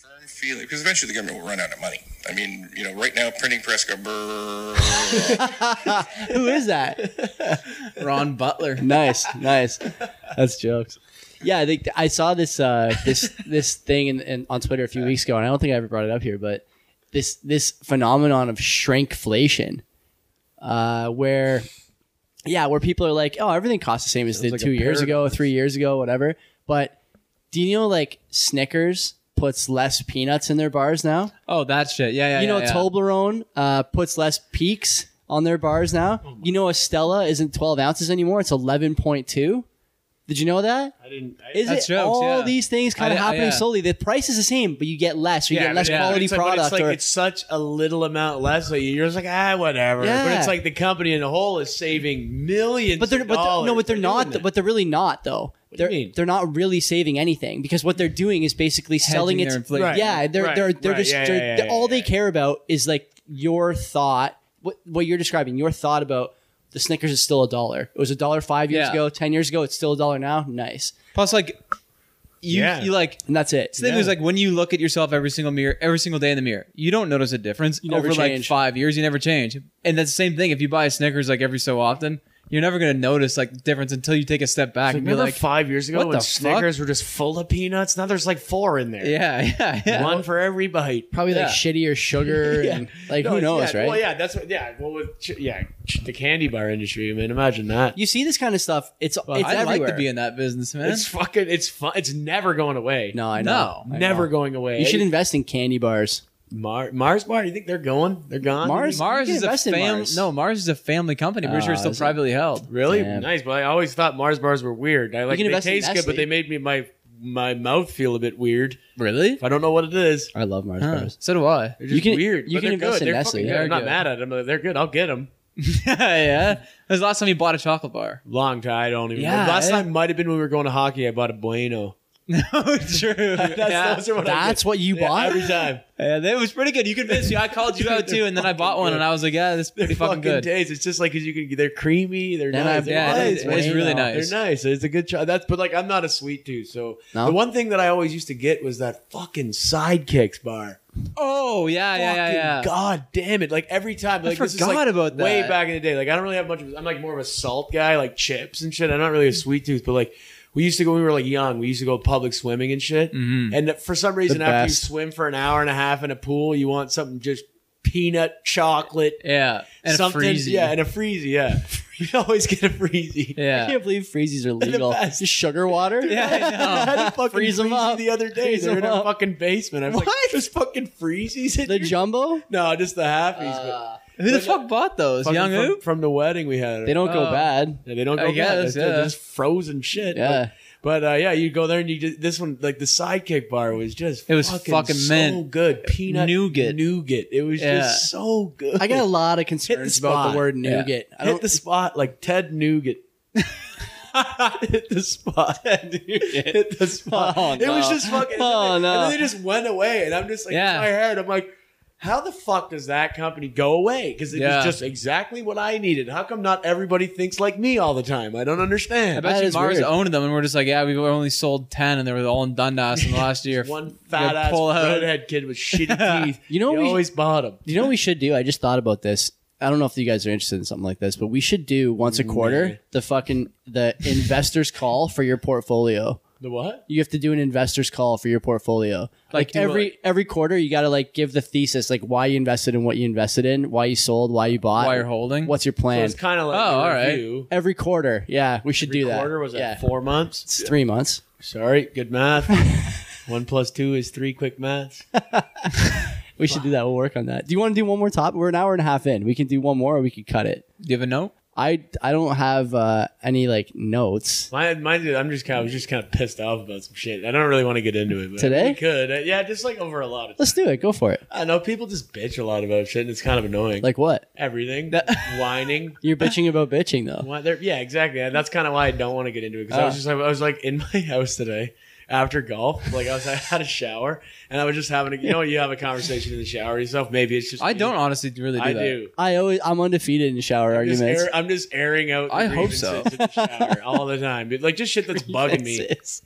firm feeling because eventually the government will run out of money. I mean, you know, right now printing press go brrr. Who is that? Ron <laughs> Butler. nice, nice. That's jokes. Yeah, I think I saw this uh, this <laughs> this thing in, in, on Twitter a few weeks ago, and I don't think I ever brought it up here, but this this phenomenon of shrinkflation, uh, where yeah, where people are like, oh, everything costs the same as it did like a two years ago, three years ago, whatever. But do you know like Snickers puts less peanuts in their bars now? <laughs> Oh, that shit. Yeah, yeah. you know yeah, yeah. Toblerone uh, puts less peaks on their bars now. you know Estella isn't 12 ounces anymore; it's 11.2. Did you know that? I didn't. I, Is That's it jokes, all yeah. these things kind I- of I- happening yeah. slowly? The price is the same, but you get less, or you Yeah, get less but it's- quality it's like- but product. It's like or, it's such a little amount less. Like you're just like ah, whatever. But Yeah. it's like the company in a whole is saving millions. but they're of but they're- dollars no, but by they're doing not. that. But they're really not though. they're, mean? they're not really saving anything because what they're doing is basically selling Hedging it. their inflation. Right, Yeah, they're right, they're they're right, just yeah, they're, yeah, yeah, they're- all yeah, they yeah. care about is like your thought. What what you're describing, your thought about the Snickers is still a dollar. It was a dollar five years Yeah. ago, ten years ago. It's still a dollar now. Nice, Plus, like you, Yeah. you like and that's it. It's the thing Yeah. is like when you look at yourself every single mirror, every single day in the mirror, you don't notice a difference You never over change. like five years. You never change, and that's the same thing. If you buy Snickers like every so often, you're never gonna notice like difference until you take a step back and be remember like, five years ago what when the Snickers were just full of peanuts? Now there's like four in there. <laughs> yeah, yeah, yeah. One for every bite. Probably like Yeah. shittier sugar <laughs> Yeah. and like No, who it's- knows, yeah, right? Well, yeah, that's what. Yeah, well, with ch- yeah, ch- the candy bar industry. I mean, imagine that. You see this kind of stuff. It's it's I'd everywhere. like to be in that business, man. It's fucking. It's fun. It's never going away. no, I know. No, I never know. going away. You should invest in candy bars. Mar- Mars bar. You think they're going? They're gone. Mars- Mars you can is a invest in family. Mars. No, Mars is a family company. We're Oh, sure it's still is it? privately held. Really Damn. nice, but I always thought Mars bars were weird. I like can they invest in taste good, Nestle. but they made me my my mouth feel a bit weird. Really? I don't know what it is. I love Mars Huh. bars. So do I. They're <laughs> You just can- weird. you can but they're invest good. in they're Nestle. fucking good. They're I'm not good. mad at them. They're good. I'll get them. yeah. When's the last time you bought a chocolate bar? <laughs> Long time. I don't even. Yeah, remember. Last eh? time might have been when we were going to hockey. I bought a Bueno. no, <laughs> true. yeah. those are what I That's what you get. Yeah, bought. every <laughs> time. Yeah, that was pretty good. You convinced me. I called you out too, and then I bought one, and I was like, "Yeah, this is pretty They're fucking fucking, good." days. It's just like because you can. They're creamy. They're Then I- nice. They're yeah, nice, it is, man. it's really nice. They're nice. It's a good try. That's but like I'm not a sweet tooth. So No? the one thing that I always used to get was that fucking sidekicks bar. Oh yeah, yeah, yeah, Fucking yeah. God damn it! Like every time, like this is, forgot like, about Way that. back in the day, like I don't really have much. Of, I'm like more of a salt guy, like chips and shit. I'm not really a sweet tooth, but like we used to go when we were like young. We used to go public swimming and shit. Mhm. And for some reason, The after you best. swim for an hour and a half in a pool, you want something just peanut chocolate Yeah, and something, a freezy. Yeah, and a freezy. Yeah, <laughs> you always get a freezy. I yeah. can't believe <laughs> freezies are legal. best. Just sugar water? Yeah, I know. <laughs> I had a fucking Freeze 'em freezy up. the other day. Freeze They're in 'em a up. fucking basement. I was like, What? "There's fucking freezies in The here?" jumbo? No, just the halfies. Uh, Who the fuck bought those? but Young fucking from, Oop. from the wedding we had. they don't go Oh. bad. Yeah, they don't I go bad. guess, They're yeah. just frozen shit. Yeah. But, but, uh, yeah, you go there and you just, this one like the sidekick bar was just It was fucking so mint. good peanut Nougat. nougat. It was Yeah. just so good. I got a lot of concerns about spot. the word Yeah. nougat. I hit don't, the spot like <laughs> Ted Nugent. hit the spot. hit the spot. Oh, It was no. just fucking. Oh, and, then, no. and then they just went away, and I'm just like, Yeah. in my head, I'm like, how the fuck does that company go away? Because it Yeah. was just exactly what I needed. How come not everybody thinks like me all the time? I don't I understand. That bet you is Mars weird. owned them, and we're just like, "Yeah, we've only sold ten, and they were all in Dundas in the last year." One fat ass pull out. redhead kid with shitty teeth. <laughs> You know what we- always bought him. you know what we should do? I just thought about this. I don't know if you guys are interested in something like this, but we should do once a quarter Maybe. the fucking the investors call for your portfolio. The what? You have to do an investors call for your portfolio. Like, do every every quarter, you got to like give the thesis, like why you invested in what you invested in, why you sold, why you bought, Why you're holding? what's your So plan. it's kind of like Oh, a all right. review. every quarter, yeah, we should Every do that. quarter was yeah. that four months. It's three months. Sorry, good <laughs> math. One plus two is three. Quick math. We should do that. We'll work on that. Do you want to do one more top? We're an hour and a half in. We can do one more, or we could cut it. Do you have a note? I I don't have uh, any like notes. Mine, mine. I'm just kind. Of, I was just kind of pissed off about some shit. I don't really want to get into it. But Today? we could. Uh, Yeah, just like over a lot of. Let's do it. Go for it. I know people just bitch a lot about shit, and it's kind of annoying. Like what? everything, <laughs> whining. You're bitching about bitching though. Why they're- yeah, exactly. And That's kind of why I don't want to get into it because I was Ah. just Oh. like, I was like in my <laughs> house today after golf. Like I was, I had a shower, and I was just having. A, you know, you have a conversation in the shower yourself. Maybe it's just. I me. don't honestly really do I that. do. I always I'm undefeated in shower I'm just, arguments. air- I'm just airing out. the I hope so. grievances in the shower all the time, Dude, like just shit that's <laughs> bugging me. Grievances.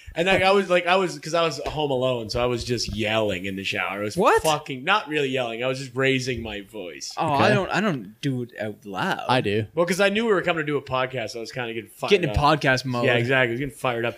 <laughs> and like, I was like, I was because I was home alone, so I was just yelling in the shower. I was What? Fucking not really yelling. I was just raising my voice. Oh, Okay. I don't. I don't do it out loud. I do. Well, because I knew we were coming to do a podcast, so I was kind of getting fired get into up. podcast mode. Yeah, exactly. I was getting fired up.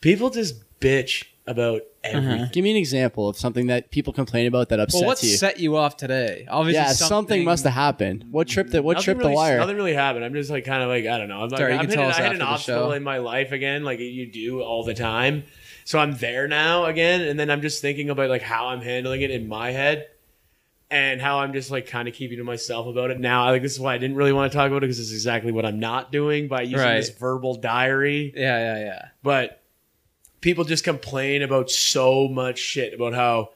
People just bitch about Uh-huh. everything. Give me an example of something that people complain about that upsets Well, what you. set you off today? Obviously, yeah, something, must have happened. What tripped the What Nothing tripped really, the wire? Nothing really happened. I'm just like kind of like I don't know. I'm like, Sorry, you I'm can hit, tell an- us I hit after an the obstacle show. in my life again, like you do all the time. So I'm there now again, and then I'm just thinking about like how I'm handling it in my head, and how I'm just like kind of keeping to myself about it now. I like this is why I didn't really want to talk about it because it's exactly what I'm not doing by using Right. this verbal diary Yeah, yeah, yeah. but people just complain about so much shit about how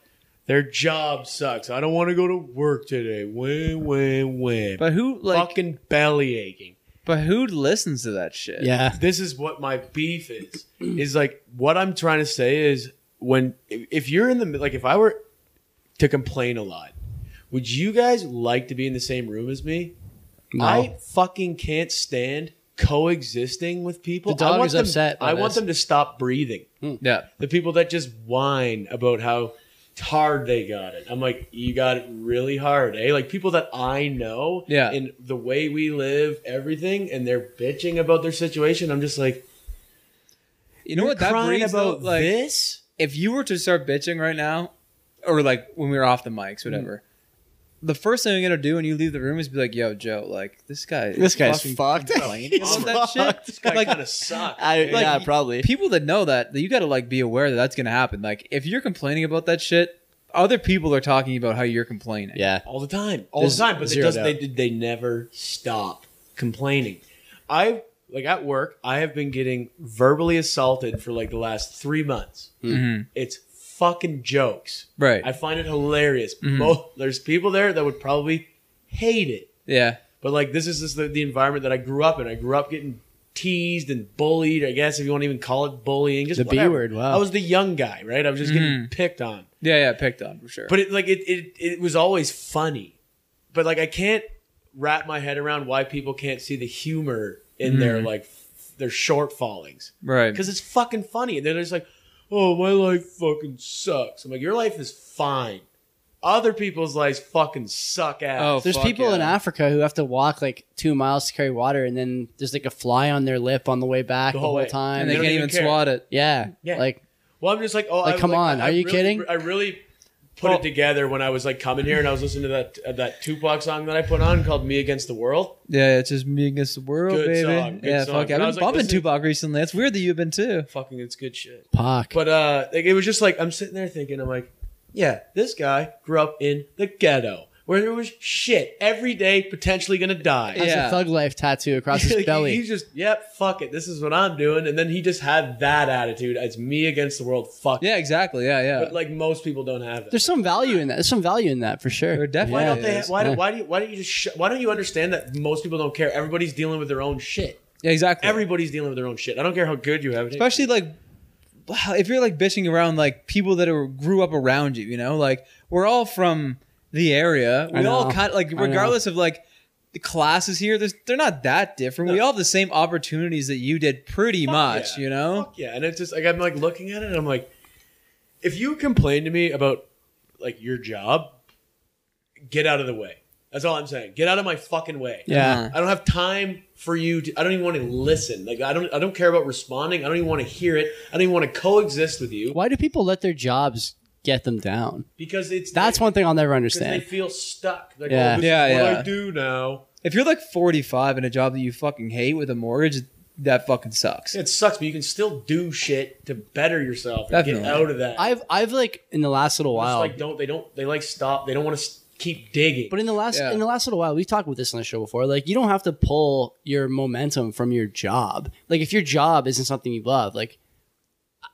their job sucks. I don't want to go to work today. Wah, wah, wah. But who like? Fucking belly aching. But who listens to that shit? Yeah. this is what my beef <clears throat> is is like what i'm trying to say is when if if you're in the like if i were to complain a lot would you guys like to be in the same room as me No. i fucking can't stand coexisting with people The dog I want is them, upset by i want this. them to stop breathing Yeah. the people that just whine about how hard they got it. I'm like, you got it really hard, eh? Like people that I know, Yeah. in the way we live, everything, and they're bitching about their situation. I'm just like, You know what that crying breeds about about like this? if you were to start bitching right now, or like when we were off the mics, Mm-hmm. whatever, the first thing you're gonna do when you leave the room is be like, "Yo, Joe, like this guy, is This guy's fucking fucked. <laughs> complaining about that shit." This guy Like- kind of sucks. I, eh? yeah, y- probably. People that know that, that you gotta like be aware that that's gonna happen. Like if you're complaining about that shit, other people are talking about how you're complaining. Yeah. all the time, all There's the time. But it zero doesn't, they doubt. they never stop complaining. I like at work, I have been getting verbally assaulted for like the last three months. Mhm. It's fucking jokes. Right. I find it hilarious. Mm-hmm. Both there's people there that would probably hate it, yeah. but like this is just the, the environment that I grew up in. I grew up getting teased and bullied. I guess if you want to even call it bullying, just The B whatever. word, Mm. wow. I was the young guy, right? I was just getting picked on, Yeah. Yeah. Picked on for sure. but it like it, it it was always funny. But like I can't wrap my head around why people can't see the humor in their Mm. like f- their shortfallings right. because it's fucking funny. And they're just like, oh, my life fucking sucks. I'm like, your life is fine. Other people's lives fucking suck ass. Oh, There's fuck people yeah. in Africa who have to walk like two miles to carry water, and then there's like a fly on their lip on the way back The the whole whole, way. time. and they they don't can't even even care. swat it. yeah, Yeah. like well, I'm just like, oh, Like, I, come on, I are you really- kidding? I really put Well- it together when I was like coming here and I was listening to that uh, that Tupac song that I put on called "Me Against the World." Yeah, it's just me against the world, Good baby. song, good yeah, song. fuck. it. But I I've was, been like, bumping listening- Tupac recently. That's weird that you've been too. Fucking, it's good shit. Pac. But uh, like, it was just like I'm sitting there thinking, I'm like, yeah, this guy grew up in the ghetto where there was shit every day, potentially gonna die. has yeah. a thug life tattoo across Like, his <laughs> he- belly. He's just, yep, fuck it. This is what I'm doing. And then he just had that attitude. It's me against the world. Fuck. it. Yeah, exactly. Yeah, yeah. But like most people don't have that. There's some value in that. There's some value in that for sure. There definitely why Yeah. don't they? is. Why, do, Yeah. why do you? Why don't you just? Sh- why don't you understand that most people don't care? Everybody's dealing with their own shit. yeah, exactly. Everybody's dealing with their own shit. I don't care how good you have it. Especially like <sighs> wow, if you're like bitching around like people that are, grew up around you, you know, like we're all from the area. We I all know. kind like I know. regardless of like the classes here, there's, they're not that different. We all have the same opportunities that you did, pretty much. yeah. You know, Fuck yeah. And it's just like I'm like looking at it. and I'm like, if you complain to me about like your job, get out of the way. That's all I'm saying. Get out of my fucking way. Uh-huh. yeah. I don't have time for you to I don't even want to listen. Like I don't I don't care about responding. I don't even want to hear it. I don't even want to coexist with you Why do people let their jobs get them down? because it's That's one thing I'll never because they understand. feel stuck. Like, Yeah. oh, this Yeah, is what yeah. I do now. if you're like 45 in a job that you fucking hate with a mortgage, that fucking sucks. It sucks, but you can still do shit to better yourself and Definitely. get out of that. I've I've like in the last little It's while, like don't they don't they like stop. They don't want to s- keep digging. but in the last Yeah. in the last little while, we've talked about this on the show before. Like you don't have to pull your momentum from your job. Like if your job isn't something you love, like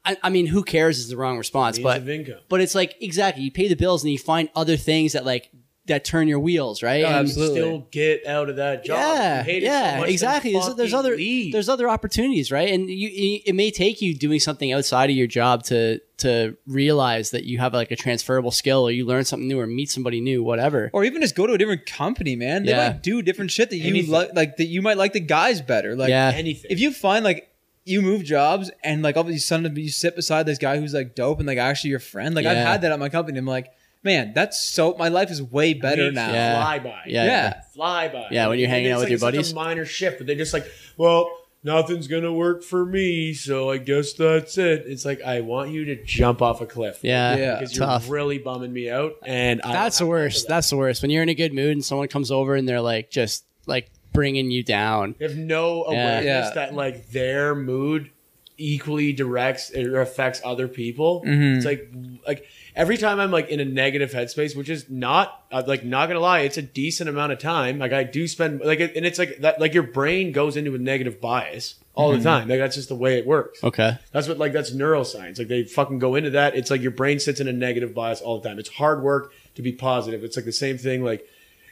I, I mean, who cares is the wrong response, Means but of income. but it's like exactly you pay the bills and you find other things that like that turn your wheels, right? Oh, And- absolutely. Still get out of that job. Yeah, You hate it so yeah, much, then exactly. There's, there's fucking other leave. there's other opportunities, right? And you, you, it may take you doing something outside of your job to to realize that you have like a transferable skill, or you learn something new, or meet somebody new, whatever. or even just go to a different company, man. They Yeah. might do different shit that you Anything. like, like that you might like the guys better. Like, yeah, anything. if you find like you move jobs and like all of a sudden you sit beside this guy who's like dope and like actually your friend. Like I've Yeah. had that at my company. I'm like, man, that's so my life is way better Weeks now. Yeah. Fly by. yeah, Yeah. fly by. Yeah, when you're And hanging it's out with like your such buddies. a minor shift, but they're just like, well, nothing's gonna work for me, so I guess that's it. It's like I want you to jump off a cliff. yeah, Yeah. because tough. you're really bumming me out, and I That's the don't have time worst. for that. That's the worst. When you're in a good mood and someone comes over and they're like just like bringing you down. They have no Yeah. awareness Yeah. that like their mood equally directs or affects other people. Mhm. It's like like every time I'm like in a negative headspace, which is not uh, like not gonna lie, it's a decent amount of time. Like I do spend like it- and it's like that like your brain goes into a negative bias all the time. Like that's just the way it works. Okay, That's what like that's neuroscience. Like they fucking go into that. It's like your brain sits in a negative bias all the time. It's hard work to be positive. It's like the same thing like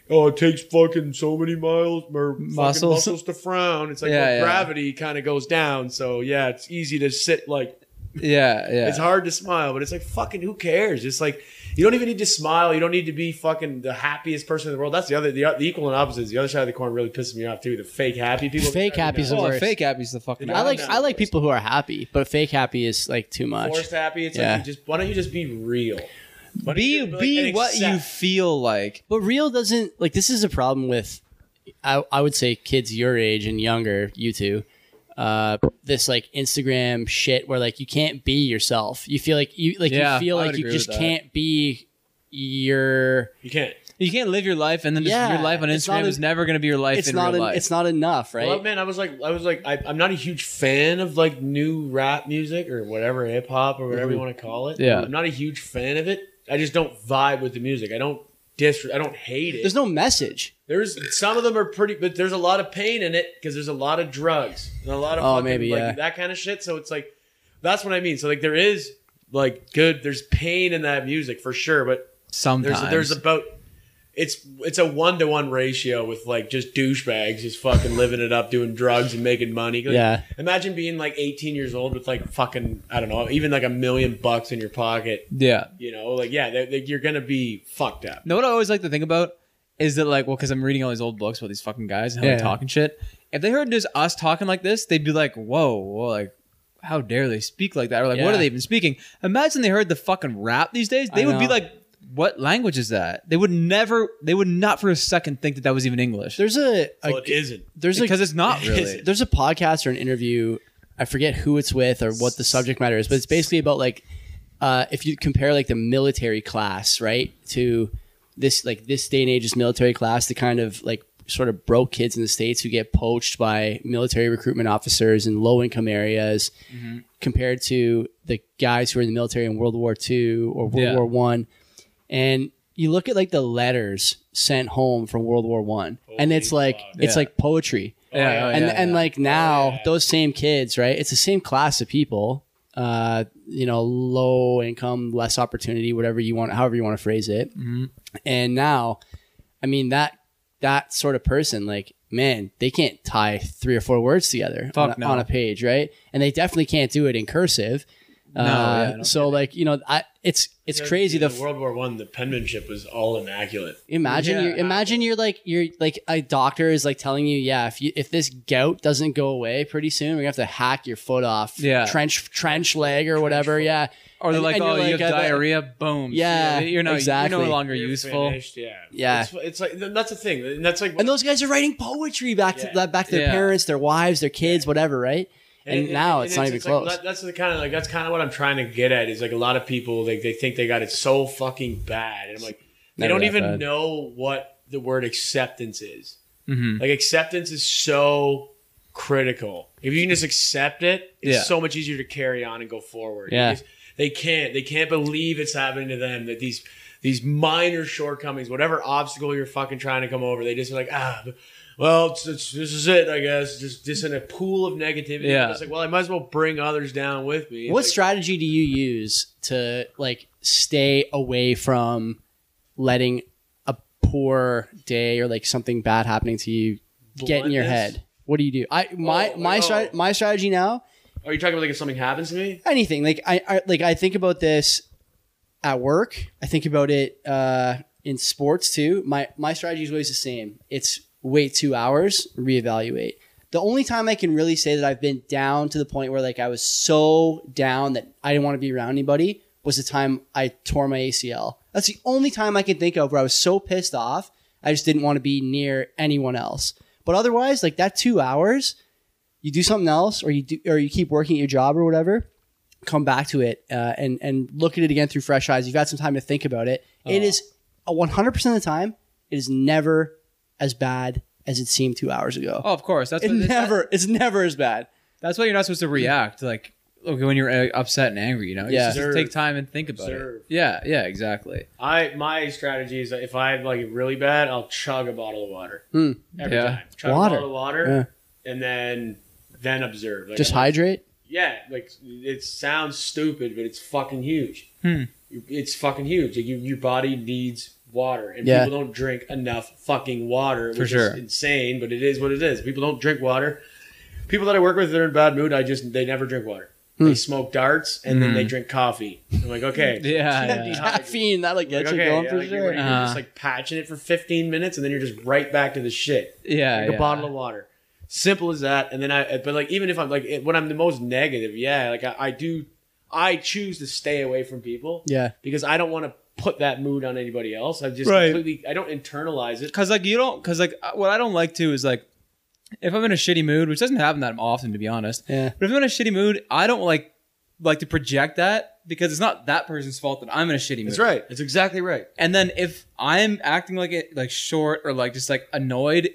oh, it takes fucking so many miles or fucking Muscles. muscles to frown. It's like Yeah, well, yeah. gravity kind of goes down. So yeah, it's easy to sit like Yeah, yeah. it's hard to smile, but it's like fucking who cares? It's like you don't even need to smile. You don't need to be fucking the happiest person in the world. That's the other the, the equal and opposite. is The other side of the coin really pisses me off too. The fake happy people. Oh, Fake happy is the Well, worst. fake Abby's the fucking. I like No, I like no. people who are happy, but fake happy is like too much. forced happy. It's Yeah. like you just why don't you just be real? Why don't be you just be like, what you accept? feel like. But real doesn't like this is a problem with I, I would say kids your age and younger, you two. Uh, this like Instagram shit where like you can't be yourself. You feel like you like Yeah, you feel I would like you agree with just that. can't be your you can't. You can't live your life, and then just Yeah, your life on it's not Instagram a- is never going to be your life it's in not real en- life. it's not enough, right? Well, man, I was like, I was like, I, I'm not a huge fan of like new rap music or whatever, hip hop or Mm-hmm. whatever you want to call it. Yeah. I'm not a huge fan of it. I just don't vibe with the music. I don't dis. I don't hate it. There's no message. There's some of them are pretty, but there's a lot of pain in it because there's a lot of drugs and a lot of Oh, fucking, maybe, like yeah. that kind of shit. So it's like that's what I mean. So like there is like good. There's pain in that music for sure, but Sometimes there's there's about it's it's a one to one ratio with like just douchebags just fucking living it up, doing drugs and making money. Like, Yeah. Imagine being like 18 years old with like fucking I don't know, even like a million bucks in your pocket. yeah. You know, like yeah, they, they, you're gonna be fucked up. know what I always like to think about is that like, well, because I'm reading all these old books about these fucking guys and how Yeah. they talk and shit. If they heard just us talking like this, they'd be like, "Whoa, whoa like, how dare they speak like that?" Or like, "What Yeah. are they even speaking?" Imagine they heard the fucking rap these days. They I would be know. like, "What language is that?" They would never. They would not for a second think that that was even English. There's a, a- Well, it isn't. there's a because it's <laughs> not really. there's a podcast or an interview i forget who it's with or what the subject matter is but it's basically about like uh, if you compare like the military class right to this like this day and age's military class the kind of like sort of broke kids in the states who get poached by military recruitment officers in low income areas Mm-hmm. compared to the guys who were in the military in world war ii or world Yeah. war one and you look at like the letters sent home from world war one and Holy it's like fuck. it's Yeah. like poetry yeah, oh, and yeah, and yeah. like now yeah. those same kids right it's the same class of people uh you know low income less opportunity whatever you want however you want to phrase it Mm-hmm. and now i mean that that sort of person like man they can't tie three or four words together on Fuck a, no. on a page right and they definitely can't do it in cursive yeah, I uh, don't so like you know i it's it's Yeah, crazy the in World War One, the penmanship was all immaculate. Imagine Yeah. you're imagine you're like you're like a doctor is like telling you, yeah, if you if this gout doesn't go away pretty soon, we're gonna have to hack your foot off. Yeah. Trench trench leg or whatever. Yeah. or they're and- like, and "Oh, you're you like, have uh, the- diarrhea." Boom. Yeah, you're no exactly. you're no longer You're <laughs> useful. finished, yeah, Yeah. It's, it's like that's the thing, and that's like And those guys are writing poetry back to Yeah. that back to their Yeah. parents, their wives, their kids, whatever, right? And, now it's, not even like, close. that- that's the kind of like that's kind of what I'm trying to get at. Is like a lot of people like they think they got it so fucking bad, and I'm like Never they don't that even bad. know what the word acceptance is. Mhm. Like acceptance is so critical. If you can just accept it, it's Yeah. so much easier to carry on and go forward. Yeah. Because They can't. They can't believe it's happening to them that these these minor shortcomings, whatever obstacle you're fucking trying to come over, they just are like ah. Well, it's, it's, this is it, I guess. Just just in a pool of negativity. Yeah. It's like, well, I might as well bring others down with me. what Like, strategy do you use to like stay away from letting a poor day or like something bad happening to you get in your Bluntness? head? What do you do? I my Oh, my oh. strat- my strategy now Are you talking about like if something happens to me? anything like I, I like i think about this at work i think about it uh in sports too my my strategy is always the same it's wait two hours reevaluate the only time i can really say that i've been down to the point where like i was so down that i didn't want to be around anybody was the time i tore my acl that's the only time i can think of where i was so pissed off i just didn't want to be near anyone else but otherwise like that two hours you do something else or you do or you keep working at your job or whatever come back to it uh, and and look at it again through fresh eyes you've had some time to think about it it is a 100% of the time it is never as bad as it seemed two hours ago Oh, of course. That's it what- that's- never it's never as bad That's why you're not supposed to react like okay, when you're uh, upset and angry. You know, Yeah. yeah. Just Observe. take time and think about Observe. it. Yeah, yeah, exactly. I my strategy is that if I have like it really bad, I'll chug a bottle of water Hmm. every Yeah. time. Chug Water. a bottle of water, and then then observe. Like, just I'm like, hydrate Yeah, like it sounds stupid, but it's fucking huge. Hmm. It's fucking huge. Like you, your body needs water, and Yeah. people don't drink enough fucking water. Which For sure. is insane, but it is what it is. People don't drink water. People that I work with, they're in a bad mood. I just they never drink water. Hmm. They smoke darts and then they drink coffee. I'm like, <laughs> okay, Hmm. <laughs> Yeah, yeah. Dehydrated. Caffeine, that'll get Like, you okay, going yeah, for like, sure. You're, you're Uh-huh. just like patching it for 15 minutes, and then you're just right back to the shit. yeah, Like a bottle of water, simple as that. And then I, but like even if I'm like it- when I'm the most negative, yeah, like I, I do, I choose to stay away from people yeah. because I don't want to put that mood on anybody else. I just Right. completely, I don't internalize it. because like you don't because like uh, what i don't like too is like if i'm in a shitty mood which doesn't happen that often to be honest Yeah. but if i'm in a shitty mood i don't like like to project that because it's not that person's fault that i'm in a shitty mood That's right. It's exactly right. and then if i'm acting like it like short or like just like annoyed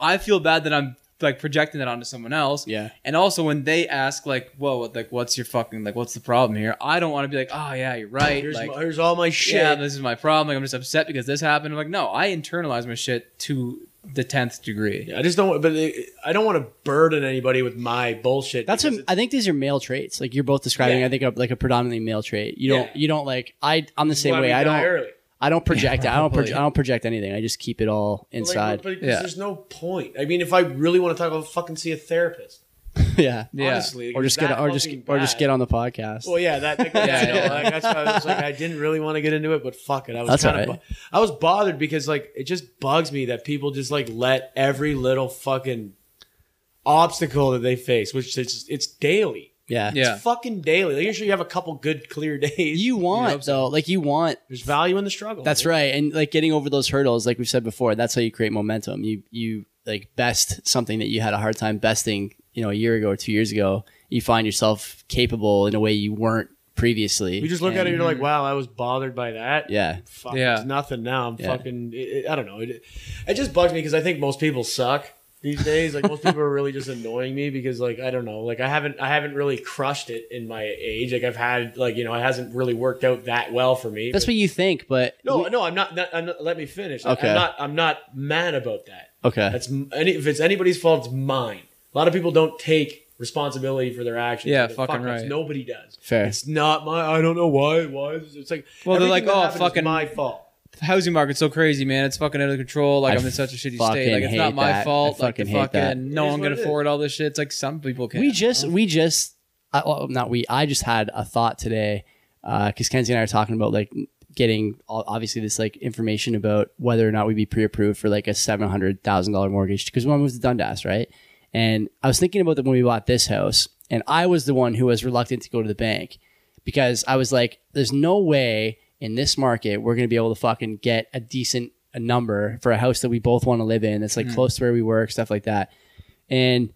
i feel bad that i'm like projecting that onto someone else Yeah. and also when they ask like whoa what- like what's your fucking like what's the problem here i don't want to be like oh yeah you're right Here's, like my- here's all my shit. yeah, this is my problem. Like, I'm just upset because this happened. I'm like, no, I internalize my shit to the tenth degree. I just don't. want But it, I don't want to burden anybody with my bullshit. That's because a, I think these are male traits. Like you're both describing, Yeah. I think a, like a predominantly male trait. You don't Yeah. you don't like I I'm the it's same why we way. I die don't Early. I don't project. I <laughs> don't probably. project. I don't project anything. I just keep it all Like, inside. but Yeah. there's no point. I mean, if I really want to talk, I'll fucking see a therapist. <laughs> yeah. Yeah. Honestly, like, Or it's just get that or just fucking or just bad. get on the podcast. Well, yeah, <laughs> that, like, that's, Yeah, you know, yeah. like, that's why I was like, I didn't really want to get into it, but fuck it, I was That's kind of, alright. I was bothered because like it just bugs me that people just like let every little fucking obstacle that they face, which is it's daily, yeah. Yeah. it's fucking daily. Like, usually you have a couple good clear <laughs> days. You want hope though, like you want. There's value in the struggle. That's right, and like getting over those hurdles, like we said before, that's how you create momentum. You you like best something that you had a hard time besting, you know, a year ago or two years ago. You find yourself capable in a way you weren't previously. You just look at it, And- you're like, wow, I was bothered by that. yeah, fuck, Yeah. it's nothing now. I'm Yeah. fucking. It, it, I don't know. It, it just bugs me because I think most people suck these days. Like most people are really just annoying me because like I don't know. Like I haven't I haven't really crushed it in my age. Like I've had like you know it hasn't really worked out that well for me. that's what you think, but no, no, I'm not, not, I'm not. Let me finish. Okay. I'm not. I'm not mad about that. okay, That's m- any. If it's anybody's fault, it's mine. A lot of people don't take responsibility for their actions. Yeah, for their fucking fuck-ups. right. Nobody does. fair. It's not my. I don't know why. Why? is it- It's like. Well, they're everything like, that "Oh, happened is fucking- my fault. The housing market's so crazy, man. It's fucking out of control. Like I I am in such a shitty fucking state. Like it's not hate my that. fault. I like the fucking hate that. fucking no It is one what can it is. afford all this shit. It's like some people can. We just, we just, I, well, not we. I just had a thought today because Kenzie and I are talking about like getting all- obviously this like information about whether or not we'd be pre-approved for like a seven hundred thousand dollar mortgage because we want to move to Dundas, right? And I was thinking about that when we bought this house, and I was the one who was reluctant to go to the bank because I was like, there's no way in this market we're going to be able to fucking get a decent a number for a house that we both want to live in that's like close to where we work, stuff like that. And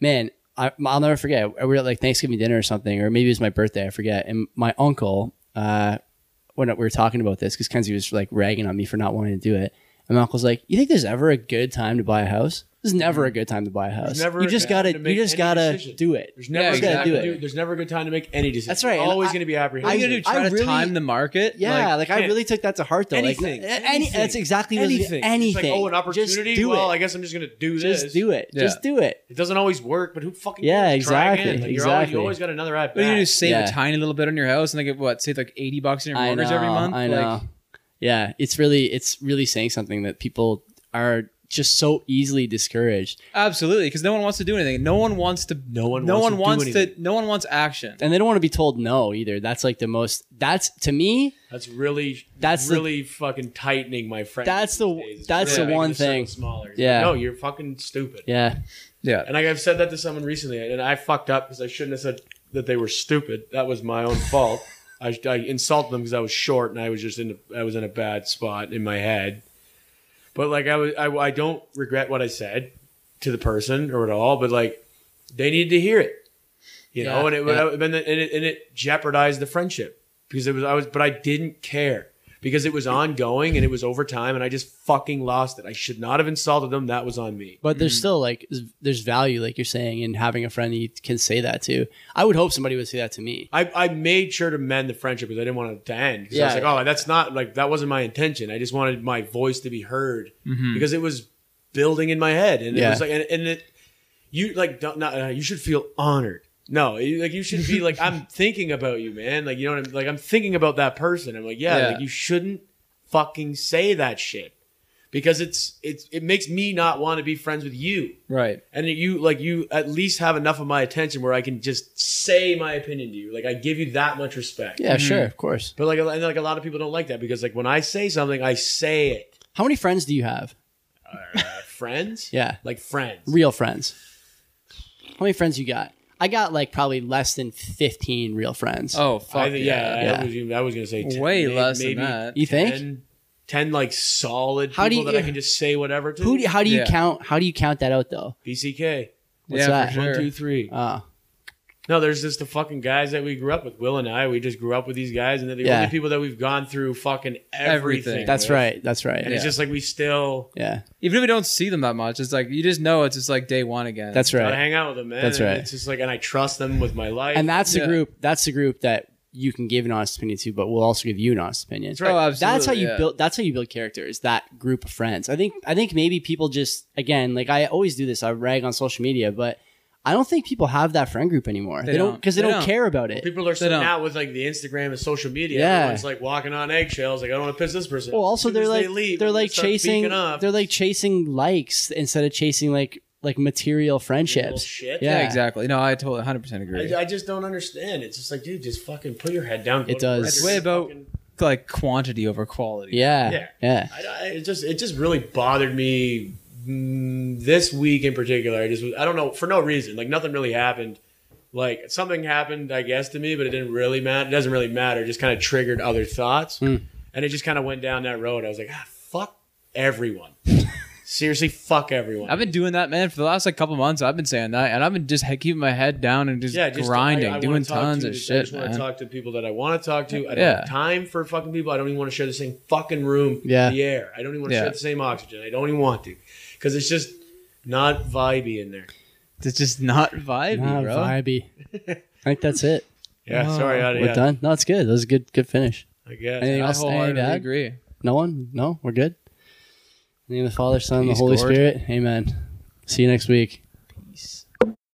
man, I, I'll never forget. We were at like Thanksgiving dinner or something, or maybe it was my birthday. I forget. And my uncle, uh, when we were talking about this, because Kenzie was like ragging on me for not wanting to do it, and my uncle's like, "You think there's ever a good time to buy a house? There's never a good time to buy a house. never you a just good time gotta, to you make just any gotta decision. do it. There's never Yeah, a good exactly. time to do, there's never a good time to make any decision. That's right, and Always I- going to be What are you apprehensive. gonna do? Try I to really- time the market? Yeah, Like, like, I really took that to heart though. Anything. like, any, that's exactly what it is. anything. It's Anything. like, oh, an opportunity. Just do well, it. I guess I'm just going to do this. just do it. Just do it. It doesn't always work, but who fucking Yeah, knows? Try again. exactly, Like, you're always- exactly. you always got another at what do you do? bat. Save Yeah. a tiny little bit on your house and like get what? Save like eighty bucks in your I mortgage know, every month. I Like, know. yeah, it's really it's really saying something that people are just so easily discouraged, absolutely, because no one wants to do anything. No one wants to. No one No wants one to do wants to. anything. No one wants action. and they don't want to be told no either. That's like the most. That's to me. That's really That's that's the- really fucking tightening my friend. That's the- that's the one thing. Smaller. It's Yeah. Like, no, you're fucking stupid. Yeah, Yeah. And like I've said that to someone recently, and I fucked up because I shouldn't have said that they were stupid. That was my own fault. I, I insulted them because I was short and I was just in a, I was in a bad spot in my head. But like I was I, I don't regret what I said to the person or at all. But like they needed to hear it, you Yeah, know. And it would yeah. and it, and it and it jeopardized the friendship because it was I was but I didn't care because it was ongoing and it was overtime and I just fucking lost it. I should not have insulted them. That was on me. but Mm. there's still like s- there's value, like you're saying, in having a friend that you can say that to. I would hope somebody would say that to me. I, I made sure to mend the friendship because I didn't want it to end. 'Cause I was Yeah. like, oh, that's not like that wasn't my intention. I just wanted my voice to be heard Mm-hmm. because it was building in my head, and Mm. Yeah. it was like, and, and it you like don't, not uh, you should feel honored. No, you, like you should be <laughs> like I'm thinking about you, man. Like you know what I'm like I'm thinking about that person. I'm like yeah, Yeah. like you shouldn't fucking say that shit because it's it's it makes me not want to be friends with you. Right. And you like you at least have enough of my attention where I can just say my opinion to you. Like I give you that much respect. Yeah, Mm-hmm. sure, of course. But like, and like a lot of people don't like that because like when I say something, I say it. How many friends do you have? <laughs> Uh, friends? Yeah. Like friends. Real friends. How many friends you got? I got like probably less than 15 real friends. Oh fuck I, think- yeah, yeah. yeah. I was, even- I was gonna say 10, Way may- less maybe than that. you think? 10, 10 like solid How do people you- that I can just say whatever to. Who do, how do you Yeah. count how do you count that out though? BCK. What's yeah, that? For sure. One, two, three. Uh, No, there's just the fucking guys that we grew up with. Will and I, we just grew up with these guys, and they're the Yeah. only people that we've gone through fucking everything. Everything. that's with. right. That's right. And it's Yeah. just like we still Even if we don't see them that much, it's like you just know it's just like day one again. That's gotta right. hang out with them, man. That's And right. It's just like, and I trust them with my life. And that's the Yeah. group that's the group that you can give an honest opinion to, but we'll also give you an honest opinion. right. Oh, absolutely. that's how you yeah. build that's how you build character is that group of friends i think i think maybe people just again like i always do this i rag on social media but i don't think people have that friend group anymore they, They don't don't. because they, They don't, don't. care about it people are sitting don't. out with like the Instagram and social media. Yeah. Everyone's like walking on eggshells. Like I don't want to piss this person. well off. also As soon they're as like they leave, they're they like start chasing beaking up. they're like chasing likes instead of chasing like like material Little friendships shit. Yeah. Yeah, exactly. No, I totally 100 percent agree. I, I just don't understand. It's just like, dude, just fucking put your head down. go It to does. work. It's You're way about- fucking- like quantity over quality. yeah yeah, Yeah. I, I, it just it just really bothered me mm, this week in particular. I just was- I don't know for no reason. Like nothing really happened. Like something happened, I guess, to me, but it didn't really matter. It doesn't really matter. It just kind of triggered other thoughts, Hmm. and it just kind of went down that road. I was like, ah, fuck everyone. <laughs> Seriously, fuck everyone. I've been doing that, man, for the last like couple months. I've been saying that, and I've been just he- keeping my head down and just, grinding, I- I wanna doing talk tons to, of I shit, just want man. to talk to people that I want to talk to. I don't Yeah. have time for fucking people. I don't even want to share the same fucking room. Yeah. The air. I don't even want to Yeah. share the same oxygen. I don't even want to, because it's just not vibey in there. It's just not vibey, Nah, <laughs> bro. vibey. i think that's it Yeah. Oh. sorry. I, we're yeah, done no it's good that was a good good finish I guess. Anything I else to add? wholeheartedly agree. No one? No? We're good? In the name of the Father, Son, and the Peace, Holy Lord. Spirit. Amen. See you next week. Peace.